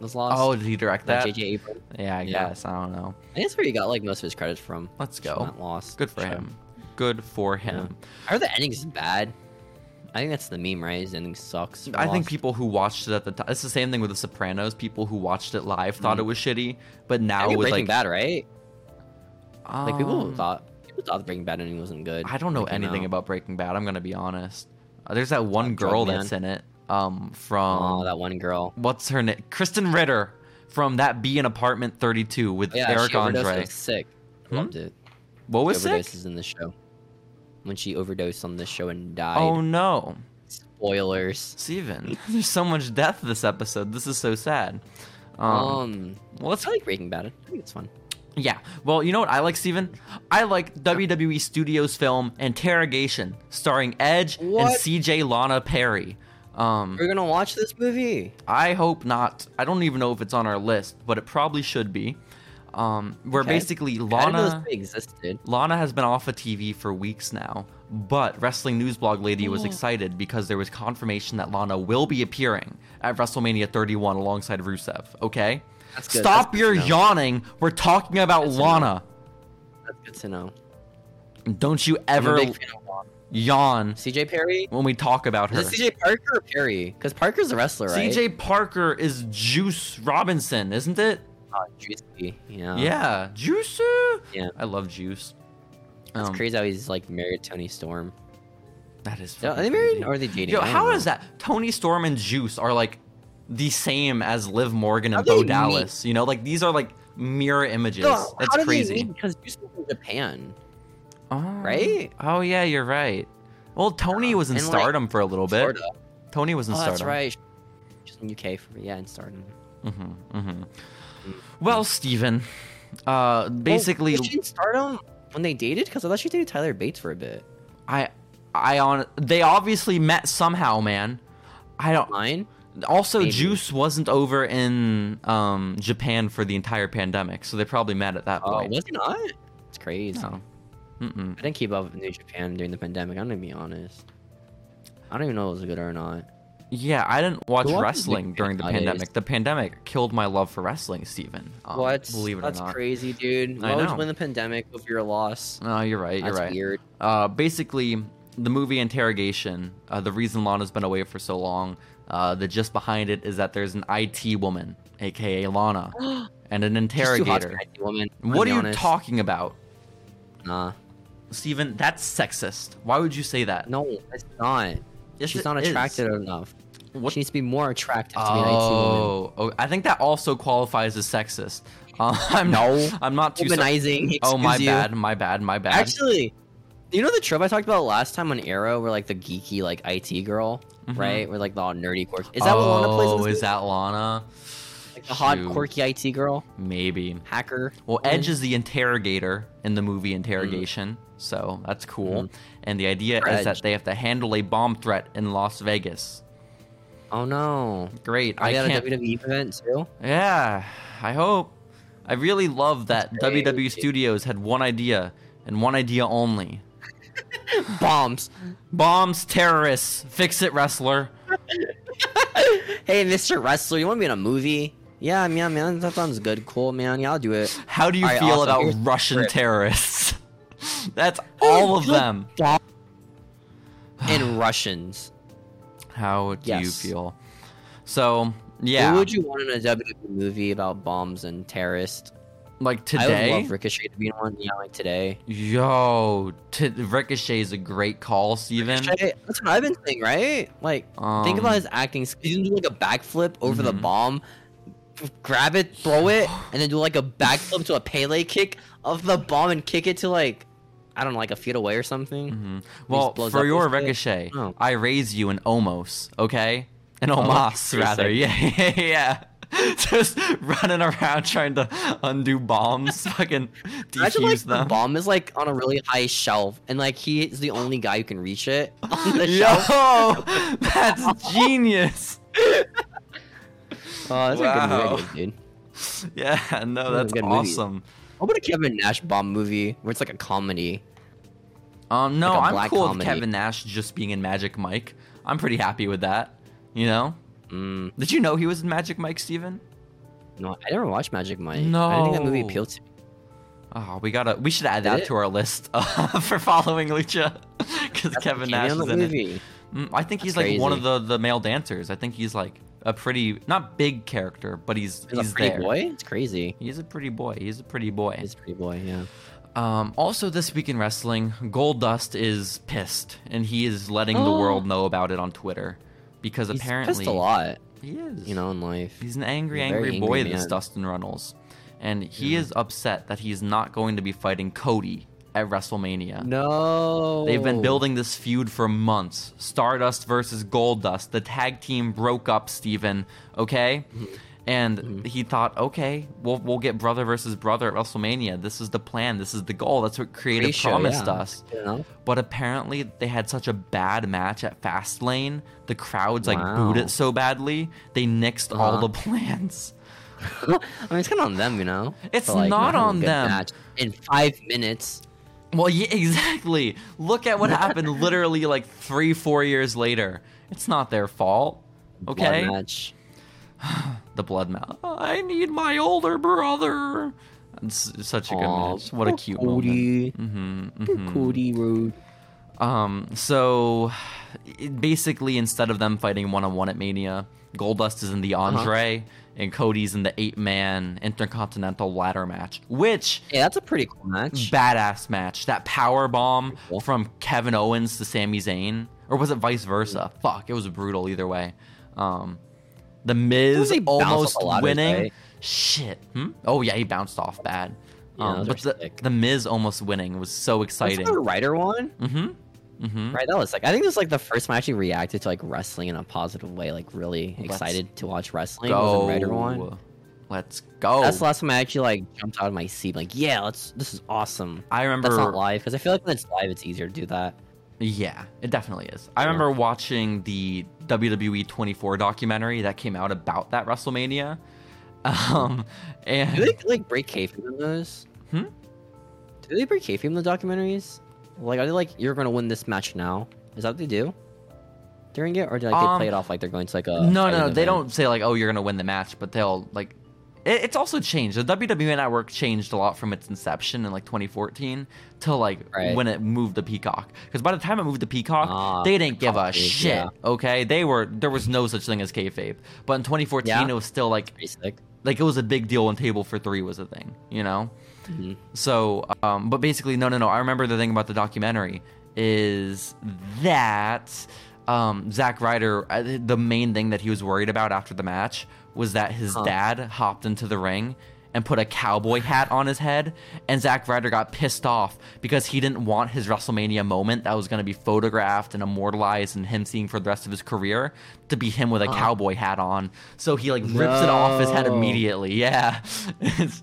A: Was Lost.
B: oh, did he direct
A: Like,
B: that?
A: J.J. Abrams.
B: yeah, I
A: Yeah.
B: guess I don't know.
A: I think that's where he got like most of his credits from.
B: Let's
A: from
B: go.
A: that Lost.
B: Good for
A: show.
B: him. Good for him.
A: I heard the ending's bad. I think that's the meme, right? His ending sucks. for
B: I think
A: Lost.
B: people who watched it at the time. It's the same thing with The Sopranos. People who watched it live thought it was shitty, but
A: Mm-hmm. I
B: now
A: think
B: with
A: Breaking
B: like
A: Bad, right? Like people
B: um,
A: thought people thought the Breaking Bad ending wasn't good.
B: I don't know
A: when it came
B: anything
A: out.
B: about Breaking Bad. I'm gonna be honest. Uh, There's that one
A: drug
B: girl
A: man.
B: that's in it. Um, from
A: Oh, that one girl.
B: what's her name? Kristen Ritter from that B in Apartment 32 with
A: Yeah,
B: Eric
A: she overdosed.
B: Andre.
A: It's sick. I
B: Hmm?
A: Loved it.
B: What was
A: she
B: sick?
A: overdoses in the show. When she overdosed on this show and died.
B: Oh no.
A: Spoilers.
B: Steven, *laughs* there's so much death this episode. This is so sad. Um,
A: Um,
B: well, let's
A: I like Breaking Bad. I think it's fun.
B: yeah. Well, you know what I like, Steven? I like WWE Studios film Interrogation, starring Edge
A: What?
B: and CJ Lana Perry. Um,
A: We're gonna watch this movie.
B: I hope not. I don't even know if it's on our list, but it probably should be. Um, where
A: Okay.
B: basically
A: I didn't know this
B: Lana
A: movie existed.
B: Lana has been off of TV for weeks now, but Wrestling News Blog Lady
A: Oh.
B: was excited because there was confirmation that Lana will be appearing at WrestleMania 31 alongside Rusev. Okay,
A: That's good. That's
B: stop
A: good
B: your
A: to know.
B: yawning. We're talking about
A: That's
B: Lana.
A: That's good to know.
B: Don't you
A: I'm a
B: ever
A: big fan of Lana.
B: yawn
A: CJ Perry.
B: when we talk about her.
A: Is it CJ Parker or Perry? Because Parker's a wrestler, right?
B: CJ Parker is Juice Robinson, isn't it?
A: Oh, juicy. Yeah.
B: yeah, Juice.
A: Uh-huh. Yeah.
B: I love Juice.
A: It's
B: Um,
A: crazy how he's like married to Tony Storm.
B: That is.
A: Are
B: fucking
A: they married
B: crazy.
A: or are they dating?
B: Yo,
A: I don't
B: how
A: know.
B: is that? Tony Storm and Juice are like the same as Liv Morgan
A: How
B: and
A: do
B: Bo
A: they
B: Dallas. You know, like these are like mirror images.
A: No,
B: That's
A: how do
B: crazy.
A: They meet? Because Juice was from Japan.
B: oh.
A: Right?
B: Oh yeah, you're right. Well, Tony
A: Yeah.
B: was in
A: And, like,
B: Stardom for a little bit.
A: Florida.
B: Tony was in
A: Oh,
B: Stardom.
A: that's right. Just in UK for yeah, and Stardom. Oh,
B: Mm-hmm, mm-hmm. Well, Steven, uh, basically,
A: well, was Oh, she in Stardom when they dated because I thought she dated Tyler Bates for a bit.
B: I, I on they obviously met somehow, man. I don't.
A: Mine.
B: Also,
A: Maybe.
B: Juice wasn't over in um, Japan for the entire pandemic, so they probably met at that
A: Oh,
B: point.
A: was it not? It's crazy.
B: No. Mm-mm.
A: I didn't keep up with New Japan during the pandemic. I'm gonna be honest. I don't even know if it was good or not.
B: Yeah, I didn't watch
A: Who watches
B: wrestling
A: Big
B: during the
A: Bang nowadays?
B: pandemic. The pandemic killed my love for wrestling, Steven. Um,
A: what?
B: Believe it
A: That's
B: or not.
A: crazy, dude.
B: I
A: Why would
B: know.
A: you win the pandemic over your loss?
B: No, you're right. You're
A: That's
B: right.
A: weird.
B: Uh, basically, the movie Interrogation, uh, the reason Lana's been away for so long, uh, the gist behind it is that there's an IT woman, aka Lana, and an
A: She's too hot to be
B: interrogator.
A: an IT woman. I'm gonna
B: What
A: be
B: are you
A: honest.
B: talking about?
A: Nah.
B: Steven, that's sexist. Why would you say that?
A: No, it's not.
B: Yes,
A: She's
B: it
A: not
B: is.
A: attractive enough.
B: What-
A: She needs to be more attractive to be an IT woman.
B: Oh, oh, I think that also qualifies as sexist. *laughs* Uh, I'm
A: No.
B: I'm not too. Sorry.
A: Womanizing.
B: Oh my
A: excuse you.
B: bad, my bad, my bad.
A: Actually, you know the trope I talked about last time on Arrow, where like the geeky like IT girl,
B: Mhm.
A: right? Where like the all nerdy quirky. Is that what Lana plays? in
B: Oh,
A: this
B: is that Lana?
A: movie? Like, the hot
B: Shoot.
A: quirky IT girl
B: Maybe.
A: hacker?
B: Well,
A: Mhm.
B: Edge is the interrogator in the movie Interrogation, so that's cool. And the idea is
A: Mm. Edge.
B: that they have to handle a bomb threat in Las Vegas.
A: Oh no!
B: Great,
A: I
B: I
A: got a
B: can't.
A: WWE event too.
B: Yeah, I hope. I really love that WWE
A: crazy.
B: Studios had one idea and one idea only:
A: Bombs.
B: bombs, terrorists, fix it, wrestler.
A: Hey, Mr. Wrestler, you want to be in a movie? Yeah, man, man, that sounds good. Cool, man. Yeah, I'll do
B: *sighs*
A: it.
B: How do you
A: All right,
B: feel
A: awesome.
B: about
A: Here's the
B: Russian
A: script.
B: terrorists? *laughs*
A: *laughs*
B: That's all of
A: good
B: them.
A: And Russians.
B: How do
A: Yes.
B: you feel? So yeah,
A: Who would you want in a WWE movie about bombs and terrorists?
B: like
A: I would
B: today,
A: love Ricochet to be in one. Yeah, like today.
B: yo, t- Ricochet is a great call, Steven.
A: Ricochet, that's what I've been saying, right? Like, think
B: Um,
A: about his acting. sk- He can do like a backflip over the
B: Mhm.
A: bomb, f- grab it, throw
B: *gasps*
A: it, and then do like a backflip to a Pele kick of the bomb and kick it to like, I don't know, like a feet away or something.
B: Mhm. Well,
A: blows
B: for
A: up
B: your
A: his dick.
B: Ricochet,
A: Oh.
B: I raise you an Omos, okay? An Omos,
A: for a
B: rather.
A: second.
B: Yeah, yeah, *laughs* yeah. Just running around trying to
A: *laughs*
B: undo bombs, fucking
A: Imagine like
B: defuse
A: the
B: them.
A: bomb is like on a really high shelf, and like he is the only guy who can reach
B: *laughs*
A: it on the
B: Yo,
A: shelf.
B: *laughs* that's genius. *laughs*
A: Oh, that's a good
B: Wow.
A: movie, dude.
B: Yeah, no,
A: Those are
B: that's
A: good movies.
B: awesome.
A: What about a Kevin Nash bomb movie where it's like a comedy?
B: Um, no,
A: Like a
B: I'm
A: black
B: cool with
A: comedy.
B: Kevin Nash just being in Magic Mike. I'm pretty happy with that. You know?
A: Mm,
B: Did you know he was in Magic Mike, Steven?
A: no, I never watched Magic Mike. I didn't think that movie
B: No.
A: appealed to me.
B: Oh, we gotta. We should add that
A: it?
B: to our list uh, *laughs* for following Lucha, *laughs* because
A: That's a
B: Kevin
A: cameo
B: Nash
A: in
B: is
A: the
B: in it.
A: movie.
B: Mm, I think he's
A: That's
B: like one of the the male dancers. I think he's like a pretty not big character, but he's
A: He's,
B: he's
A: a pretty
B: there.
A: boy. It's crazy.
B: He's a pretty boy. He's a pretty boy.
A: He's a pretty boy. Yeah.
B: Um, also, this week in wrestling, Gold Dust is pissed, and he is
A: *gasps*
B: letting the
A: Oh.
B: world know about it on Twitter, because apparently
A: he's pissed a lot,
B: he is.
A: you know, in life.
B: He's an angry,
A: He's a
B: angry,
A: very
B: boy,
A: angry
B: this
A: man.
B: Dustin Runnels. And he
A: Yeah.
B: is upset that he's not going to be fighting Cody at WrestleMania.
A: No.
B: They've been building this feud for months. Stardust versus Goldust. The tag team broke up, Steven, okay?
A: Mm-hmm.
B: And he thought, okay, we'll, we'll get brother versus brother at WrestleMania. This is the plan. This is the goal. That's what creative
A: Pre-show,
B: promised
A: yeah.
B: us.
A: You know? *laughs*
B: But apparently, they had such a bad match at Fastlane. The crowds like
A: Wow.
B: booed it so badly, they nixed all
A: Uh-huh.
B: the *laughs* plans.
A: I mean, it's kind of on them, you know.
B: It's
A: for,
B: not
A: having a
B: on
A: good
B: them.
A: match In five minutes.
B: Well, yeah, *laughs* exactly. Look at what happened literally like three, four years later. It's not their fault.
A: blood
B: Okay?
A: match.
B: The blood mouth. I need my older brother. It's such a good
A: Aw,
B: match. What a
A: poor
B: cute moment.
A: Cody.
B: hmm
A: Poor Cody Road.
B: Um, so it- basically, instead of them fighting one on one at Mania, Goldust is in the
A: Uh-huh.
B: Andre and Cody's in the eight man intercontinental ladder match, which
A: Yeah, that's a pretty cool match.
B: badass match. That power bomb
A: Cool.
B: from Kevin Owens to Sami Zayn, or was it vice versa?
A: Mm.
B: Fuck, it was brutal either way. Um, the Miz
A: they bounce off
B: almost
A: the ladders,
B: winning.
A: right?
B: Shit. Hmm? Oh yeah, he bounced off bad.
A: Yeah,
B: Um,
A: those
B: but
A: are
B: the,
A: sick.
B: the Miz almost winning was so
A: Was
B: exciting.
A: that a writer one?
B: Mm-hmm. Mm-hmm.
A: Right, that was like I think this was like the first time I actually reacted to like wrestling in a positive way, like really
B: Let's
A: excited to watch wrestling. Was
B: Go. Oh.
A: in writer one.
B: Let's go.
A: That's the last time I actually like jumped out of my seat. Like, yeah, let's. This is awesome.
B: I remember.
A: That's not live because I feel like when it's live, it's easier to do that.
B: Yeah, it definitely is. I remember watching the WWE 24 documentary that came out about that WrestleMania. *laughs* Um,
A: Do
B: and
A: they like break kayfabe in those?
B: Hmm?
A: Do they break kayfabe in the documentaries? Like, are they like you're gonna win this match now? Is that what they do during it, or do like,
B: Um,
A: they play it off like they're going to like a?
B: no, no,
A: fighting
B: no, they
A: event?
B: don't say like, "Oh, you're gonna win the match," but they'll like. It, it's also changed. The WWE Network changed a lot from its inception in like 2014 to like
A: Right.
B: when it moved to Peacock. Because by the time it moved to Peacock,
A: Ah,
B: they didn't give a
A: Peacock, yeah.
B: shit. Okay, they were there was no such thing as kayfabe. But in 2014,
A: Yeah.
B: it was still like
A: Pretty sick.
B: like it was a big deal when Table for Three was a thing. You know.
A: Mhm.
B: So, um, but basically, no, no, no. I remember the thing about the documentary is that um, Zack Ryder, uh, the main thing that he was worried about after the match was that his
A: Huh.
B: dad hopped into the ring and put a cowboy hat on his head. And Zack Ryder got pissed off because he didn't want his WrestleMania moment that was going to be photographed and immortalized and him seeing for the rest of his career to be him with a cowboy hat on. So he like rips it off his head
A: No.
B: immediately. *laughs* Yeah. it's,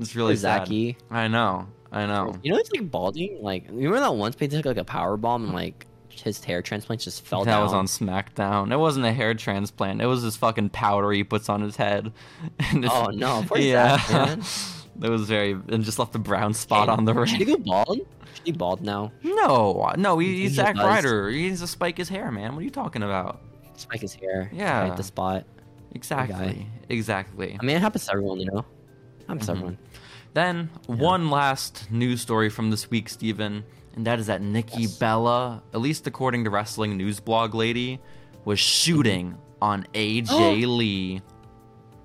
B: it's really
A: Poor
B: sad.
A: Zacky.
B: I know. I know.
A: You know, it's like balding. Like, you remember that once they took like a power bomb and like his hair transplants just fell
B: That
A: down.
B: was on SmackDown. It wasn't a hair transplant. It was this fucking powder he puts on his head. *laughs* And it's-
A: Oh, no, poor Zac, man.
B: *laughs* it was very and just left a brown spot on the
A: Should he
B: ring.
A: go bald? Should he bald now?
B: No, no, he,
A: He just
B: he's Zack
A: does.
B: Ryder. He needs to spike his hair, man. What are you talking about?
A: Spike his hair.
B: Yeah.
A: Hide the spot.
B: Exactly, exactly.
A: I mean, it happens to everyone, you know. Happens
B: Mm-hmm.
A: to everyone.
B: Then one last news story from this week, Steven, and that is that Nikki
A: Yes.
B: Bella, at least according to Wrestling News Blog Lady,
A: Mm-hmm.
B: was shooting on
A: *gasps*
B: AJ Lee.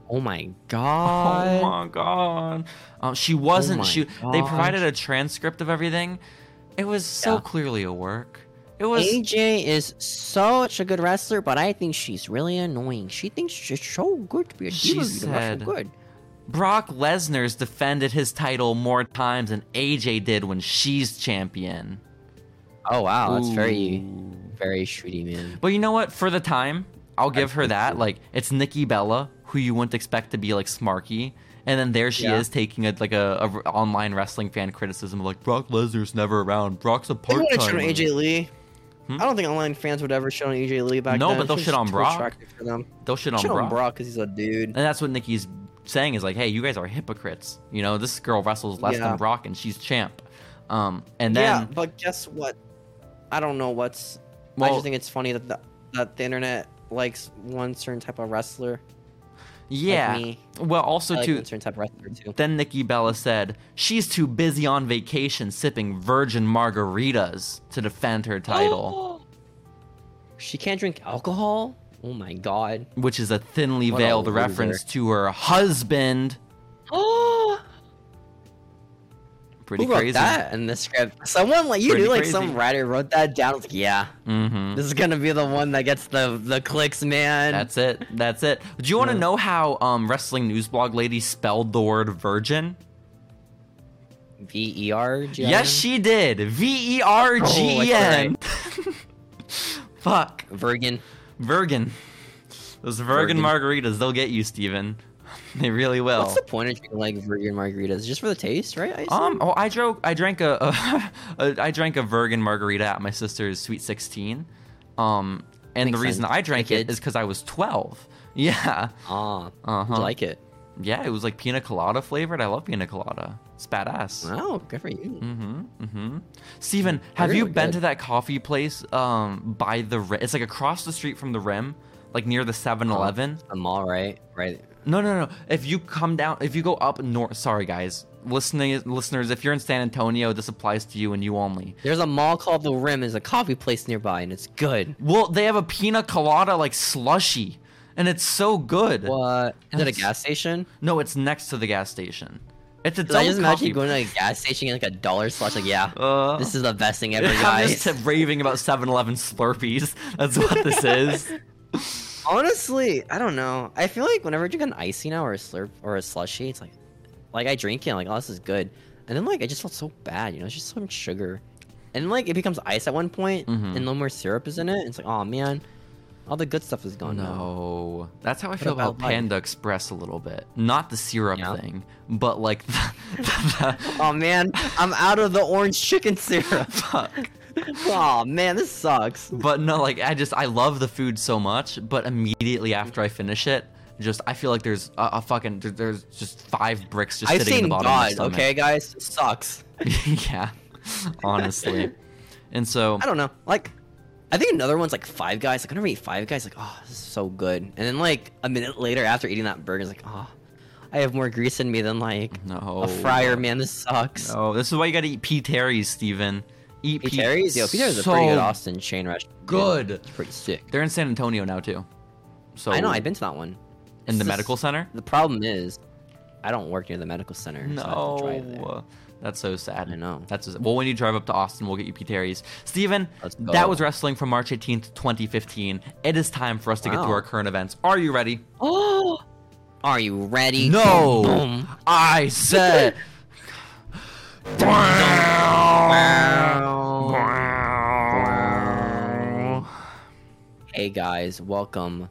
A: Oh my
B: Oh
A: god.
B: my god. Um, she wasn't.
A: my
B: she. They provided
A: gosh.
B: a transcript of everything. It was so
A: Yeah.
B: clearly a work. It was.
A: AJ is such a good wrestler, but I think she's really annoying. She thinks she's so good to be a
B: She
A: diva beater, but
B: said-
A: so good.
B: Brock Lesnar's defended his title more times than AJ did when she's champion.
A: Oh wow, that's very,
B: Ooh.
A: very shitty, man.
B: But you know what? For the time, I'll give her
A: think
B: that.
A: so.
B: Like, it's Nikki Bella, who you wouldn't expect to be like smarky, and then there she
A: Yeah.
B: is taking a like a, a r- online wrestling fan criticism of like Brock Lesnar's never around. Brock's a part time.
A: Lee.
B: Hmm?
A: I don't think online fans would ever shit on AJ Lee
B: No, but they'll
A: She's
B: shit on
A: too
B: Brock.
A: attractive for them.
B: They'll shit on
A: Shit
B: Brock.
A: because he's a dude.
B: And that's what Nikki's saying is like, hey, you guys are hypocrites. You know, this girl wrestles less
A: Yeah.
B: than Brock and she's champ. Um, and then
A: but guess what? I don't know what's.
B: Well- just
A: think it's funny that the, that the internet likes one certain type of wrestler.
B: yeah,
A: me.
B: well, also too,
A: certain type of wrestler too.
B: then Nikki Bella said she's too busy on vacation sipping virgin margaritas to defend
A: *gasps*
B: her title,
A: She can't drink alcohol? Oh my god.
B: which is a thinly
A: What a
B: veiled
A: loser.
B: reference to her husband.
A: Oh,
B: Pretty
A: who wrote
B: crazy.
A: that in the script? Someone like you
B: Pretty
A: knew like
B: crazy.
A: some writer wrote that down. It's like, yeah,
B: Mm-hmm.
A: this is gonna be the one that gets the the clicks, man.
B: That's it. That's it. Do you want to
A: Yeah.
B: know how um, wrestling news blog lady spelled the word virgin?
A: V E R. G I N?
B: Yes, she did. V E R G E N. *laughs* Fuck.
A: Virgin.
B: Virgin. Those
A: Virgin.
B: virgin, margaritas, they'll get you, Steven. *laughs* They really will.
A: What's the point of drinking like virgin margaritas? Just for the taste, right? I assume?
B: um, oh, I drank, I drank a, a, *laughs* a, I drank a virgin margarita at my sister's sweet sixteen, um, and
A: Makes
B: the reason
A: sense.
B: I drank
A: Like
B: it
A: kids.
B: is because I was twelve. *laughs* Yeah,
A: Ah,
B: Uh-huh.
A: you like it?
B: yeah, it was like pina colada flavored. I love pina colada. It's badass.
A: Wow, good for you.
B: Mm-hmm. Mm-hmm. Steven, have
A: Hmm.
B: you
A: really
B: been
A: good.
B: to that coffee place um by the ri- it's like across the street from the rim, like near the
A: Uh-huh.
B: 7-Eleven?
A: I'm all right, right?
B: No, no, no. If you come down, if you go up north, sorry guys, listening listeners, if you're in San Antonio, this applies to you and you only.
A: There's a mall called the Rim. There's a coffee place nearby, and it's good.
B: Well, they have a pina colada like slushy, and it's so good.
A: What? Is it a
B: That's-
A: gas station?
B: No, it's next to the gas station. It's its
A: Dude, I
B: own
A: just imagine
B: coffee.
A: you going to a gas station and like a dollar slash like yeah.
B: Uh,
A: this is the best thing *laughs* ever,
B: *laughs* I'm
A: guys.
B: just raving about 7-Eleven Slurpees. *laughs* That's what
A: *laughs*
B: this is.
A: Honestly, I don't know. I feel like whenever I drink an icy now or a slurp or a slushy, it's like, like I drink it, I'm like oh this is good, and then like I just felt so bad, you know, it's just so much sugar, and like it becomes ice at one point,
B: Mhm.
A: and no more syrup is in it. And it's like oh man, all the good stuff is gone now.
B: Oh, No, that's how I feel about,
A: about life?
B: Panda Express a little bit. Not the syrup
A: Yeah.
B: thing, but like *laughs* the,
A: Oh man, I'm out of the orange chicken *laughs* syrup.
B: *laughs* fuck.
A: oh man, this sucks.
B: But no, like I just I love the food so much, but immediately after I finish it, just I feel like there's a, a fucking there- there's just five bricks just
A: I've
B: sitting in the
A: seen
B: bottom
A: God.
B: of my stomach.
A: Okay, guys, This sucks.
B: *laughs* yeah, honestly. And so
A: I don't know. Like, I think another one's like Five Guys. Like, whenever I eat Five Guys, like, oh, this is so good. And then like a minute later, after eating that burger, it's like, oh, I have more grease in me than like
B: no
A: a fryer. Man, this sucks.
B: No, this is why you gotta eat P Terry's, Steven. Eat
A: P. Terry's, yo, P. Terry's
B: so
A: a pretty good Austin chain restaurant.
B: good.
A: It's pretty sick.
B: They're in San Antonio now too. So
A: I know. I've been to that one.
B: in the
A: It's just-
B: medical center.
A: The problem is, I don't work near the medical center. so I have to drive there.
B: No, that's so sad.
A: I know.
B: That's so sad. well. When you drive up to Austin, we'll get you P. Terry's. Steven,
A: Let's
B: that
A: go.
B: was wrestling from March 18th, 2015. It is time for us to get to
A: Wow.
B: our current events. Are you ready?
A: Oh, *gasps* Are you ready?
B: No,
A: Boom. *laughs*
B: I said.
A: Hey guys, welcome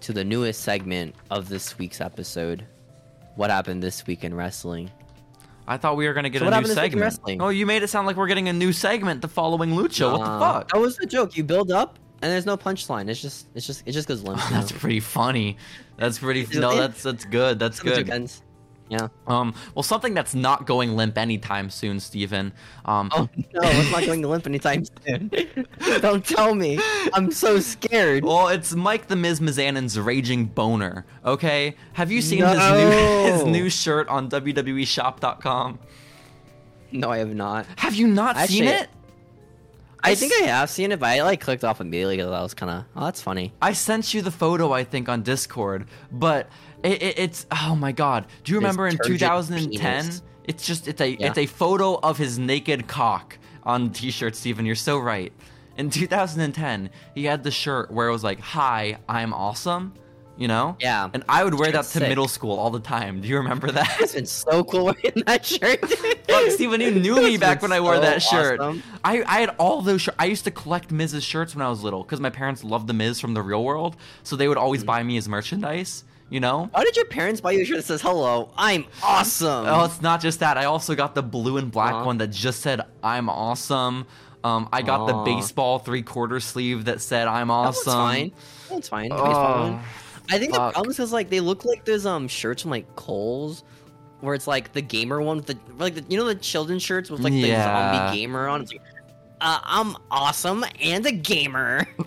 A: to the newest segment of this week's episode. What happened this week in wrestling?
B: I thought we were gonna get
A: So what
B: a new
A: happened to Sydney
B: segment.
A: Wrestling?
B: Oh, you made it sound like we're getting a new segment the following Lucha. what the
A: Uh,
B: fuck? *laughs*
A: That was the joke. You build up and there's no punchline. It's just it's just it just goes limp.
B: Oh,
A: you
B: *laughs* that's
A: *laughs* know?
B: pretty funny. That's pretty.
A: Is it
B: No,
A: limp?
B: that's that's good. That's
A: That's what
B: good.
A: it ends. Yeah.
B: Um, well, something that's not going limp anytime soon, Steven. Um,
A: Oh no, it's not
B: *laughs*
A: going to limp anytime soon. *laughs* Don't tell me. I'm so scared.
B: well, it's Mike the Miz Mizanin's raging boner. Okay, have you seen his
A: No.
B: new *laughs* his new shirt on E WWEShop.com?
A: No, I have not.
B: Have you not seen
A: Actually,
B: it?
A: I
B: s-
A: think I have seen it, but I like clicked off immediately because I was kind of, oh, that's funny.
B: I sent you the photo, I think, on Discord, but it, it, it's oh my god! Do you
A: His
B: remember in
A: turgid
B: 2010?
A: penis.
B: It's just it's a
A: Yeah.
B: it's a photo of his naked cock on T-shirt. Steven, you're so right. In 2010, he had the shirt where it was like, "Hi, I'm awesome," you know.
A: Yeah.
B: And I would wear that to
A: Shirt's sick.
B: middle school all the time. Do you remember that?
A: It's been so cool in *laughs* that shirt.
B: Fuck, Steven, you knew me
A: It's
B: back
A: been
B: when I wore
A: so
B: that shirt.
A: awesome.
B: I, I had all those shirts. I used to collect Miz's shirts when I was little because my parents loved the Miz from the real world, so they would always
A: Mm.
B: buy me his merchandise. You know.
A: Why did your parents buy you a shirt that says "Hello, I'm awesome"?
B: Oh, it's not just that. I also got the blue and black
A: Uh-huh.
B: one that just said "I'm awesome." Um, I got
A: Aw.
B: the baseball three-quarter sleeve that said "I'm
A: That one's
B: awesome."
A: fine. That one's fine. That one's
B: Oh,
A: fine. I think the
B: fuck.
A: problem is because like they look like those um shirts from like Kohl's, where it's like the gamer one with the like the, you know the children's shirts with like the
B: Yeah.
A: zombie gamer on. It's like, uh, I'm awesome and a gamer. *laughs*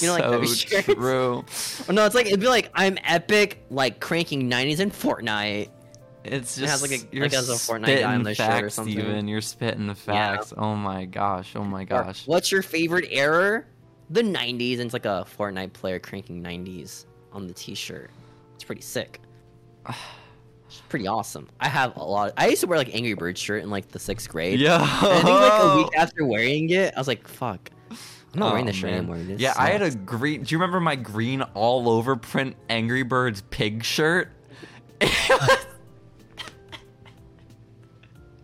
A: you know, like
B: so
A: those *laughs* shirts.
B: true.
A: Or no, it's like it'd be like I'm epic, like cranking 90s in Fortnite.
B: It's just
A: It has, like, a-
B: you're
A: like, has a Fortnite guy
B: spitting
A: on the shirt or
B: facts,
A: something.
B: Steven. You're spitting facts. Oh my gosh. Oh my
A: Or,
B: gosh.
A: What's your favorite error? The 90s, and it's like a Fortnite player cranking 90s on the T-shirt. It's pretty sick. It's pretty awesome. I have a lot. I used to wear like Angry Bird shirt in like the sixth grade.
B: Yeah.
A: And I think like a week after wearing it, I was like, "Fuck, I'm not
B: Oh,
A: wearing this shirt
B: man.
A: anymore." This
B: yeah, I had a
A: sucks."
B: green. Do you remember my green all over print Angry Birds pig shirt? *laughs*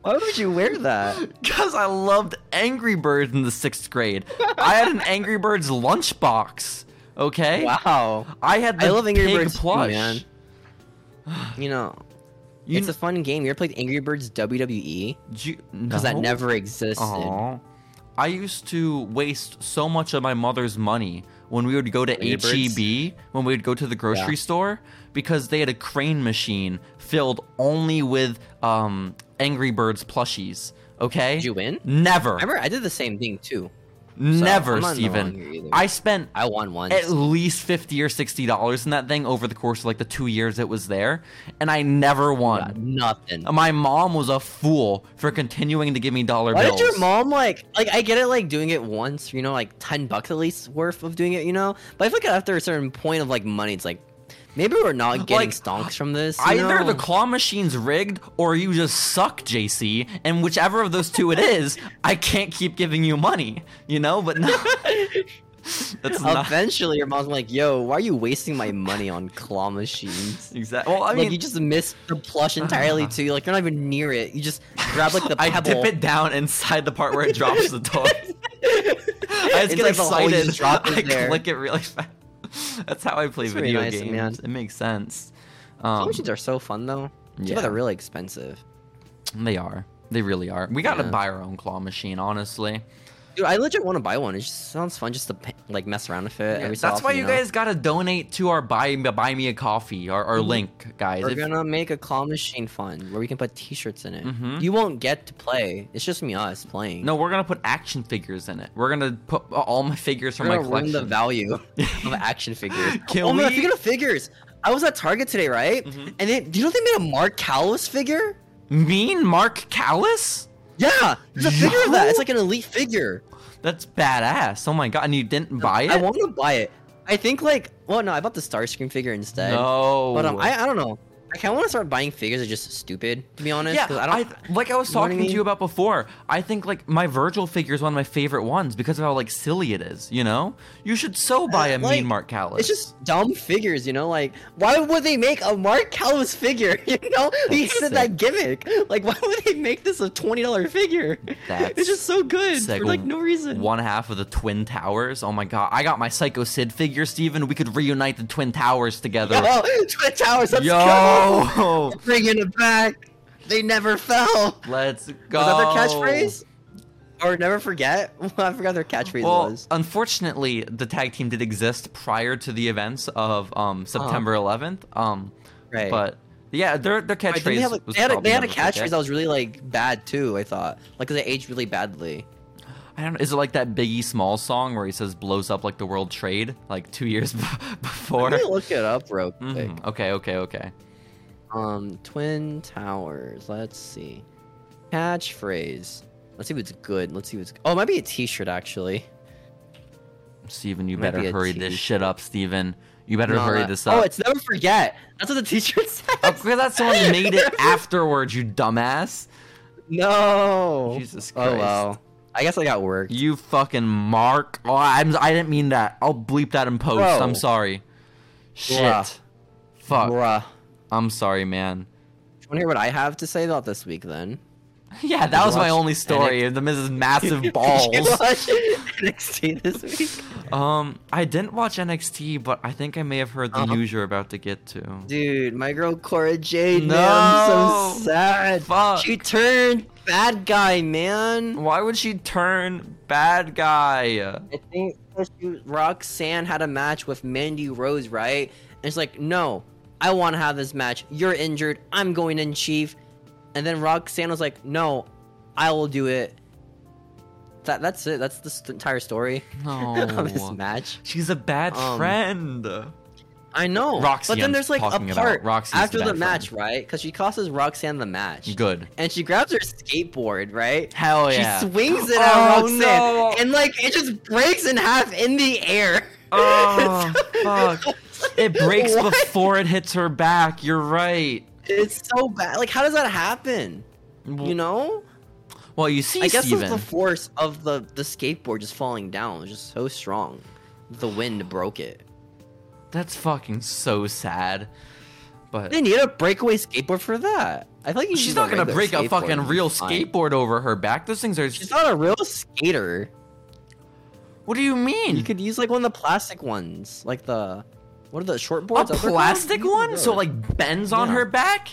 B: Because
A: Why would you wear
B: *laughs*
A: that?
B: I loved Angry Birds in the sixth grade. I had an Angry Birds lunchbox. Okay.
A: Wow.
B: I had the
A: I love Angry
B: pig
A: Birds too,
B: plush.
A: man. You know,
B: You,
A: it's a fun game. You ever played Angry Birds WWE?
B: because
A: Because that never existed.
B: Aw. I used to waste so much of my mother's money when we would go to
A: Angry Birds?
B: HEB, when we would go to the grocery
A: Yeah.
B: store, because they had a crane machine filled only with um, Angry Birds plushies. Okay?
A: Did you win?
B: Never.
A: I remember I did the same thing too.
B: never,
A: I'm not in the wrong here
B: Steven.
A: either.
B: I spent
A: I won once.
B: at least 50 or 60 dollars in that thing over the course of like the 2 years it was there, and I never
A: Got
B: won.
A: nothing.
B: My mom was a fool for continuing to give me dollar
A: Why
B: bills.
A: did your mom like like I get it like doing it once, you know, like ten bucks at least worth of doing it, you know? But I feel like after a certain point of like money, it's like maybe we're not getting
B: Like,
A: stonks from this. you
B: Either
A: know?
B: the claw machine's rigged or you just suck, JC. And whichever of those two it is, I can't keep giving you money, you know? But no. *laughs* That's not
A: Eventually your mom's like, yo, why are you wasting my money on claw machines?
B: exactly. Well, I
A: like
B: mean,
A: you just missed the plush entirely too. Like you're not even near it. You just grab like the
B: *laughs* I
A: pebble. *laughs*
B: dip it down inside the part where it drops the toy. I
A: It's
B: just get
A: like the hole, you
B: excited.
A: just
B: *laughs*
A: drop *laughs* it
B: I
A: there.
B: click it really fast. That's how I play
A: That's pretty
B: video
A: nice,
B: games.
A: man.
B: It makes sense.
A: Claw
B: Um,
A: machines are so fun though. Yeah.
B: yeah.
A: they're really expensive.
B: they are. They really are. We gotta
A: Yeah.
B: buy our own claw machine, honestly.
A: Dude, I legit want to buy one. It just sounds fun just to p- like mess around with it.
B: Yeah,
A: every so
B: that's why
A: often,
B: you
A: know?
B: guys gotta donate to our buy buy me a coffee our, our
A: Mhm.
B: link, guys.
A: We're
B: If-
A: gonna make a claw machine fund where we can put T-shirts in it.
B: Mhm.
A: You won't get to play. It's just me us playing.
B: no, we're gonna put action figures in it. We're gonna put a- all my figures from
A: we're
B: my
A: gonna ruin
B: collection.
A: the
B: *laughs*
A: value of action figures.
B: Can
A: oh my god,
B: we-
A: speaking of figures, I was at Target today, right?
B: Mhm.
A: And they, do you know they made a Mark Callis figure?
B: mean Mark Callis?
A: Yeah, there's a figure of that.
B: Yo!
A: It's like an elite figure.
B: That's badass. Oh my god! And you didn't buy it?
A: I want to buy it. I think like, well, no, I bought the Starscream figure instead.
B: no.
A: But um, I, I don't know. I kind of want to start buying figures that are just stupid, to be honest.
B: Yeah,
A: 'cause
B: I like I was
A: You know what I
B: talking to
A: mean?
B: you about before. I think like my Virgil figure is one of my favorite ones because of how like silly it is. You know, you should so buy a
A: Uh, Like,
B: mean Mark Callis.
A: It's just dumb figures, you know. Like, why would they make a Mark Callis figure? *laughs* You know, he
B: That's
A: hated that gimmick. Like, why would they make this a twenty dollar figure?
B: That's
A: it's just so good
B: sick.
A: for like no reason.
B: One half of the Twin Towers. Oh my god, I got my Psycho Sid figure, Steven. We could reunite the Twin Towers together.
A: Yo, *laughs* Twin Towers, let's go.
B: Yo,
A: Bringing it back. They never fell.
B: *laughs* let's go.
A: Was that their catchphrase? Or never forget? *laughs* Well, I forgot their catchphrase
B: Well,
A: was.
B: unfortunately, the tag team did exist prior to the events of um, September 11th. Um,
A: Uh-huh. Right.
B: But yeah, their their
A: Right, didn't
B: catchphrase
A: they, have, like,
B: was
A: they had a,
B: probably
A: they had a
B: never forget.
A: catchphrase that was really like bad too. I thought, like, 'cause they aged really badly.
B: I don't know. Is it like that Biggie Small song where he says "blows up like the world trade" like two years *laughs* b- before?
A: Let me look it up real quick.
B: Mhm. Okay, okay, okay.
A: Um, Twin Towers. Let's see. Catchphrase. Let's see what's good. Let's see what's. Oh, it might be a T-shirt actually.
B: Steven, you
A: Might be
B: better
A: a
B: hurry
A: T.
B: this shit up, Steven. You better
A: No,
B: hurry
A: that-
B: this
A: Oh,
B: up.
A: it's never forget. That's what the T-shirt *laughs* says.
B: Oh, 'cause that's someone
A: *laughs*
B: made it afterwards, you dumbass.
A: No.
B: Jesus
A: Oh
B: Christ.
A: well. I guess I got work.
B: You fucking mark. Oh, I'm. I didn't mean that. I'll bleep that in post.
A: Bro.
B: I'm sorry. Shit.
A: Bruh.
B: Fuck.
A: Bruh.
B: I'm sorry, man. *laughs*
A: Do you want to hear what I have to say about this week then?
B: Yeah, that
A: you
B: was my
A: watch
B: only story. The Mrs. Massive
A: *laughs*
B: Balls.
A: Did you watch NXT this week?
B: Um, I didn't watch NXT, but I think I may have heard the
A: Uh-huh.
B: news you're about to get to.
A: Dude, my girl Cora Jade, man, I'm so
B: No.
A: sad.
B: Fuck.
A: She turned bad guy, man.
B: Why would she turn bad
A: *laughs*
B: guy?
A: I think that she- Roxanne had a match with Mandy Rose, right? And she's like, no, I want to have this match. You're injured. I'm going in, Chief. And then Roxanne was like, no, I will do it. That, that's it. That's the st- entire story *laughs* of this
B: No.
A: match.
B: She's a bad
A: Um,
B: friend.
A: I know.
B: Roxy
A: but then
B: I'm
A: there's like a
B: talking about.
A: part
B: Roxy's
A: after
B: the
A: the
B: bad
A: match, right? Because she costs Roxanne the match.
B: Good.
A: And she grabs her skateboard, right?
B: Hell
A: She
B: yeah.
A: swings it at
B: Oh,
A: Roxanne,
B: no.
A: and like it just breaks in half in the air.
B: *laughs* Oh,
A: *laughs*
B: fuck. It breaks
A: What?
B: before it hits her back. You're right.
A: It's so bad. Like, how does that happen? You know?
B: Well, you see,
A: I guess it's
B: Steven.
A: the force of the the skateboard just falling down. It was just so strong. The wind broke it.
B: That's fucking so sad. But
A: They need a breakaway skateboard for that. I feel like you
B: she's
A: need
B: not gonna
A: regular
B: break a
A: skateboard
B: fucking
A: and be
B: real
A: fine.
B: skateboard over her back. Those things are.
A: She's not a real skater.
B: What do you mean?
A: You could use like one of the plastic ones, like the what are the short
B: A
A: boards? Are they called?
B: plastic
A: You
B: one?
A: know
B: So
A: those.
B: like bends on
A: Yeah.
B: her back?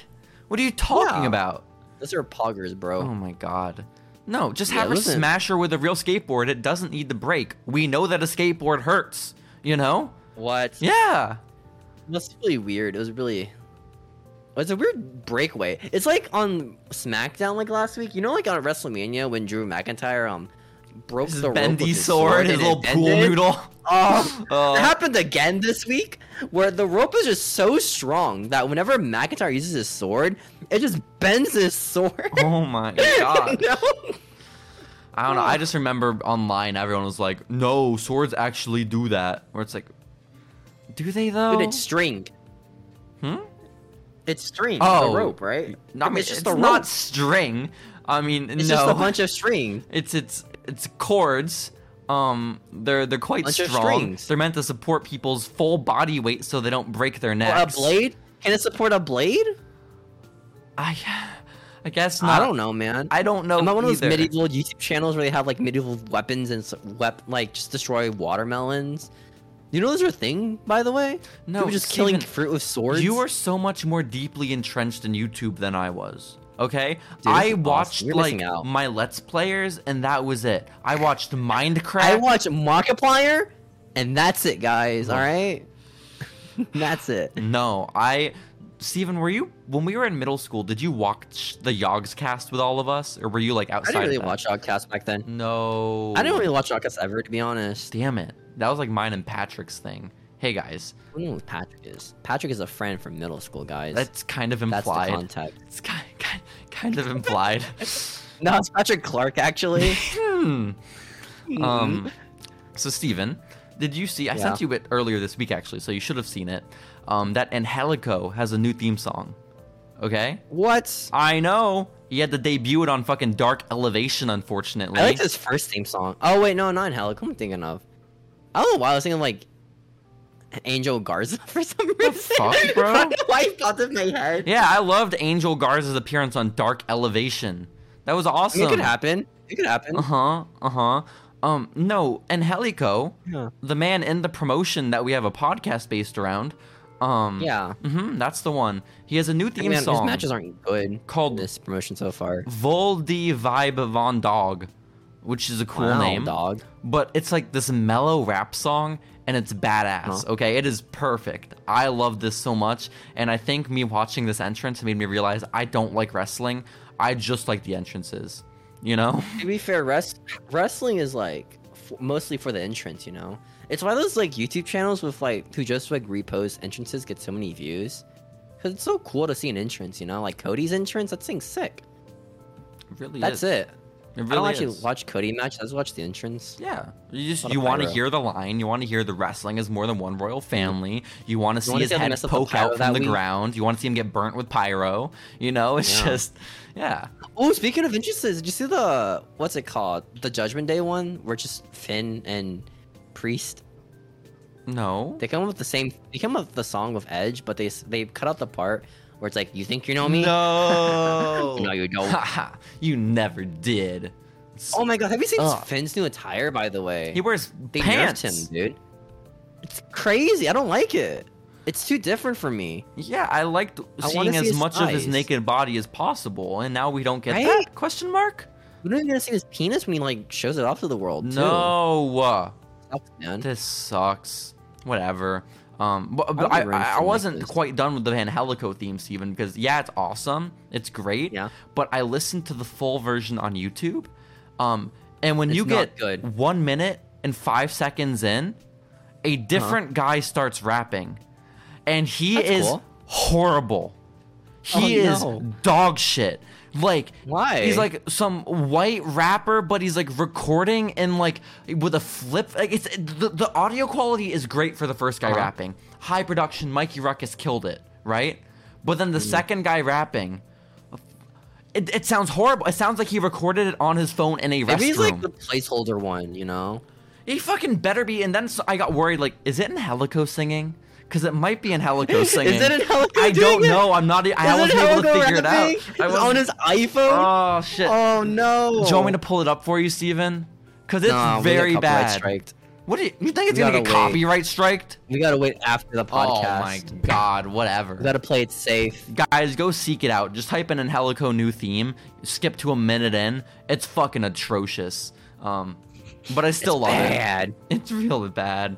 B: What are you talking
A: Yeah.
B: about?
A: those are poggers, bro.
B: Oh my god. No, just
A: Yeah,
B: have her
A: listen.
B: smash her with a real skateboard. It doesn't need the brake. We know that a skateboard hurts, you know?
A: What?
B: Yeah.
A: That's really weird. It was really. It's a weird breakaway. It's like on SmackDown, like last week. You know, like on WrestleMania when Drew McIntyre um broke
B: His
A: the rope with
B: bendy
A: his
B: sword, his
A: and
B: little
A: it
B: pool
A: ended? *laughs*
B: noodle.
A: Oh,
B: Oh.
A: it happened again this week, where the rope is just so strong that whenever McIntyre uses his sword, it just bends his sword. *laughs*
B: Oh my god.
A: no.
B: I don't know. I just remember online everyone was like, no, swords actually do that. Where it's like, do they though?
A: Dude, it's string.
B: Hmm?
A: It's string.
B: Oh.
A: the rope, right?
B: I mean, it's
A: just a
B: not
A: rope.
B: string. I mean,
A: It's
B: no.
A: just a bunch of string.
B: It's it's it's chords. Um, they're they're quite
A: Bunch of
B: strong.
A: strings.
B: They're meant to support people's full body weight so they don't break their
A: Or a
B: necks.
A: blade? Can it support a blade?
B: I, I guess
A: I
B: not.
A: don't know, man.
B: Uh, I don't know.
A: I'm not one of those
B: either.
A: medieval YouTube channels where they have like medieval weapons and s- wep- like just destroy watermelons. You know those are a thing, by the way.
B: No,
A: People just killing
B: Steven,
A: fruit with swords.
B: You are so much more deeply entrenched in YouTube than I was. Okay,
A: is
B: I
A: awesome.
B: watched
A: You're missing
B: like
A: out.
B: my Let's Players, and that was it. I watched Minecraft.
A: I watch Markiplier, and that's it, guys. All right, *laughs* that's
B: *laughs*
A: it.
B: No, I. Steven, were you when we were in middle school? Did you watch the Yogs cast with all of us, or were you like
A: I
B: outside?
A: didn't really
B: of that?
A: watch Outcast back then.
B: No,
A: I didn't really watch Outcast ever, to be honest.
B: Damn it. That was like mine and Patrick's thing. Hey guys,
A: I don't know who Patrick is. Patrick is a friend from middle school, guys.
B: that's kind of
A: that's the
B: implied.
A: context.
B: It's kind, kind, kind of implied.
A: No, it's Patrick Clark,
B: *laughs*
A: actually.
B: Hmm. Um, so Steven, did you see? I sent
A: Yeah.
B: you it earlier this week, actually, so you should have seen it. Um, that Angelico has a new theme song. Okay.
A: What?
B: I know. He had to debut it on fucking Dark Elevation, unfortunately.
A: I like his first theme song. Oh wait, no, not Helic. Who am I thinking of? I don't know why I was thinking like Angel Garza *laughs* for some reason.
B: fuck,
A: *laughs*
B: bro?
A: I don't know why it popped in my head.
B: Yeah, I loved Angel Garza's appearance on Dark Elevation. That was
A: I
B: awesome.
A: mean, it could happen. It could happen.
B: Uh huh. Uh huh. Um, no, and Helico,
A: Yeah.
B: the man in the promotion that we have a podcast based around. Um,
A: Yeah.
B: hmm that's the one. He has a new
A: Hey,
B: theme
A: man, his
B: song
A: matches aren't good.
B: Called-
A: in this promotion so far.
B: Vol de Vibe Von Dog, which is a cool
A: Wow,
B: name.
A: dog.
B: But it's like this mellow rap song and it's badass.
A: Huh.
B: Okay, it is perfect. I love this so much. And I think me watching this entrance made me realize I don't like wrestling. I just like the entrances. You know? *laughs*
A: To be fair, rest- wrestling is like f- mostly for the entrance. You know, it's one of those like YouTube channels with like who just like repost entrances get so many views. Cause it's so cool to see an entrance. You know, like Cody's entrance. That thing's sick.
B: It really
A: That's
B: is.
A: it.
B: It really
A: I don't actually
B: is.
A: watch Cody match. I just watch the entrance.
B: Yeah, you just
A: What a
B: you want to
A: pyro.
B: hear the line. You want to hear the wrestling is more than one royal family. You want to see
A: wanna
B: his
A: see how they
B: head
A: mess up the
B: poke
A: pyro
B: out from
A: that
B: the
A: week.
B: ground. You want to see him get burnt with pyro. You know, it's
A: Yeah.
B: just yeah.
A: Oh, speaking of entrances, did you see the what's it called? The Judgment Day one, where it's just Finn and Priest.
B: No,
A: They come up with the same. They come up with the song with Edge, but they s- they cut out the part where it's like, "You think you know me?
B: no,
A: *laughs* No, *laughs* you
B: *laughs*
A: don't.
B: Haha, you never did. S-
A: Oh my god, have you seen
B: Ugh.
A: Finn's new attire? By the way,
B: he wears
A: they
B: pants.
A: nerfed him, dude. It's crazy. I don't like it. It's too different for me.
B: Yeah, I liked
A: I wanna
B: seeing
A: see
B: as
A: his
B: much of his
A: eyes.
B: naked body as possible, and now we don't get
A: Right?
B: that question mark.
A: We're not even gonna see his penis when he like shows it off to the world.
B: No.
A: too. Sucks, man.
B: This sucks. Whatever. Um, but, but
A: would
B: I,
A: run
B: I, I
A: something like
B: wasn't
A: this.
B: quite done with the Van Helico theme, Steven, because yeah, it's awesome, it's great.
A: Yeah.
B: But I listened to the full version on YouTube, um, and when
A: It's
B: you
A: not
B: get
A: good.
B: one minute and five seconds in, a
A: Uh-huh.
B: different guy starts rapping, and he
A: That's
B: is
A: cool.
B: horrible. He
A: Oh,
B: is
A: no.
B: dog shit. Like
A: Why?
B: He's like some white rapper, but he's like recording and like with a flip. Like it's the, the audio quality is great for the first guy
A: Uh-huh.
B: rapping. High production, Mikey Ruckus killed it, right? But then the
A: Mm-hmm.
B: second guy rapping, it, it sounds horrible. It sounds like he recorded it on his phone in a restroom.
A: Maybe he's like the placeholder one, you know?
B: He fucking better be. And then so I got worried. Like, is it in Helico singing? Because it might be in
A: *laughs*
B: Helico singing.
A: it in Helico
B: I don't
A: doing it?
B: know. I'm not. e, I wasn't able to figure it out. I
A: was on
B: wasn't-
A: his iPhone.
B: Oh shit.
A: oh no!
B: Do you want me to pull it up for you, Steven? Because it's
A: Nah, we get
B: very
A: copyright
B: bad.
A: striked.
B: What do you, you think it's
A: We
B: gonna get
A: gotta wait.
B: copyright striked?
A: We gotta wait after the
B: Oh
A: podcast.
B: my god, whatever.
A: We gotta play it safe.
B: Guys, go seek it out. Just type in an Helico new theme. Skip to a minute in. It's fucking atrocious. Um, but I still love
A: bad.
B: it. *laughs* It's real bad.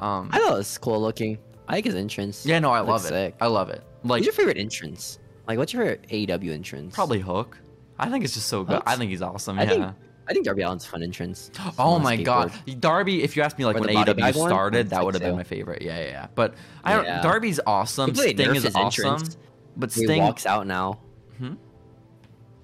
B: Um,
A: I thought it was cool looking. I like his entrance.
B: yeah, no, I
A: Looks
B: love it.
A: sick.
B: I love it. Like
A: What's your favorite entrance? Like, what's your favorite AEW entrance?
B: probably Hook. I think it's just so good.
A: Hook's-
B: I think he's awesome.
A: I
B: yeah.
A: think I think Darby Allin's a fun entrance.
B: Oh
A: On a
B: my god,
A: skateboard.
B: Darby! If you asked me like
A: Or
B: when
A: the body
B: AEW
A: bag one?
B: started,
A: It's
B: that
A: like
B: would have
A: so.
B: been my favorite. Yeah, yeah. yeah. But I don't.
A: Yeah.
B: Darby's awesome.
A: They
B: Sting
A: nerfed
B: is
A: his
B: awesome.
A: entrance.
B: But
A: Where
B: Sting,
A: He walks out now.
B: Hmm?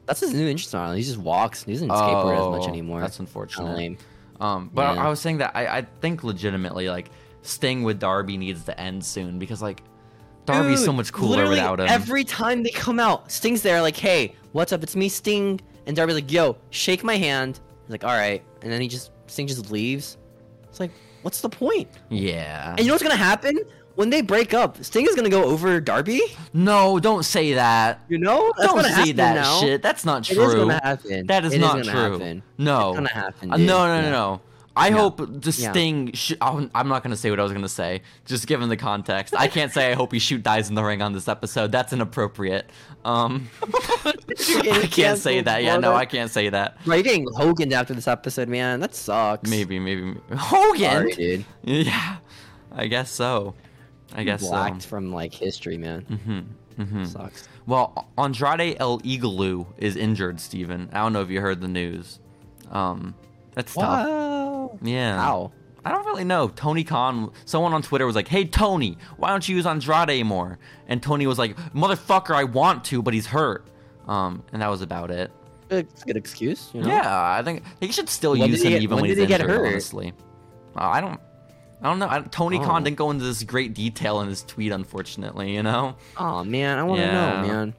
A: That's his new entrance now. He just walks. He doesn't skateboard as much
B: Oh,
A: anymore.
B: That's
A: kind of
B: unfortunate.
A: lame.
B: Um, but I-
A: Yeah.
B: I, was saying that I, I think legitimately like Sting with Darby needs to end soon because like Darby's so
A: Dude,
B: much cooler
A: literally
B: without him.
A: Every time they come out, Sting's there, like, "Hey, what's up? It's me, Sting." And Darby's like, "Yo, shake my hand." He's like, "All right," and then he just Sting just leaves. It's like, what's the point?
B: yeah.
A: And you know what's gonna happen when they break up? Sting is gonna go over Darby.
B: no, don't say that.
A: You know, That's
B: don't
A: gonna
B: say
A: happen
B: that
A: now.
B: shit. That's not
A: It
B: true.
A: is gonna happen.
B: That is
A: It
B: not
A: gonna
B: true.
A: happen.
B: No.
A: it's gonna happen.
B: Uh,
A: dude.
B: No, no,
A: Yeah.
B: no, no. I
A: Yeah.
B: hope the
A: Yeah.
B: Sting. Sh- I'm I'm not gonna say what I was gonna say, just given the context. I can't say I hope he shoot dies in the ring on this episode. That's inappropriate.
A: *laughs*
B: Um,
A: You're *laughs* getting
B: *laughs* I can't say
A: canceled,
B: that. Yeah, no,
A: brother.
B: I can't say that.
A: Bro, you're getting Hoganed after this episode, man. That sucks.
B: Maybe, maybe, maybe.
A: Sorry,
B: Hogan.
A: dude.
B: *laughs* yeah, I guess so. I guess
A: Blacked
B: so.
A: from like history, man.
B: um, Mm-hmm. Mm-hmm.
A: Sucks.
B: Well, Andrade El Igaloo is injured, Steven. I don't know if you heard the news. Um, that's tough.
A: Wow.
B: Yeah.
A: How?
B: I don't really know. Tony Khan, someone on Twitter was like, "Hey Tony, why don't you use Andrade more?" And Tony was like, "Motherfucker, I want to, but he's hurt." Um, and that was about it.
A: It's a good excuse, you know.
B: Yeah, I think he should still
A: When
B: use
A: did
B: him
A: he get-
B: even
A: when
B: when he's
A: did he get
B: injured.
A: hurt?
B: Honestly, uh, I don't, I don't know. I, Tony Khan
A: Oh.
B: didn't go into this great detail in his tweet, unfortunately. You know, *laughs*
A: Oh man, I want to
B: Yeah.
A: know, man.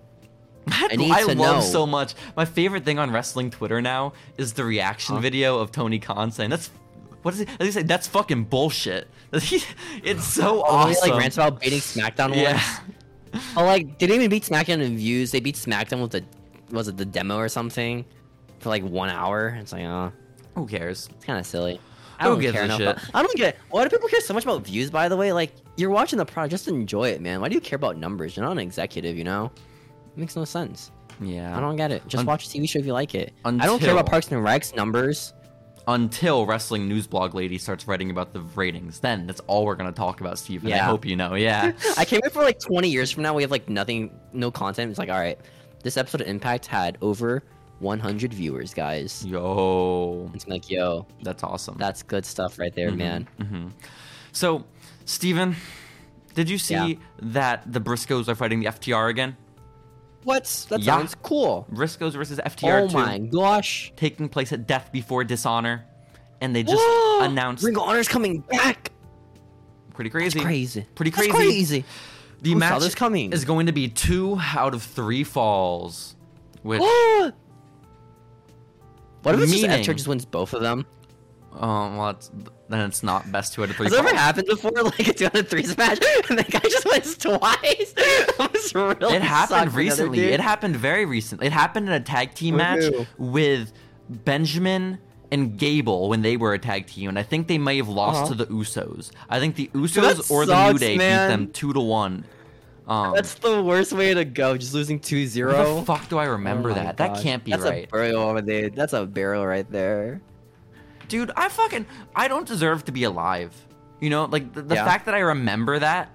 B: I,
A: I need
B: I
A: to
B: love
A: know.
B: so much. My favorite thing on wrestling Twitter now is the reaction video of Tony Khan saying, "That's what does he, does he say? That's fucking bullshit." *laughs* it's so
A: Oh,
B: awesome.
A: he like rants about beating SmackDown
B: yeah,
A: once. Oh, like they didn't even beat SmackDown in views. They beat SmackDown with the was it the demo or something for like one hour. It's like, oh,
B: *laughs* who cares?
A: it's kind of silly. I
B: Who
A: don't
B: gives
A: care
B: a
A: enough.
B: shit?
A: about- I don't get. Why do people care so much about views? By the way, like you're watching the product, just enjoy it, man. Why do you care about numbers? You're not an executive, you know. It makes no sense.
B: Yeah,
A: I don't get it. Just
B: Un-
A: watch a TV show if you like it. I don't care about
B: Until-
A: Parks and Recs numbers. *laughs*
B: until wrestling news blog lady starts writing about the ratings. Then that's all we're gonna talk about, Stephen. I
A: Yeah.
B: hope you
A: *laughs*
B: know. Yeah,
A: I can't wait for like 20 years from now. We have like nothing, no content. It's like, all right, this episode of Impact had over 100 viewers, guys.
B: yo,
A: It's like, yo,
B: that's awesome.
A: that's good stuff right
B: Mm-hmm.
A: there, man.
B: so, Stephen, did you see
A: Yeah.
B: that the Briscoes are fighting the FTR again?
A: What? That
B: Yeah.
A: sounds cool.
B: Briscoes versus FTR
A: Oh
B: two
A: my gosh.
B: taking place at Death Before Dishonor, and they just announced
A: Ring of Honor's coming back.
B: pretty crazy.
A: Crazy.
B: Pretty
A: That's
B: crazy.
A: crazy.
B: The
A: Who saw
B: match
A: this coming?
B: is going to be two out of three falls, which
A: what if it's just
B: Meaning-
A: FTR just wins both of them?
B: um, well, it's, then it's not best two out of three.
A: Has that ever
B: falls.
A: happened before? *laughs* Like a two out of three smash, *laughs* and that guy just wins twice. *laughs* That was really
B: it
A: sucked for
B: happened
A: the other
B: recently.
A: dude.
B: It happened very recently. It happened in a tag team
A: With
B: match
A: who?
B: with Benjamin and Gable when they were a tag team, and I think they may have lost
A: Uh-huh.
B: to the Usos. I think the Usos
A: that
B: or the New
A: sucks,
B: Day
A: man.
B: beat them two to one. Um,
A: That's the worst way to go. Just losing 2-0.
B: How the fuck do I remember
A: Oh my
B: that? That
A: gosh.
B: can't be
A: That's
B: right.
A: A burial over there. That's a burial right there.
B: Dude, I fucking I don't deserve to be alive. You know, like the, the
A: Yeah.
B: fact that I remember that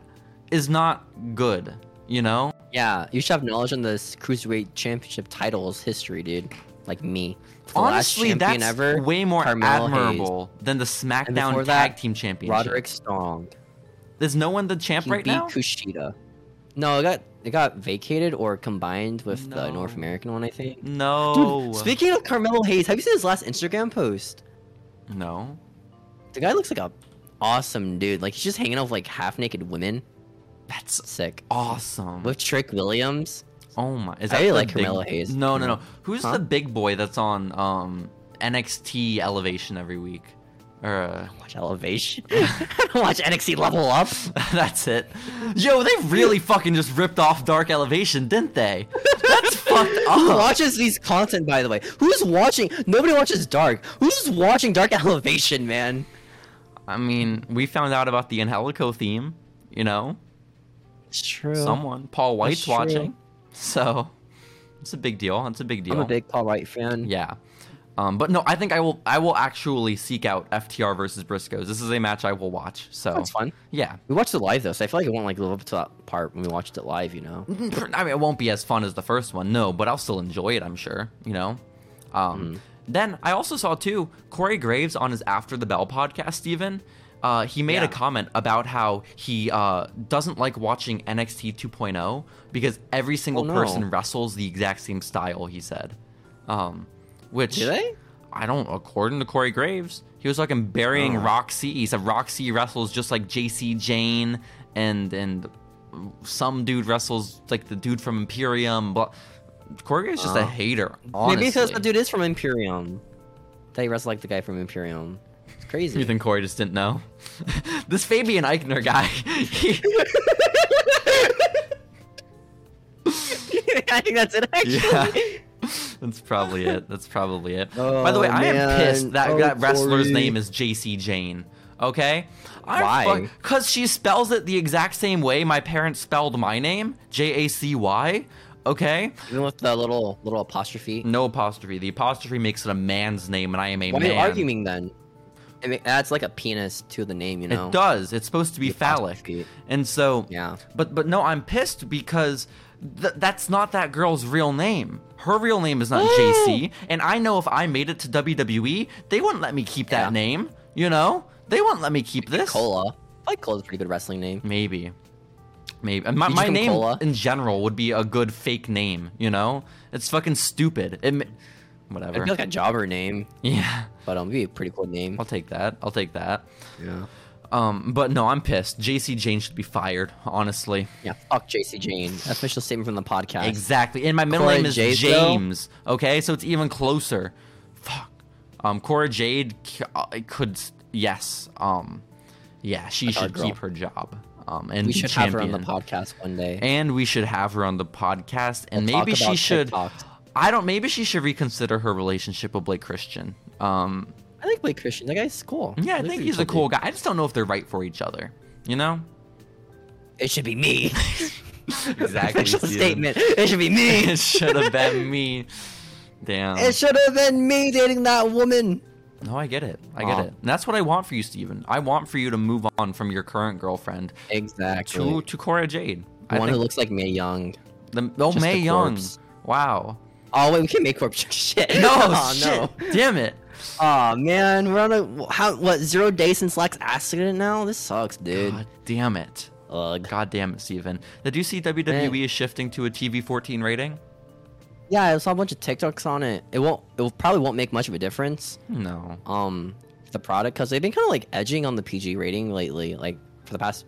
B: is not good, you know?
A: Yeah, you should have knowledge on this cruiserweight championship titles history, dude. Like me. The
B: Honestly,
A: last champion
B: that's
A: ever,
B: way more
A: Carmelo
B: admirable than
A: And
B: the SmackDown
A: before
B: Tag
A: that,
B: Team Championship.
A: Roderick Strong.
B: There's no one the champ
A: He
B: right
A: beat
B: now.
A: Kushida. No, it got it got vacated or combined with the
B: No.
A: North American one, I think.
B: no.
A: Dude, speaking of Carmelo Hayes, have you seen his last Instagram post?
B: no.
A: The guy looks like a awesome dude. Like he's just hanging out with like half naked women.
B: That's
A: Sick.
B: awesome.
A: With Trick Williams.
B: Oh my! Is
A: I
B: that
A: really
B: the
A: like
B: big-
A: Carmelo Hayes.
B: No, no, no.
A: Carmelo-
B: Who's
A: Huh?
B: the big boy that's on um NXT Elevation every week? Or uh, *laughs*
A: Watch Elevation. *laughs* Watch NXT Level Up.
B: That's it. Yo, they really fucking just ripped off Dark Elevation, didn't they?
A: *laughs*
B: That's fucked
A: Who
B: up.
A: watches these content, by the way? Who's watching? Nobody watches Dark. Who's watching Dark *laughs* Elevation, man?
B: I mean, we found out about the Angelico theme, you know?
A: It's true.
B: Someone, Paul White's
A: true.
B: watching. *laughs* So, it's a big deal. It's a big deal.
A: I'm a big Paul White fan.
B: yeah. Um, but no, I think I will I will actually seek out FTR versus Briscoes. This is a match I will watch. So
A: That's fun.
B: Yeah.
A: We watched it live though, so I feel like it won't like live up to that part when we watched it live, you know.
B: *laughs* I mean, it won't be as fun as the first one, no, but I'll still enjoy it, I'm sure, you know? Um,
A: Mm-hmm.
B: Then I also saw, too, Corey Graves on his After the Bell podcast, Steven. Uh, he made
A: Yeah.
B: a comment about how he uh, doesn't like watching NXT 2.0 because every single
A: Oh, no.
B: person wrestles the exact same style, he said. Um, which.
A: Do they?
B: I don't, according to Corey Graves, he was fucking burying
A: Oh.
B: Roxy. He said Roxy wrestles just like JC Jane and and some dude wrestles like the dude from Imperium. But Corey Graves is just a
A: Oh.
B: hater. Honestly.
A: Maybe because the dude is from Imperium. They wrestle like the guy from Imperium. It's crazy.
B: You think Corey just didn't know? *laughs* this Fabian Eichner guy. *laughs* he-
A: *laughs* I think that's it actually.
B: yeah. That's
A: *laughs*
B: probably it. That's probably it.
A: Oh,
B: By the way, I am pissed
A: man.
B: that
A: Oh,
B: that wrestler's
A: Corey.
B: name is JC Jane. Okay?
A: Why?
B: Because she spells it the exact same way my parents spelled my name J A C Y. Okay?
A: Even with the little little apostrophe.
B: No apostrophe. The apostrophe makes it a man's name, and I am a
A: Why
B: man.
A: are you arguing then? I mean, that's like a penis to the name, you know.
B: It does. It's supposed to be phallic.
A: apostrophe.
B: And so,
A: Yeah.
B: But but no, I'm pissed because th- that's not that girl's real name. Her real name is not JC, and I know if I made it to WWE, they wouldn't let me keep that
A: Yeah.
B: name. You know, they wouldn't let me keep this.
A: Cola. I like Cola's a pretty good wrestling name.
B: Maybe. Maybe And my,
A: You
B: my
A: just
B: name
A: become Cola?
B: in general would be a good fake name, you know? It's fucking stupid. It, ma- whatever.
A: It'd be like a jobber name,
B: yeah, *laughs*
A: but um, it'd be a pretty cool name.
B: I'll take that. I'll take that.
A: Yeah.
B: Um, but no, I'm pissed. JC Jane should be fired, honestly.
A: Yeah, fuck JC Jane. Official statement from the podcast.
B: Exactly. And my middle
A: Cora
B: name is
A: Jade, though?
B: James. Okay, so it's even closer. Fuck. Um, Cora Jade c- uh, could s- yes. Um, yeah, she
A: our
B: should
A: girl.
B: keep her job. Um, and
A: we
B: be
A: should have her on the
B: champion.
A: podcast one day.
B: And we should have her on the podcast. And
A: We'll talk
B: maybe she
A: about
B: should.
A: TikToks.
B: I don't. Maybe she should reconsider her relationship with Blake Christian. Um,
A: I like Blake Christian. That guy's cool.
B: yeah, I
A: like
B: think
A: what
B: he's
A: you
B: a
A: told
B: cool guy. I just don't know if they're right for each other. You know.
A: me. It should be
B: *laughs*
A: me.
B: Exactly.
A: Official
B: Steven.
A: statement. It should be me.
B: *laughs* it should have been
A: *laughs*
B: me. Damn.
A: It should have been me dating that woman.
B: No, I get it. I get
A: Wow.
B: it. And that's what I want for you, Steven. I want for you to move on from your current girlfriend
A: Exactly.
B: to to Cora Jade. I
A: one who
B: think
A: looks like Mae Young.
B: the, oh,
A: just
B: May
A: a
B: Young.
A: corpse.
B: Wow.
A: *laughs* Oh wait, we can make corp *laughs* shit.
B: No,
A: oh,
B: shit. Damn it.
A: Oh man, we're on a how what zero days since Lex accident now. This sucks, dude.
B: God damn it.
A: Ugh.
B: God damn it, Steven. Did you see WWE is shifting to a TV 14 rating?
A: Yeah, I saw a bunch of TikToks on it. It won't. It will- probably won't make much of a difference.
B: No.
A: Um, for the product because they've been kind of like edging on the PG rating lately, like for the past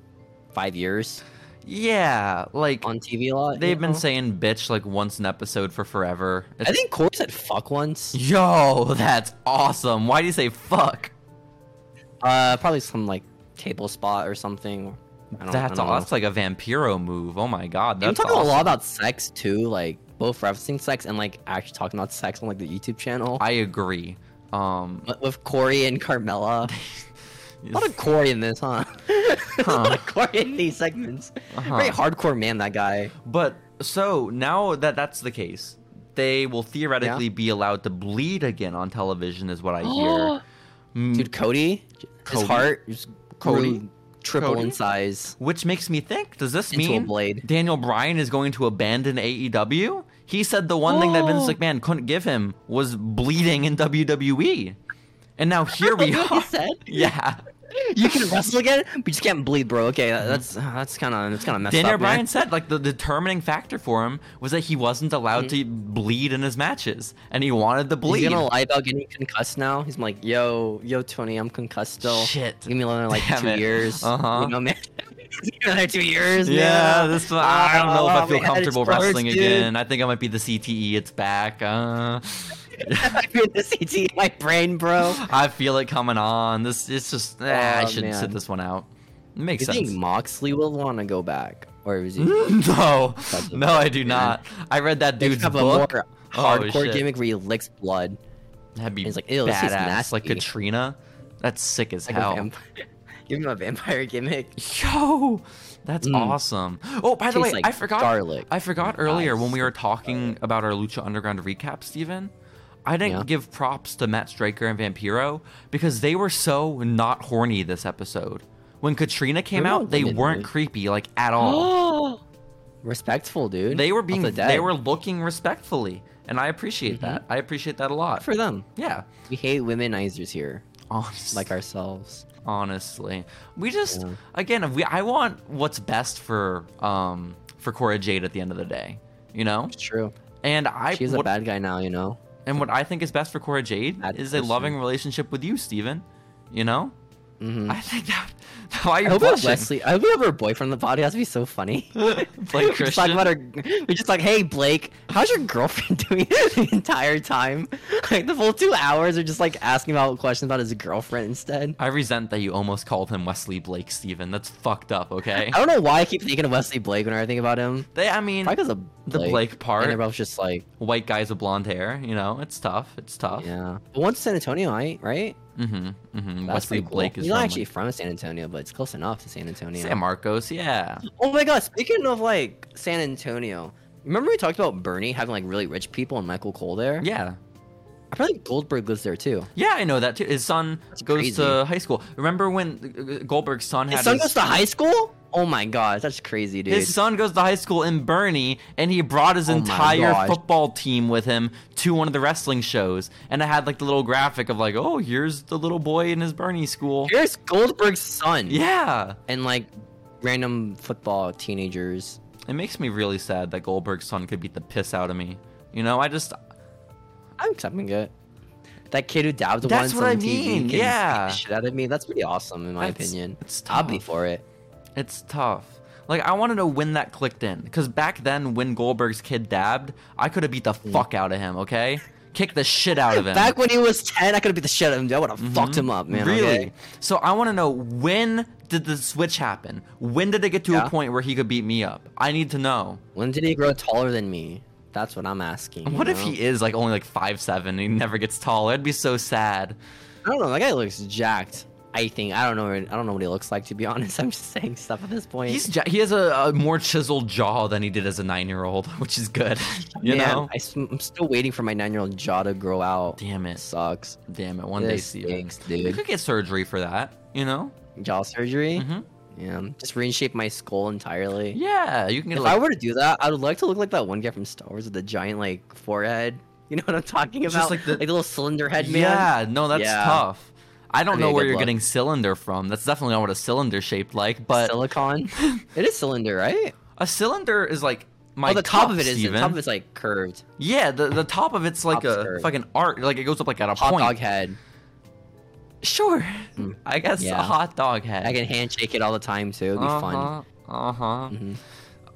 A: five years
B: Yeah, like
A: on TV a lot. you
B: they've been
A: know?
B: saying bitch like once an episode for forever.
A: I
B: It's-
A: think Corey said fuck once.
B: Yo, that's awesome. Why do you say fuck?
A: Uh, probably some like table spot or something. I don't,
B: That's
A: I don't
B: aw-
A: know.
B: that's like a vampiro move. Oh my god,
A: I'm
B: that's
A: talking
B: awesome.
A: a lot about sex too, like both referencing sex and like actually talking about sex on like the YouTube channel
B: I agree. Um,
A: But with Corey and Carmela. A lot of Corey in this, huh? *laughs* a lot of Corey in these segments.
B: Uh-huh.
A: Very hardcore man, that guy.
B: but so now that that's the case, they will theoretically be allowed to bleed again on television, is what
A: *gasps*
B: I hear. Mm,
A: Dude, Cody,
B: Cody?
A: his heart just
B: Cody?
A: grew triple
B: Cody?
A: in size.
B: which makes me think: Does this
A: Into a
B: mean
A: blade.
B: Daniel Bryan is going to abandon AEW? He said the one thing that Vince
A: Oh.
B: McMahon couldn't give him was bleeding in WWE, and now here we
A: That's what
B: are.
A: *laughs* he said?
B: *laughs* Yeah,
A: You can wrestle again, but you just can't bleed, bro. Okay, that- that's uh, that's kind of that's kind of messed
B: Daniel
A: up. man.
B: Bryan said like the determining factor for him was that he wasn't allowed to bleed in his matches, and he wanted to bleed.
A: Hmm. He's gonna lie about getting concussed now. He's like, yo, yo, Tony, I'm concussed still.
B: Shit.
A: Give me another like
B: Damn
A: two
B: it.
A: years.
B: Uh-huh.
A: You know, man. *laughs* Give me another two years.
B: Yeah,
A: man.
B: this one, I don't know if
A: Ah,
B: I feel
A: my head
B: comfortable
A: explodes,
B: wrestling
A: dude.
B: again. I think I might be the CTE. It's back. Uh, *laughs*
A: *laughs* I feel the CT in my brain, bro.
B: I feel it coming on. This it's just eh, I
A: Oh,
B: should sit
A: man.
B: this one out. It makes
A: You think
B: sense. Hmm?
A: Moxley will want to go back, or is
B: *laughs*
A: he?
B: No,
A: That's a-
B: no, I do not. I read that
A: They
B: dude's
A: have a
B: book.
A: more
B: Oh,
A: hardcore
B: shit.
A: gimmick where he licks blood.
B: That'd be
A: He's like, "Ew, this is
B: badass, like
A: nasty."
B: Katrina. That's sick as
A: Like a
B: hell.
A: vampire. *laughs* Give him a vampire
B: *gasps*
A: gimmick.
B: *laughs* Yo, that's
A: Mm.
B: awesome. Oh, by the way,
A: Tastes like
B: I forgot.
A: garlic.
B: I forgot earlier when we
A: Nice.
B: were talking about our Lucha Underground recap, Steven. I didn't
A: Yeah.
B: give props to Matt Striker and Vampiro because they were so not horny this epised. When Katrina came
A: They're
B: out,
A: not
B: they
A: women,
B: weren't
A: dude.
B: creepy like at all.
A: *gasps* Oh, respectful, dude.
B: they were
A: Off
B: being
A: the
B: they
A: dead.
B: were looking respectfully, and I appreciate that. I appreciate that a lot.
A: Mm-hmm. for them.
B: yeah, *laughs*
A: We hate womenizers here,
B: honestly.
A: like ourselves.
B: honestly we just
A: Yeah.
B: again we i want what's best for um for cora jade at the end of the day you know
A: It's true.
B: and i
A: She's a
B: what,
A: bad guy now, you know.
B: and what i think is best for cora jade
A: Bad
B: is a
A: person.
B: loving relationship with you steven you know
A: Mhm.
B: i think that *laughs* why
A: I
B: you're
A: hope we have
B: blushing?
A: Leslie. I hope we have her boyfriend on the podcast. That'd be so funny.
B: *laughs* blake
A: we *laughs* just talk
B: christian
A: about her. We just like, hey Blake, how's your girlfriend *laughs* doing the entire time? Like the full two hours are just like asking about questions about his girlfriend instead.
B: i resent that you almost called him wesley blake steven that's fucked up okay
A: *laughs* I don't know why I keep thinking of Wesley Blake whenever I think about him.
B: they i mean
A: Probably because of
B: the
A: Blake.
B: Blake part.
A: And they're both just like,
B: white guys with blonde hair you know it's tough it's tough
A: yeah. But one's San Antonio, right? Right?
B: mm-hmm, mm-hmm.
A: That's
B: wesley
A: pretty cool.
B: blake is
A: He's not
B: from,
A: actually from San Antonio, but it's close enough to San Antonio.
B: like, san marcos yeah
A: Oh my god, speaking of like San Antonio, remember we talked about Bernie having like really rich people and Michael Cole there?
B: yeah
A: I probably Goldberg lives there too.
B: Yeah, I know that too. His son goes
A: crazy.
B: to high school. Remember when uh, Goldberg's son had
A: His son
B: his,
A: goes to high school? Oh my god, that's crazy, dude.
B: his son goes to high school in Bernie, and he brought his
A: Oh my
B: entire
A: gosh.
B: football team with him to one of the wrestling shows. And I had like the little graphic of like, oh, here's the little boy in his Bernie school.
A: Here's Goldberg's son.
B: Yeah,
A: And like random football teenagers.
B: it makes me really sad that Goldberg's son could beat the piss out of me. You know, I just
A: I'm accepting it. that kid who dabbed once
B: That's what I
A: on TV
B: mean,
A: can beat
B: yeah.
A: the shit out of me. That's pretty awesome in my
B: That's-
A: opinion.
B: it's
A: I'll be
B: tough.
A: for it.
B: It's tough. Like I want to know when that clicked in, because back then when Goldberg's kid dabbed, I could have beat the
A: Mm.
B: fuck out of him. Okay, kick the shit out of him.
A: Back when he was ten, I could have beat the shit out of him. dude. I would have fucked him up, man.
B: Mm-hmm. really?
A: okay?
B: So I want to know when did the switch happen? When did it get to
A: Yeah.
B: a point where he could beat me up? I need to know.
A: When did he grow taller than me? That's what I'm asking. you
B: What if
A: know?
B: he is like only like five seven and he never gets taller? I'd be so sad.
A: I don't know. That guy looks jacked. I think I don't know. I don't know what he looks like to be *laughs* honest. I'm just saying stuff at this point.
B: He's ja- he has a, a more chiseled jaw than he did as a nine year old, *laughs* which is good. you
A: Man,
B: know.
A: I, am still waiting for my nine-year-old jaw to grow out.
B: Damn it.
A: sucks.
B: Damn it! One day,
A: This
B: see
A: stinks,
B: You
A: dude.
B: could get surgery for that. You know.
A: Jaw surgery.
B: Mhm.
A: Yeah, just reshape my skull entirely.
B: Yeah, you can get
A: If
B: like
A: I were to do that, I would like to look like that one guy from Star Wars with the giant like forehead. You know what I'm talking
B: Just
A: about?
B: like the-
A: little cylinder head man.
B: yeah. No, that's
A: Yeah.
B: tough. I
A: That'd
B: don't
A: be
B: know
A: a
B: where
A: good
B: you're
A: look.
B: getting cylinder from. That's definitely not what a cylinder shaped like. But
A: silicon.
B: *laughs*
A: it is cylinder, right?
B: a cylinder is like my
A: oh, the top
B: cups
A: of it is
B: even.
A: the top of it's like curved.
B: yeah, the, the top of it's like
A: Top's
B: a
A: curved.
B: fucking art. Like it goes up like at a
A: Hot
B: point.
A: dog head.
B: Sure,
A: Mm.
B: I guess a
A: Yeah.
B: hot dog head.
A: I can handshake it all the time too. It'd be fun.
B: Uh huh.
A: Mhm.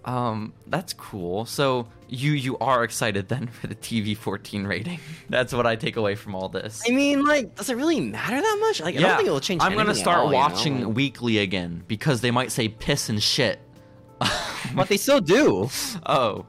B: Um, that's cool. So you you are excited then for the TV fourteen rating. *laughs* That's what I take away from all this.
A: I mean, like, does it really matter that much? Like, I don't think it will change.
B: I'm gonna
A: anything at
B: start
A: all, you know?
B: watching weekly again because they might say piss and shit.
A: but they still
B: *laughs*
A: do.
B: oh,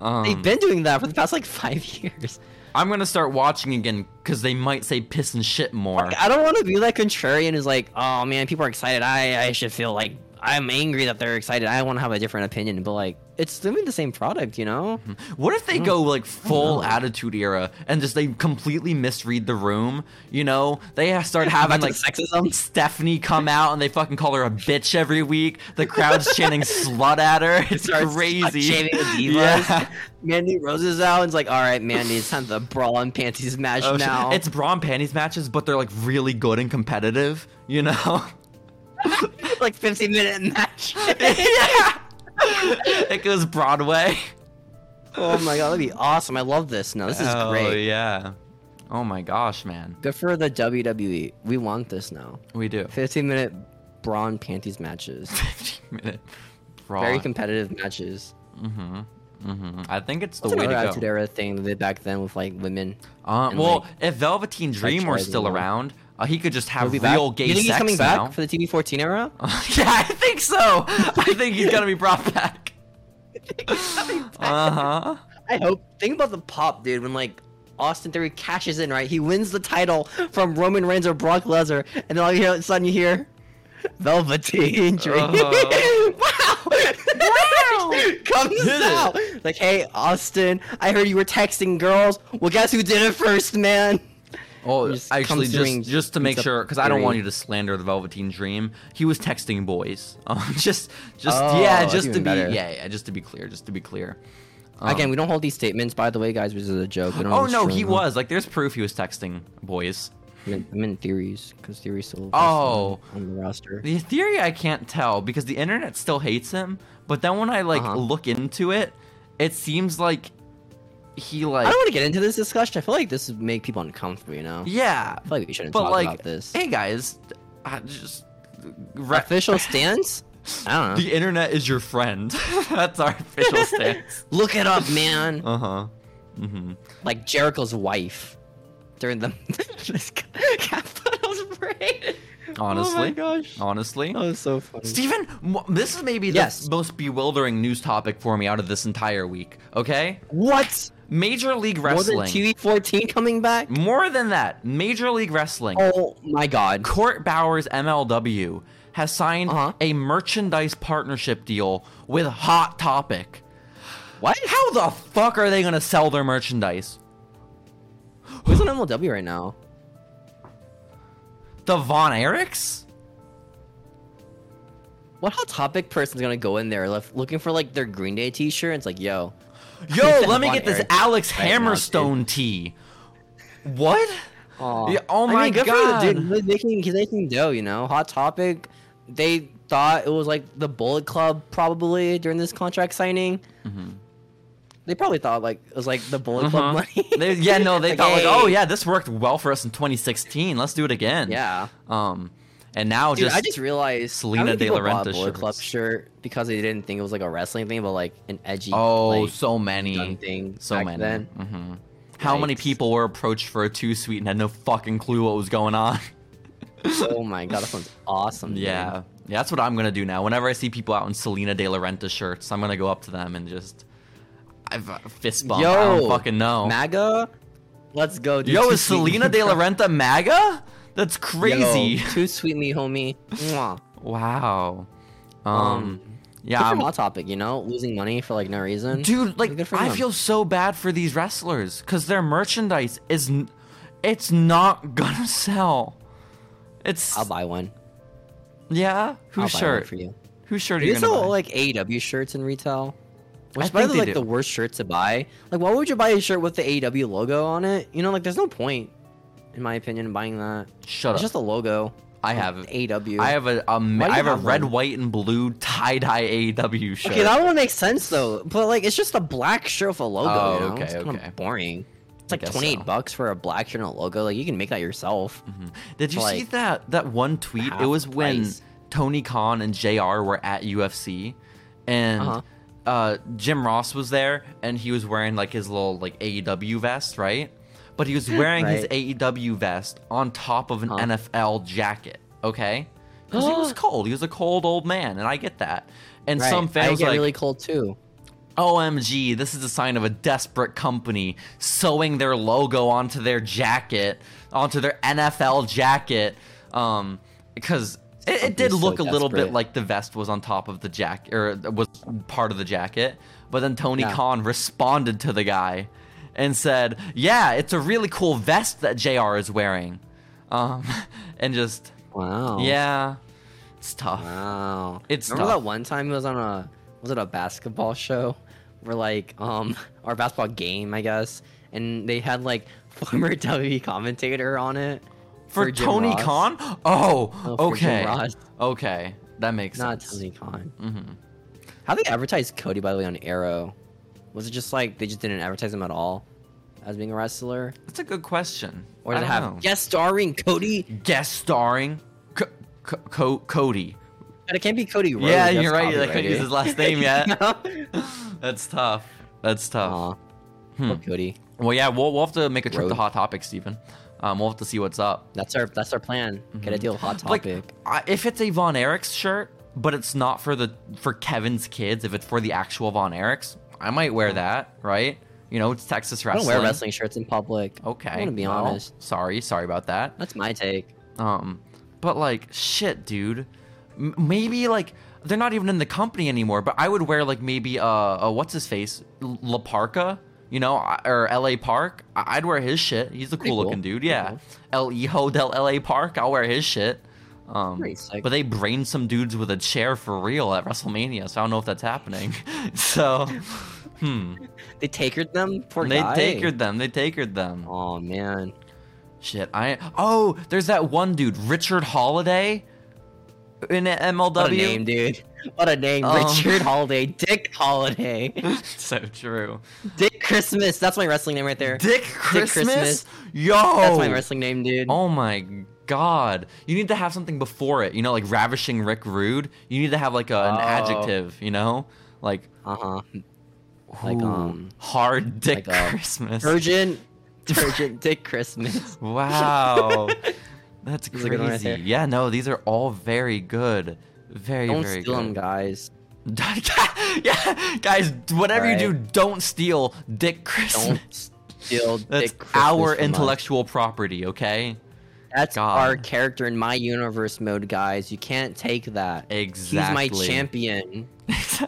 B: um,
A: They've been doing that for the past like five *laughs* years.
B: I'm gonna start watching again because they might say piss and shit more.
A: I don't want to be that contrarian who's like, oh man, people are excited. I, I should feel like I'm angry that they're excited. I want to have a different opinion, but like, it's doing the same product, you know?
B: What if they go like full attitude era and just they completely misread the room? You know, they start having
A: Back to
B: like
A: the
B: *laughs*
A: sexism.
B: Stephanie come out and they fucking call her a bitch every week. The crowd's *laughs* chanting slut at her. It's
A: Starts
B: crazy.
A: slut-shaming
B: *laughs*
A: the divas.
B: Yeah.
A: Mandy Rose's out and's like, all right, Mandy, it's time to brawl and panties match
B: Oh, shit.
A: now.
B: It's bra and panties matches, but they're like really good and competitive, you know?
A: *laughs* like 15 minute match.
B: *laughs* yeah. *laughs* It goes Broadway.
A: oh my god, that'd be awesome. I love this. No, this is
B: oh,
A: great.
B: yeah. Oh my gosh, man.
A: Good for the WWE. We want this now.
B: We do. *laughs*
A: 15 minute brawn panties matches.
B: 15 minute bra.
A: Very competitive matches.
B: mm-hmm. Mm-hmm. I think it's the
A: What's
B: way
A: another
B: to
A: Attitude
B: go.
A: Era thing that they did back then with like women?
B: Uh,
A: and,
B: well,
A: like,
B: if Velveteen Dream were
A: sexualizing
B: still
A: them.
B: around, uh, he could just
A: He'll
B: have
A: be
B: real
A: back.
B: gay
A: you think he's
B: sex
A: coming
B: now. Uh.
A: back for the TV fourteen era?
B: *laughs* yeah, I think so. I think he's gonna be
A: *laughs*
B: brought back. Uh huh.
A: I hope. Think about the pop, dude. When like Austin Theory cashes in, right? He wins the title from Roman Reigns or Brock Lesnar, and then all you hear, all of a sudden you hear Velveteen Dream. *laughs*
B: Uh-huh.
A: wow! wow! *laughs* Comes
B: Did it.
A: out like, hey, Austin, I heard you were texting girls. Well, guess who did it first, man?
B: Oh,
A: Just
B: actually,
A: comes during-
B: just just to make
A: comes up
B: sure, because I don't want
A: during-
B: you to slander the Velveteen Dream. He was texting boys. *laughs* Um, just, just
A: Oh,
B: yeah,
A: that's
B: just to
A: even
B: be
A: better.
B: yeah, yeah, just to be clear, just to be clear.
A: Again, we don't hold these statements, by the way, guys. This is a joke. We don't
B: Um, Oh
A: hold
B: no, he
A: strong-
B: was like, there's proof he was texting boys.
A: I meant, I meant theories, because theories still
B: Oh.
A: on the roster.
B: The theory I can't tell because the internet still hates him. But then when I like
A: Uh-huh.
B: look into it, it seems like he like
A: I don't want to get into this discussion. I feel like this would make people uncomfortable. You know, I
B: yeah,
A: feel like we shouldn't
B: but
A: talk
B: like
A: about this.
B: hey guys, I just re-
A: Official stance?
B: *laughs*
A: I don't know.
B: The internet is your friend. *laughs* That's our
A: *laughs*
B: official stance.
A: Look it up, man.
B: *laughs* Uh huh. Mm-hmm.
A: Like Jericho's wife during the *laughs* Capitals parade. oh my
B: Honestly.
A: gosh,
B: Honestly,
A: that was so funny.
B: Stephen, m- this is maybe the
A: Yes.
B: most bewildering news topic for me out of this entire week. Okay,
A: what?
B: Major League
A: More than
B: Wrestling.
A: TV fourteen coming back?
B: More than that, Major League Wrestling.
A: Oh my god!
B: Court Bowers MLW has signed
A: Uh-huh.
B: a merchandise partnership deal with Hot Topic.
A: What?
B: How the fuck are they gonna sell their merchandise?
A: Who's on MLW right now?
B: The Von Erichs?
A: What hot topic person's gonna go in there left looking for like their Green Day T-shirt? It's like, yo, *laughs*
B: Yo, let
A: Von
B: me get this
A: Erich
B: Alex
A: right now,
B: Hammerstone tea. What?
A: Aw.
B: Yeah, oh
A: I mean,
B: my
A: good for the dude.
B: God.
A: He's making, he's making dough, you know. Hot Topic, they thought it was like the Bullet Club probably during this contract signing. They probably thought like it was like the Bullet Club
B: Mm-hmm. Uh-huh.
A: money.
B: They, yeah, no, they thought like,
A: hey.
B: oh yeah, this worked well for us in 2016. Let's do it
A: *laughs*
B: again.
A: yeah.
B: Um, and now
A: Dude,
B: just,
A: I just realized
B: Selena
A: how many
B: De
A: people bought
B: Laurentiis
A: a Bullet Club
B: shirts.
A: shirt because they didn't think it was like a wrestling thing, but like an edgy
B: oh,
A: like,
B: so
A: gun
B: many,
A: thing.
B: so
A: back
B: many.
A: Then.
B: hmm How many
A: Mm-hmm. Yikes.
B: people were approached for a two sweet and had no fucking clue what was going on? *laughs*
A: oh my god, that sounds awesome. dude.
B: Yeah. Yeah, that's what I'm gonna do now. Whenever I see people out in Selena De La Renta shirts, I'm gonna go up to them and just I've uh, fist bump. I
A: Yo,
B: don't fucking know.
A: MAGA, let's go, dude. *laughs*
B: Oh. Yo,
A: Too
B: is
A: sweet.
B: Selena De La Renta MAGA? That's
A: *laughs*
B: crazy.
A: Yo, too sweet me, homie. Mwah.
B: Wow. Um,
A: Um,
B: yeah,
A: Good for
B: I'm-
A: Law topic, you know, losing money for like no reason.
B: dude like
A: Good for
B: i
A: them.
B: feel so bad for these wrestlers because their merchandise is n- it's not gonna sell it's
A: I'll buy one.
B: yeah
A: I'll
B: whose
A: buy one
B: shirt
A: for you?
B: whose shirt are
A: They
B: you gonna
A: sell
B: buy?
A: like AEW shirts in retail,
B: I
A: which is
B: think
A: probably
B: they
A: like
B: do.
A: the worst shirt to buy. Like, why would you buy a shirt with the AEW logo on it? You know, like there's no point, in my opinion, in buying that.
B: shut
A: It's
B: up
A: just a logo. E
B: i have it
A: AEW.
B: i have a um,
A: Why do
B: i
A: you
B: have a
A: have
B: red
A: one?
B: white and blue tie-dye aw shirt
A: Okay, that one makes sense though. But like, it's just a black shirt with a logo.
B: Oh,
A: you know?
B: okay,
A: it's kinda
B: okay.
A: boring. It's
B: I
A: like
B: guess
A: 28
B: so.
A: bucks for a black shirt and a logo. Like, you can make that yourself.
B: Mm-hmm. Did you see
A: like,
B: that that one tweet? It
A: half
B: was when
A: price.
B: Tony Khan and JR were at UFC and uh
A: Uh-huh.
B: Jim Ross was there and he was wearing like his little like AEW vest, right? But he
A: *laughs*
B: was wearing
A: Right.
B: his AEW vest on top of an
A: Uh-huh.
B: NFL jacket, okay? Cuz he
A: *gasps*
B: was cold. He was a cold old man and I get that. And some
A: I
B: fans
A: get
B: like
A: really cold too.
B: OMG, this is a sign of a desperate company sewing their logo onto their jacket, onto their NFL jacket. Um, because it, it did
A: Something's
B: look
A: so
B: a little bit
A: desperate.
B: like the vest was on top of the jacket, or was part of the jacket. But then Tony
A: Yeah.
B: Khan responded to the guy and said, Yeah, it's a really cool vest that JR is wearing. Um, *laughs* and just,
A: Wow.
B: yeah, it's tough.
A: Wow.
B: It's
A: remember
B: tough.
A: that one time it was on a was it a basketball show where like um *laughs* our basketball game I guess and they had like *laughs* former WWE commentator on it
B: For,
A: Jim
B: Tony
A: Ross.
B: Khan? Oh,
A: No, for Jim
B: okay.
A: Ross.
B: Okay. That makes
A: not
B: sense.
A: Tony Khan. Mm-hmm. How they advertise Cody by the way on Arrow? Was it just like they just didn't advertise him at all as being a wrestler,
B: That's a good question.
A: or
B: I
A: did it
B: don't
A: have
B: know.
A: guest starring Cody?
B: guest starring Co- Co- Co- Cody? *laughs*
A: But it can't be Cody. Rhodes.
B: yeah,
A: that's
B: you're right. I couldn't use
A: copyrighted.
B: his
A: *laughs*
B: last name yet.
A: No.
B: That's tough. That's tough.
A: Aw,
B: Hmm.
A: poor Cody.
B: Well, yeah, we'll, we'll have to make a trip to
A: Road.
B: Hot Topic, Stephen. Um, we'll have to see what's up.
A: That's our that's our plan. Get a deal with Hot Topic.
B: Mm-hmm. Like, I, if it's a Von Erichs shirt, but it's not for the for Kevin's kids, if it's for the actual Von Erichs, I might wear that. Right? You know, it's Texas
A: Oh. I don't
B: wrestling.
A: wear wrestling shirts in public.
B: Okay.
A: I'm gonna be
B: well,
A: honest.
B: Sorry, sorry about that.
A: That's my take.
B: Um, but like, shit, dude. M- maybe like they're not even in the company anymore. But I would wear like maybe uh, uh what's his face, L- La Parca, you know, I- or L.A. Park. I- I'd wear his shit. He's a cool,
A: Pretty cool.
B: looking dude.
A: Pretty
B: Yeah,
A: cool.
B: El Hijo del L.A. Park. I'll wear his shit. Um,
A: Pretty sick.
B: but they brained some dudes with a chair for real at WrestleMania, so I don't know if that's happening. *laughs* so, hmm,
A: They takered them. Poor
B: they
A: guy.
B: takered them. They takered them.
A: Oh man.
B: Shit, I oh, there's that one dude, Richard Holiday, in MLW.
A: What a name, *laughs* dude. What a name.
B: Um.
A: Richard Holiday. Dick
B: *laughs*
A: Holiday.
B: so true.
A: Dick Christmas. That's my wrestling name right there.
B: Dick Christmas,
A: Christmas.
B: yo.
A: That's my wrestling name, dude.
B: Oh my god, you need to have something before it. You know, like ravishing Rick Rude. You need to have like a, an
A: Oh.
B: adjective. You know, like
A: Uh huh. Like,
B: ooh,
A: um,
B: hard Dick
A: like, uh,
B: Christmas. *laughs*
A: Urgent. Urgent Dick Christmas. *laughs*
B: wow, that's
A: That's a good one right
B: crazy.
A: there.
B: yeah, no, these are all very good. Very,
A: Don't
B: very
A: steal
B: good.
A: them,
B: *laughs*
A: guys.
B: yeah, guys, whatever you do, don't steal Dick Christmas.
A: Don't steal
B: *laughs* That's
A: Dick Christmas.
B: our
A: from us.
B: intellectual property, okay?
A: That's
B: God.
A: our character in my universe mode, guys. You can't take that.
B: Exactly.
A: He's my
B: *laughs*
A: champion. *laughs*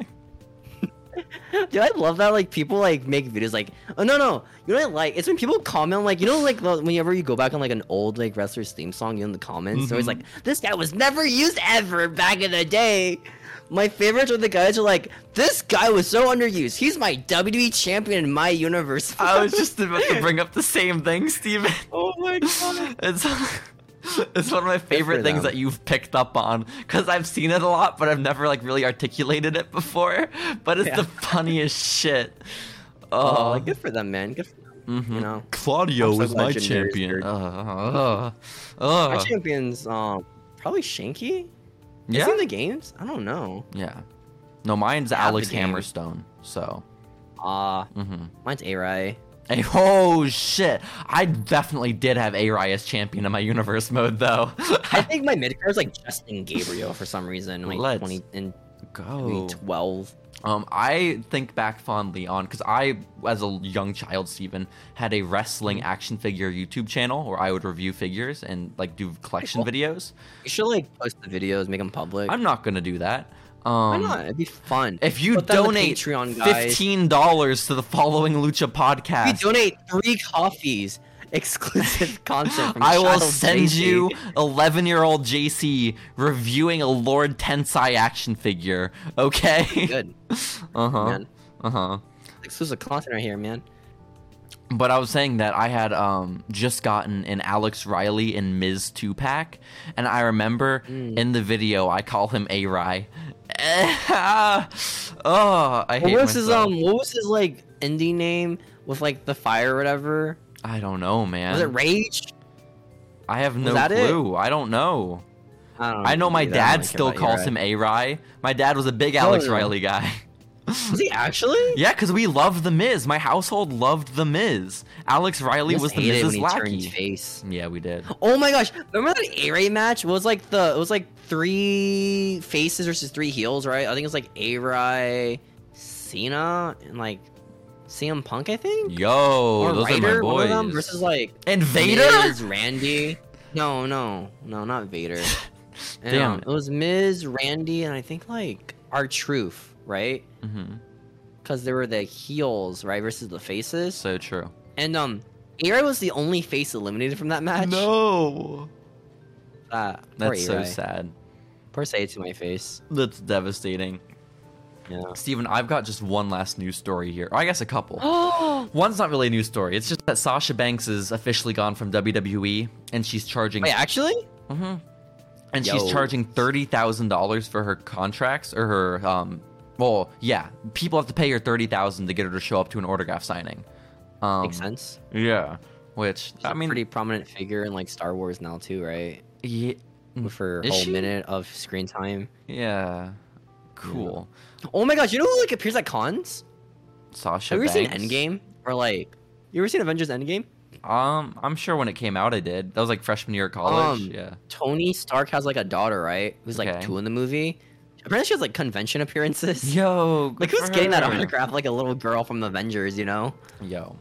A: Dude, I love that. Like people like make videos like, oh no no, you know what I like? It's when people comment like, you know like the- whenever you go back on like an old like wrestler's theme song, you know in the comments, they're always
B: Mm-hmm.
A: like, this guy was never used ever back in the day. My favorites are the guys who are like, this guy was so underused. He's my WWE champion in my universe.
B: I
A: *laughs*
B: was just about to bring up the same thing, Steven. *laughs*
A: oh my god.
B: It's *laughs* it's one of my favorite things
A: them.
B: that you've picked up on because I've seen it a lot, but I've never like really articulated it before. But
A: *laughs*
B: it's
A: Yeah.
B: the funniest shit.
A: Oh,
B: Uh,
A: good for them, man. Good for them. You
B: mhm.
A: know,
B: Claudio
A: I'm so
B: is my
A: glad Jinder is
B: champion.
A: third.
B: Uh, uh,
A: my
B: uh.
A: champions, um, probably Shanky. Is he
B: Yeah,
A: in the games? I don't know.
B: yeah. No, mine's
A: Half the
B: Alex
A: game.
B: Hammerstone. So,
A: Ah,
B: hmm
A: mine's A-Rai.
B: Hey, oh shit! I definitely did have A Rai as champion in my universe mode, though. *laughs*
A: I think my mid card is like Justin Gabriel for some reason, like
B: Let's Oh.
A: 20 in
B: Go.
A: 2012.
B: Um, I think back fondly on because I, as a young child, Steven, had a
A: Mm-hmm.
B: wrestling action figure YouTube channel where I would review figures and like do collection
A: Cool.
B: videos.
A: You should like post the videos, make them public.
B: I'm not gonna do that. Um,
A: Why not? It'd be fun.
B: If you
A: Put that on the
B: donate
A: Patreon, guys.
B: fifteen dollars to the following Lucha
A: We
B: podcast,
A: donate three coffees, *laughs*
B: *laughs*
A: exclusive content. From
B: I will
A: Child
B: send
A: JC.
B: you eleven-year-old JC reviewing a Lord Tensai action figure. Okay. *laughs*
A: good,
B: Uh huh.
A: man.
B: Uh huh.
A: Exclusive content right here, man.
B: But I was saying that I had um, just gotten an Alex Riley and Miz two pack, and I remember
A: Mm.
B: in the video I call him A *laughs* Rye. oh, I hate
A: What was his
B: myself.
A: um? What was his like indie name with like the fire or whatever?
B: I don't know, man.
A: Was it Rage?
B: I have no
A: that it?
B: clue. I don't know.
A: I don't.
B: I know my
A: dude, I don't
B: dad
A: really care
B: still
A: about your
B: calls
A: eye.
B: him A Rye. My dad was a big Alex
A: no.
B: Riley guy. *laughs*
A: Is he actually?
B: yeah, because we loved the Miz. My household loved the Miz. Alex Riley
A: Just
B: was the
A: hated it when
B: Miz's
A: he turned his
B: lackey.
A: face.
B: Yeah,
A: *gasps*
B: we did.
A: Oh my gosh! Remember that A Ray match? It was like the it was like three faces versus three heels, right? I think it was like A Ray, Cena, and like CM Punk, I think.
B: Yo,
A: or
B: Oh, those
A: Ryder,
B: are
A: one
B: my
A: of them
B: boys.
A: versus like
B: And Vader? *laughs*
A: Miz, Randy. No, no, no, not Vader. And,
B: Damn.
A: um, it was Miz, Randy, and I think like our Truth, right?
B: hmm
A: Because they were the heels, right, versus the faces.
B: So true.
A: And um, A Ray was the only face eliminated from that match.
B: No.
A: Uh, poor
B: That's so
A: A-Ray.
B: sad.
A: Poor say it to my face.
B: That's devastating.
A: Yeah.
B: *gasps* Steven, I've got just one last news story here. Or I guess
A: *gasps*
B: a couple.
A: Oh.
B: One's not really a news story. It's just that Sasha Banks is officially gone from WWE and she's charging
A: Wait, actually?
B: hmm And
A: Yo.
B: she's charging thirty thousand dollars for her contracts or her um well, yeah. People have to pay her thirty thousand to get her to show up to an autograph signing. Um
A: Makes sense.
B: Yeah. Which I mean
A: pretty prominent figure in like Star Wars now too, right?
B: yeah,
A: With her
B: Mm. Is
A: whole
B: she?
A: minute of screen time.
B: yeah. Cool.
A: Oh my gosh, you know who like appears at cons?
B: Sasha
A: Have you ever seen
B: Banks.
A: Endgame? Or like you ever seen Avengers Endgame?
B: Um, I'm sure when it came out, I did. That was like freshman year of college.
A: Um,
B: yeah.
A: Tony Stark has like a daughter, right? Who's like
B: Okay.
A: two in the movie. Apparently she has like convention
B: *laughs*
A: appearances.
B: Yo,
A: Like who's getting that autograph like a little girl from the Avengers, you know?
B: Yo,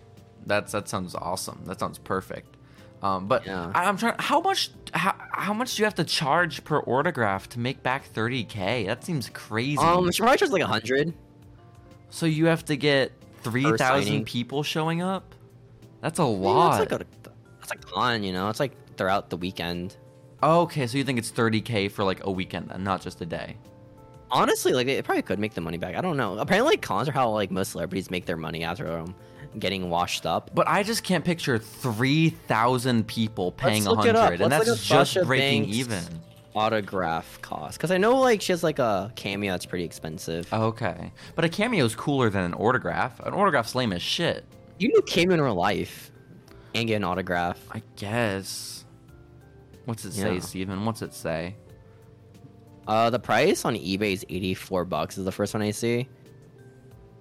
B: that's that sounds awesome. That sounds perfect. Um, but
A: Yeah.
B: I, I'm trying. How much? How, how much do you have to charge per autograph to make back 30k? That seems crazy.
A: Um she probably charges like a hundred.
B: so you have to get 3,000
A: signing.
B: people showing up. That's a
A: That's
B: lot.
A: like a that's a con, you know? It's like throughout the weekend.
B: okay, so you think it's 30k for like a weekend and not just a day?
A: honestly, like it probably could make the money back. I don't know. Apparently, like, cons are how like most celebrities make their money after um, getting washed up.
B: But I just can't picture 3,000 people paying
A: look it up.
B: 100, and
A: Let's look
B: that's
A: up
B: just
A: Sasha
B: breaking
A: Banks.
B: even.
A: Autograph cost because I know like she has like a cameo that's pretty expensive.
B: Uh, Okay. But a cameo is cooler than an autograph. An autograph's lame as shit.
A: you knew cameo in real life and get an autograph.
B: I guess. What's it say,
A: Yeah.
B: Steven? What's it say?
A: Uh, the price on eBay is eighty four bucks. Is the first one I see,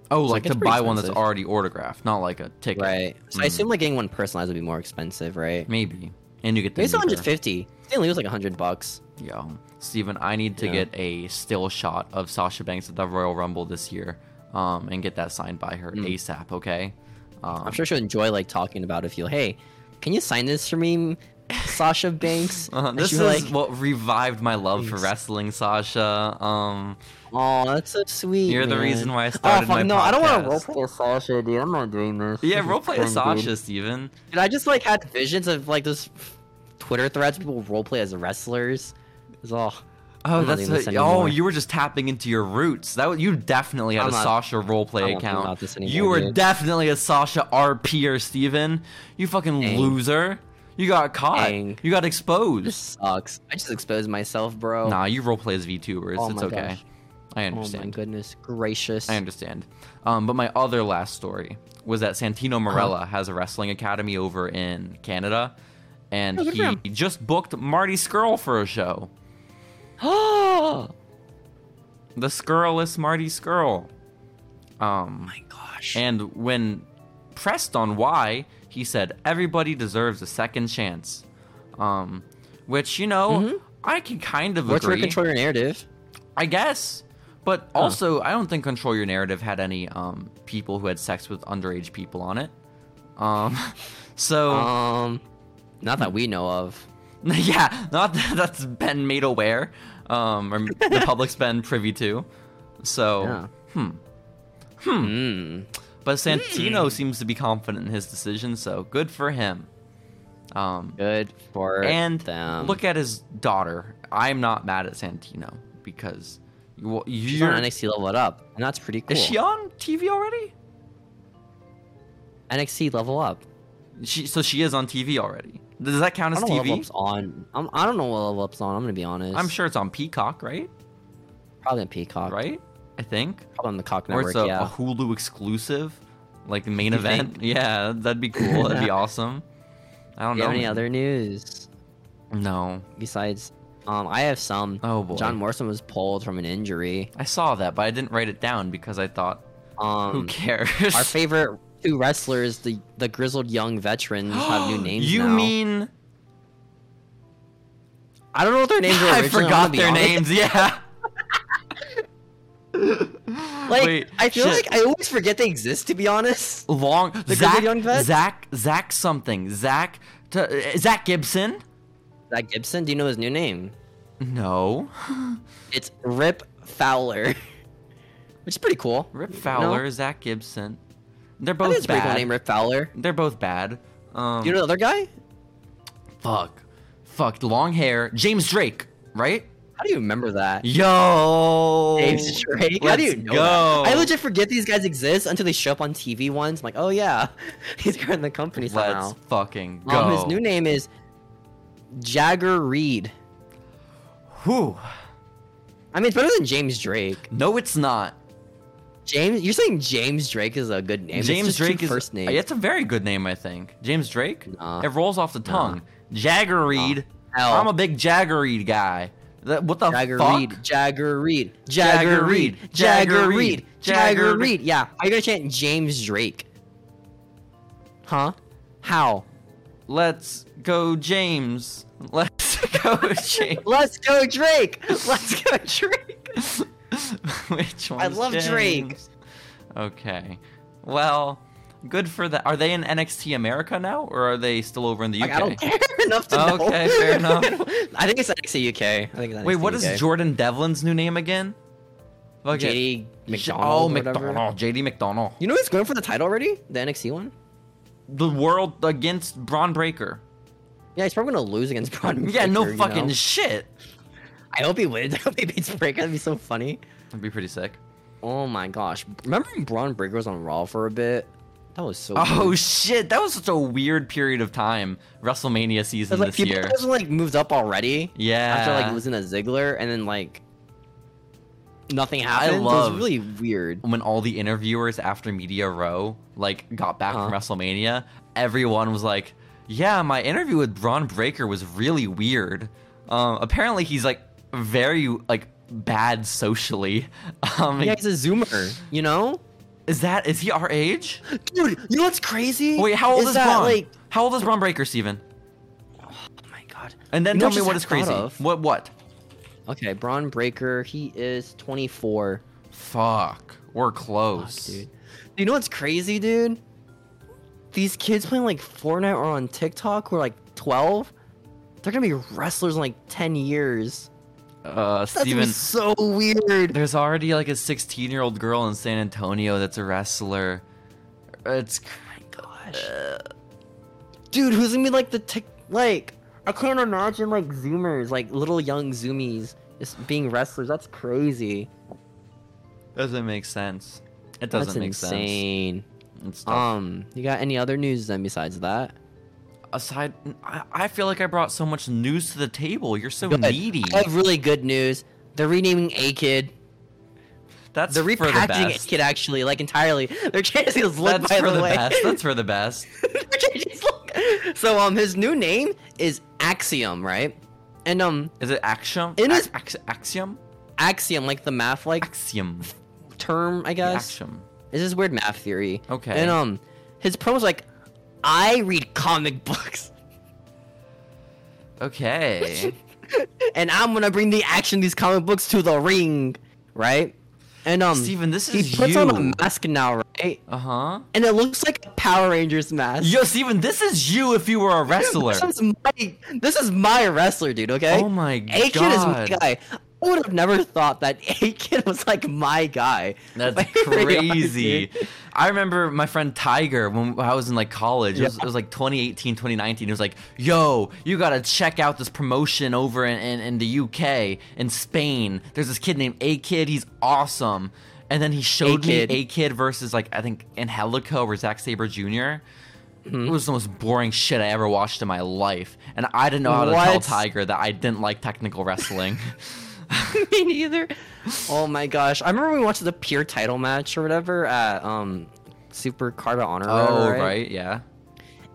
B: Oh,
A: It's
B: like,
A: like
B: to
A: it's pretty
B: buy one that's
A: expensive.
B: already autographed, not like a ticket.
A: right? So I
B: Mm.
A: assume like getting one personalized would be more expensive, right?
B: Maybe. And you get the
A: Maybe it's one
B: meter.
A: hundred fifty. Stanley was like hundred bucks.
B: Yo, Steven, I need to
A: Yeah.
B: get a still shot of Sasha Banks at the Royal Rumble this year, um, and get that signed by her ASAP. Okay. *laughs* Um,
A: I'm sure she'll enjoy like talking about it. If you hey, can you sign this for me, Sasha
B: *laughs*
A: Banks?
B: uh,
A: And
B: this
A: she'll
B: is
A: be
B: what revived my love for
A: Thanks.
B: wrestling, Sasha. Um,
A: Oh, that's so sweet.
B: You're the
A: man. Oh,
B: reason why I started
A: fuck
B: my
A: no, I don't want
B: podcast.
A: to roleplay as Sasha, dude. I'm not doing this.
B: yeah,
A: This
B: *laughs*
A: is
B: roleplay as
A: dumb, dude.
B: Sasha, Steven.
A: Dude, I just like had visions of like those Twitter threads people roleplay as wrestlers. It's all. I'm
B: Oh,
A: not
B: that's
A: doing this
B: what- oh,
A: anymore.
B: you were just tapping into your roots. That was- you definitely had
A: I'm
B: a
A: not-
B: Sasha roleplay
A: I'm not
B: account.
A: about this anymore,
B: you were
A: dude.
B: definitely a Sasha RP or Steven. You fucking
A: Dang.
B: loser. You got caught.
A: Dang.
B: You got
A: This
B: exposed.
A: sucks. I just exposed myself, bro.
B: Nah, you roleplay as VTubers.
A: Oh
B: it's
A: my
B: okay.
A: gosh.
B: I
A: Oh my
B: understand.
A: goodness gracious.
B: I understand. Um, but my other last story was that Santino Morella has a wrestling academy over in Canada, and
A: Oh, good for
B: he
A: him.
B: just booked Marty Skrull for a show.
A: *gasps* oh
B: The Skrullist Marty Skrull. Um,
A: my gosh.
B: and when pressed on why, he said, "Everybody deserves a second chance." Um, which you know, I can kind of
A: Which would
B: agree.
A: control Mm-hmm. your narrative.
B: I guess. But also, I don't think Control Your Narrative had any um, people who had sex with underage people on it. Um, *laughs* so
A: Um, not that we know of.
B: *laughs* yeah, not that that's been made aware, um, or the
A: *laughs*
B: public's been privy to. So,
A: Yeah. Hmm.
B: but Santino seems to be confident in his decision, so good for him. Um,
A: Good for
B: and
A: them.
B: look at his daughter. I'm not mad at Santino because you,
A: she's
B: you're.
A: on NXT level it up, and that's pretty cool.
B: Is she on TV already?
A: NXT level up.
B: She so she is on TV already. Does that count
A: I
B: as
A: don't know what level
B: TV?
A: up's on. I'm, I don't know what level up's on. I'm gonna be honest.
B: I'm sure it's on Peacock, right?
A: probably on Peacock,
B: Right? I think.
A: Probably on the Cock
B: Or
A: Network.
B: it's a,
A: yeah.
B: a Hulu exclusive, like the main
A: You
B: event. Yeah, that'd be cool. That'd
A: *laughs*
B: be awesome. I don't
A: Do you
B: know.
A: have any
B: man.
A: other news
B: No,
A: besides? Um, I have some.
B: Oh, boy.
A: John Morrison was pulled from an injury.
B: I saw that, but I didn't write it down because I thought,
A: Um,
B: who cares?
A: *laughs* our favorite two wrestlers, the the grizzled young veterans, have
B: *gasps*
A: new names
B: You
A: now.
B: mean
A: I don't know what their *laughs* names are.
B: *laughs* I forgot their names? Yeah.
A: *laughs* Like
B: Wait,
A: I feel
B: shit.
A: like I always forget they exist. To be honest,
B: long
A: good
B: Zach,
A: young vet?
B: Zach, Zach something, Zach, t- uh, Zach Gibson.
A: Zach Gibson. Do you know his new name? *laughs*
B: No,
A: It's Rip Fowler, *laughs* which is pretty cool.
B: Rip
A: You know?
B: Fowler, Zach Gibson. They're
A: I think
B: both
A: it's a pretty cool
B: bad.
A: name, Rip Fowler.
B: They're both bad. Um,
A: Do you know the other guy?
B: fuck, fuck, long hair, James Drake, right?
A: How do you remember that?
B: Yo,
A: James Drake. How do you
B: let's
A: know? that? I
B: go.
A: legit forget these guys exist until they show up on TV once. I'm like, oh yeah, *laughs* he's in the company
B: Let's
A: somehow.
B: fucking go.
A: Um, his new name is Jagger Reed.
B: Whew.
A: I mean, it's better than James Drake.
B: No, it's not.
A: James, you're saying James Drake is a good name.
B: James
A: it's just two
B: Drake is
A: first name.
B: It's a very good name, I think. James Drake.
A: Nah.
B: It rolls off the tongue. Jagger Reed.
A: Hell.
B: I'm a big Jagger Reed guy. That- what the
A: Jagger
B: fuck?
A: Reed, Jagger Reed,
B: Jagger
A: Jagger
B: Reed,
A: Reed,
B: Jagger
A: Jagger
B: Reed,
A: Reed, Jagger
B: Jagger
A: Reed. Yeah, how you gonna chant James Drake? Huh? How?
B: Let's go, James. Let's *laughs* go, James.
A: Let's go Drake! *laughs* Let's go Drake!
B: Which one?
A: love Drake.
B: Okay. Well, good for that. Are they in NXT America now, or are they still over in the UK?
A: Like, I don't *laughs* care enough to know.
B: Okay, fair enough.
A: *laughs* I think it's NXT UK. I think it's
B: Wait,
A: NXT
B: what is
A: UK.
B: Jordan Devlin's new name again? Fuck it.
A: JD McDonald?
B: Oh,
A: or whatever.
B: McDonald. JD McDonald.
A: You know who's going for the title already? The NXT one?
B: The world against Braun Breaker.
A: Yeah, he's probably gonna lose against Braun.
B: *laughs* Yeah, no
A: Breaker, you
B: fucking
A: know?
B: shit.
A: I hope he wins. *laughs* I hope he beats Breaker. That'd be so funny.
B: That'd be pretty sick.
A: Oh my gosh! Remember when Braun Breaker was on Raw for a bit? That was so.
B: Oh
A: weird.
B: shit, that was such a weird period of time. WrestleMania
A: It was
B: season
A: like
B: this
A: people
B: year.
A: just, like moved up already.
B: Yeah.
A: After like losing to Ziggler, and then like nothing happened. it
B: love-
A: was really weird.
B: when all the interviewers after Media Row like got back from
A: Uh-huh.
B: WrestleMania, everyone was like, "Yeah, my interview with Braun Breaker was really weird. Um, apparently, he's like very like bad socially. Um,
A: Yeah, he's a Zoomer. You know,
B: is that is he our age?
A: dude. You know what's crazy?
B: Wait, how old is,
A: that?
B: Braun?
A: Like,
B: how old is Braun Breaker, Steven?
A: oh my god.
B: And then
A: You know
B: tell me
A: just
B: what is
A: thought
B: crazy.
A: of?
B: What what?
A: Okay, Braun Breaker. He is 24.
B: Fuck, we're
A: Fuck,
B: close.
A: dude. You know what's crazy, dude? These kids playing like Fortnite or on TikTok who are like 12, they're gonna be wrestlers in like 10 years.
B: uh,
A: That's gonna be
B: Steven,
A: so weird.
B: There's already like a 16 year old girl in San Antonio that's a wrestler. It's
A: Oh my gosh. *sighs* Dude, who's gonna be like the tick? Like, I can't imagine like Zoomers, like little young Zoomies, just being wrestlers. That's crazy.
B: *sighs* doesn't make sense. It
A: That's
B: doesn't make Oh.
A: insane.
B: sense. It's tough.
A: Um, you got any other news then besides that?
B: Aside, I, I feel like I brought so much news to the table. You're so
A: Good.
B: needy.
A: I have really good news. They're renaming A Kid.
B: That's
A: They're
B: for the
A: repackaging
B: best.
A: it, kid, actually, like entirely. They're changing his look,
B: That's
A: by
B: for
A: the,
B: the
A: way. *laughs*
B: best. That's for the best.
A: They're changing his look. So, um, his new name is Axiom, right? And, um,
B: Is it axiom?
A: It is-
B: Ax- axiom.
A: Axiom, like the math, like,
B: Axiom.
A: term, I
B: The
A: guess.
B: Axiom.
A: This is weird math theory.
B: Okay.
A: And, um, his promo's like, I read comic books. *laughs*
B: Okay.
A: and I'm gonna bring the action these comic books to the ring, right? And um,
B: Steven, this
A: he
B: is
A: puts on
B: you.
A: a mask now, right?
B: Uh huh.
A: And it looks like a Power Rangers mask.
B: Yo, Steven, this is you if you were a wrestler.
A: This is my, this is my wrestler, dude. Okay.
B: Oh my
A: A Kid is my
B: God.
A: guy. I would have never thought that A Kid was like my guy. *laughs*
B: That's *laughs*
A: Like, really honest,
B: crazy.
A: dude.
B: I remember my friend Tiger when I was in like college. It, was, it was like 2018, 2019. He was like, yo, you got to check out this promotion over in, in, in the UK, in Spain. There's this kid named A Kid. He's awesome. And then he showed
A: A-Kid.
B: me A Kid versus like, I think Angelico or Zack Sabre junior It was the most boring shit I ever watched in my life. And I didn't know how to tell
A: What?
B: Tiger that I didn't like technical wrestling.
A: *laughs* Me neither. Oh my gosh! I remember we watched the pure title match or whatever at um Super Card of Honor. or
B: *laughs* *laughs* oh,
A: whatever,
B: right? Yeah.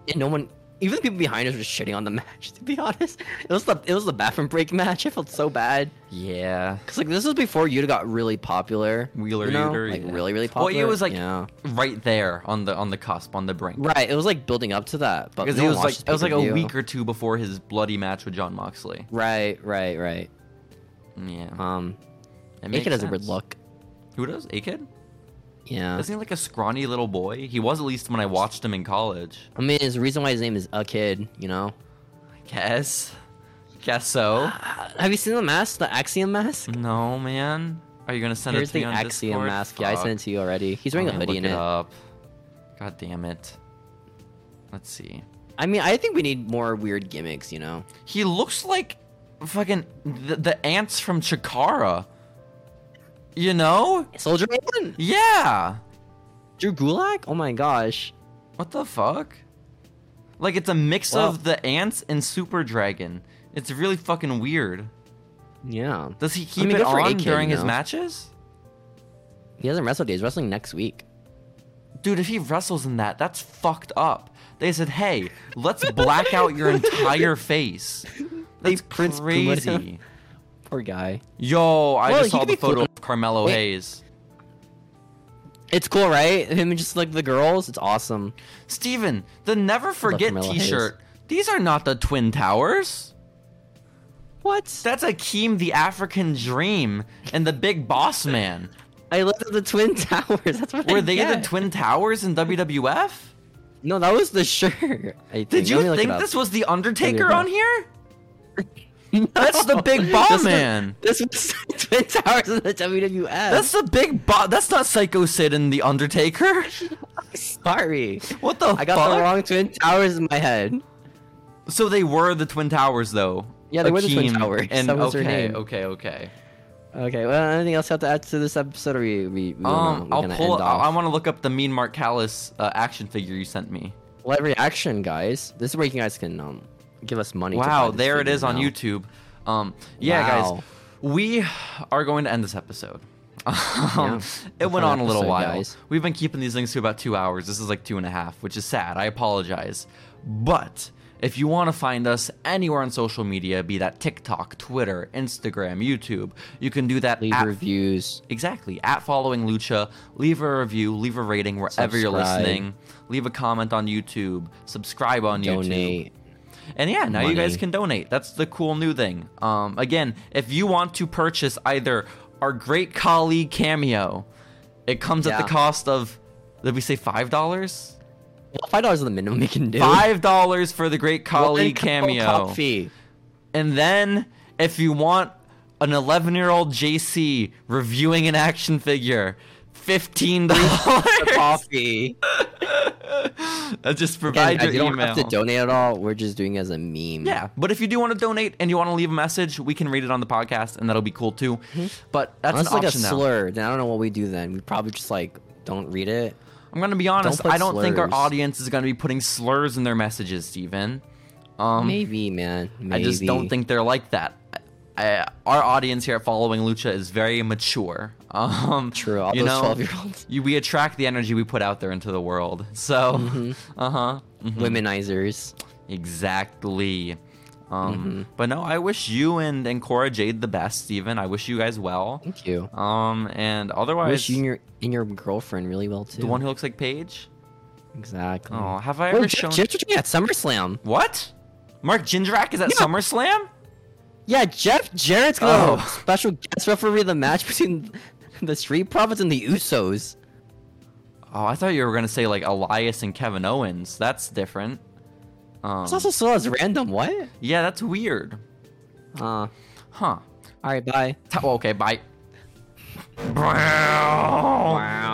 A: and no one even the people behind us were shitting on the match to be *laughs* honest it was the it was the bathroom break match i felt so bad
B: Yeah.
A: because like this was before Yuta got really popular
B: Wheeler
A: you know?
B: Uter,
A: like
B: yeah.
A: really really popular
B: Well, it was like
A: yeah.
B: right there on the on the cusp, on the brink.
A: right it was like building up to that but
B: Because
A: no
B: it
A: one
B: was like
A: watched
B: it was like a
A: pay-per-view.
B: week or two before his bloody match with John Moxley.
A: right right right
B: Yeah,
A: um
B: it
A: make
B: makes
A: it as a weird
B: sense.
A: look
B: Who does A Kid?
A: yeah
B: Isn't he like a scrawny little boy? He was at least when I watched him in college.
A: i mean it's the reason why his name is a kid you know
B: I guess, guess so.
A: Uh, have you seen the mask the axiom mask
B: *sighs* no, man. Are you gonna send
A: here's
B: it to
A: the
B: me on
A: axiom
B: Discord?
A: mask yeah i
B: Fuck.
A: sent it to you already he's wearing a
B: Let me
A: hoodie in
B: look
A: it
B: it up. God damn it. Let's see.
A: i mean i think we need more weird gimmicks you know
B: He looks like fucking the, the ants from Chikara. You know?
A: soldier man
B: Yeah.
A: Drew Gulak? Oh my gosh.
B: What the fuck? Like it's a mix
A: Wow.
B: of the ants and Super Dragon. It's really fucking weird.
A: Yeah.
B: Does he keep
A: mean,
B: it
A: good for
B: on
A: AK,
B: during
A: you
B: his
A: know?
B: matches?
A: He hasn't wrestled yet. He's wrestling next week.
B: Dude, if he wrestles in that, that's fucked up. They said, "Hey, let's black out your
A: *laughs*
B: entire face."
A: They
B: That's
A: Prince Puma him.
B: crazy.
A: Poor guy.
B: Yo, I
A: Well,
B: just
A: he
B: saw
A: could
B: the
A: be cool.
B: photo of Carmelo
A: Wait.
B: Hayes.
A: It's cool, right? Him and just like the girls. It's awesome.
B: Steven, the Never Forget
A: Carmelo
B: t
A: Hayes.
B: shirt. These are not the Twin Towers.
A: What?
B: That's Akeem the African Dream and the Big
A: *laughs*
B: Boss Man.
A: I looked at the Twin *laughs* Towers. That's what
B: Were
A: I
B: they the
A: get.
B: Twin Towers in WWF?
A: No, that was the shirt. I think. Let
B: Did
A: me
B: you
A: look it
B: think
A: up.
B: this was The Undertaker
A: go.
B: on here?
A: *laughs* No.
B: That's the Big Ball
A: This was-
B: Man.
A: This was the *laughs* Twin Towers in the WWF.
B: That's the Big Boss. That's not Psycho Sid and The Undertaker. *laughs*
A: sorry.
B: What the
A: I got
B: fuck?
A: the wrong Twin Towers in my head.
B: So they were the Twin Towers, though.
A: Yeah, they were the Twin
B: Akeem
A: Towers.
B: And
A: That was
B: okay,
A: their name.
B: okay, okay.
A: Okay. Well, anything else you have to add to this episode? Or we we, we wanna-
B: Um,
A: we're
B: I'll
A: gonna
B: pull.
A: end
B: I,
A: off?
B: I want to look up the Mean Mark Callis uh, action figure you sent me.
A: live reaction, guys. This is where you guys can um give us money. to buy
B: Wow,
A: this
B: there it
A: video
B: is on
A: now.
B: YouTube. Um, yeah,
A: Wow.
B: guys, we are going to end this episode. *laughs* Um, it
A: that's
B: went
A: our
B: on a little
A: episode,
B: while.
A: guys.
B: We've been keeping these links to about two hours. This is like two and a half, which is sad. I apologize. But if you want to find us anywhere on social media, be that TikTok, Twitter, Instagram, YouTube, you can do that
A: Leave
B: at
A: reviews.
B: Exactly. At following Lucha, leave a review, leave a rating wherever you're
A: Subscribe.
B: listening, leave a comment on YouTube, subscribe on YouTube.
A: Donate.
B: And yeah, now you guys
A: Money.
B: can donate. That's the cool new thing. Um, again, if you want to purchase either our great colleague cameo, it comes at
A: Yeah.
B: the cost of did we say five dollars?
A: Well, Five dollars is the minimum we can do. *laughs*
B: Five dollars for the great colleague cameo. *laughs*
A: Coffee.
B: And then if you want an 11 year old JC reviewing an action figure, fifteen dollars.
A: Coffee.
B: Just
A: Again,
B: provide
A: guys,
B: your
A: you don't
B: email.
A: have to donate at all. We're just doing it as a meme.
B: Yeah, but if you do want to donate and you want to leave a message, we can read it on the podcast, and that'll be cool too.
A: Mm-hmm.
B: But
A: Unless
B: that's an
A: it's like a
B: option now.
A: slur, then I don't know what we do. Then we probably just like don't read it.
B: I'm gonna be honest.
A: Don't put
B: I don't think our
A: slurs.
B: audience is gonna be putting slurs in their messages, Steven. Um,
A: Maybe, man. Maybe.
B: I just don't think they're like that. I, our audience here at Following Lucha is very mature. *laughs* Um,
A: True, all
B: you
A: those
B: know,
A: 12-year-olds.
B: you- we attract the energy we put out there into the world. So,
A: Mm-hmm.
B: *laughs* uh huh.
A: Womenizers.
B: Exactly.
A: Mm-hmm.
B: Um, But no, I wish you and, and Cora Jade the best, Steven. I wish you guys well.
A: Thank you.
B: Um, and
A: I
B: otherwise,
A: wish you and your, and your girlfriend really well too.
B: the one who looks like Paige.
A: exactly.
B: Oh, have I
A: Wait,
B: ever
A: Jeff-
B: shown
A: Jeff took me at SummerSlam.
B: what? Mark Jindrak is at SummerSlam?
A: Yeah, Jeff Jarrett's gonna
B: Oh.
A: special guest referee the match between the Street Profits and the Usos.
B: Oh, I thought you were gonna say like Elias and Kevin Owens. That's different. Um,
A: It's also so as random. What?
B: yeah, that's weird.
A: Uh, all
B: Huh.
A: right, bye.
B: Ta- well, okay, bye. Wow.